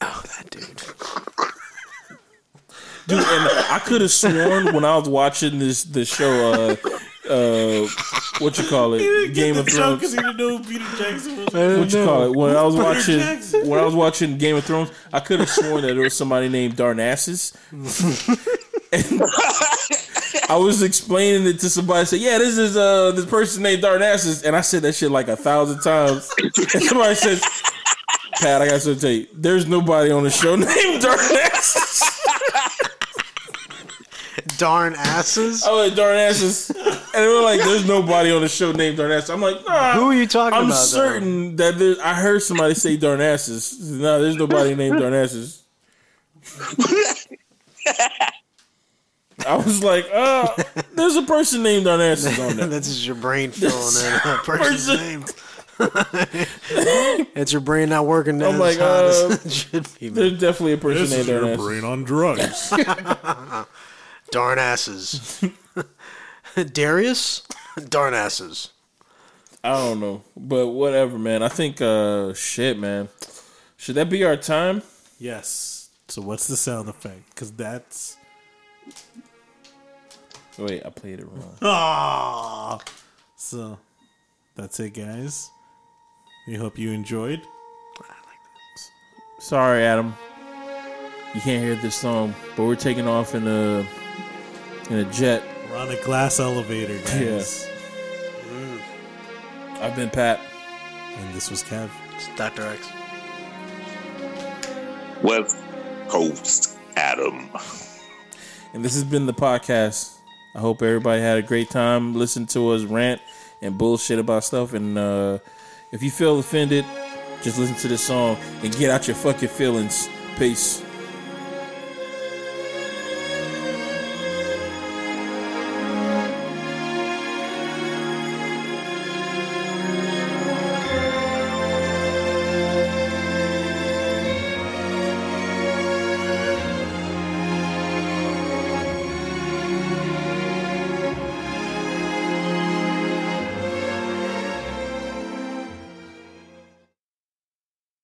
[SPEAKER 1] That dude.
[SPEAKER 6] Dude, and I could have sworn when I was watching this this show, uh, uh, what you call it, Game of Thrones.
[SPEAKER 3] because he didn't know who Peter Jackson was.
[SPEAKER 6] What you call it? When I was watching,
[SPEAKER 3] Jackson?
[SPEAKER 6] when I was watching Game of Thrones, I could have sworn that it was somebody named Darnassus. And I was explaining it to somebody. I said, "Yeah, this is uh this person named Darnassus," and I said that shit like a thousand times. And somebody says, "Pat, I got something to tell you. There's nobody on the show named Darnassus."
[SPEAKER 1] Darn asses.
[SPEAKER 6] I was like, Darnassus, and they were like, "There's nobody on the show named Darnassus." I'm like, nah,
[SPEAKER 1] Who are you talking
[SPEAKER 6] I'm
[SPEAKER 1] about? though?
[SPEAKER 6] certain that there, I heard somebody say Darnassus. No, there's nobody named Darnassus. I was like, uh, there's a person named Darnassus on there.
[SPEAKER 1] That's just your brain filling in a person's
[SPEAKER 6] Person.
[SPEAKER 1] name. it's your brain not working
[SPEAKER 6] I'm
[SPEAKER 1] as
[SPEAKER 6] like,
[SPEAKER 1] hot as
[SPEAKER 6] uh,
[SPEAKER 1] it should be. man.
[SPEAKER 6] There's definitely a person
[SPEAKER 3] This is
[SPEAKER 6] named
[SPEAKER 3] your
[SPEAKER 6] Darnassus.
[SPEAKER 3] brain on drugs.
[SPEAKER 1] Darn asses. Darius? Darn asses.
[SPEAKER 6] I don't know, but whatever, man. I think uh shit, man. Should that be our time?
[SPEAKER 3] Yes. So what's the sound effect? Because that's
[SPEAKER 6] Wait, I played it wrong.
[SPEAKER 3] ah. So that's it, guys. We hope you enjoyed.
[SPEAKER 6] Sorry, Adam. You can't hear this song, but we're taking off in a in a jet.
[SPEAKER 3] We're on a glass elevator, guys.
[SPEAKER 6] I've been Pat.
[SPEAKER 3] And this was Kev.
[SPEAKER 1] It's Dr. X.
[SPEAKER 2] West Coast Adam.
[SPEAKER 6] And this has been the podcast. I hope everybody had a great time. Listen to us rant and bullshit about stuff. And uh, if you feel offended, just listen to this song and get out your fucking feelings. Peace.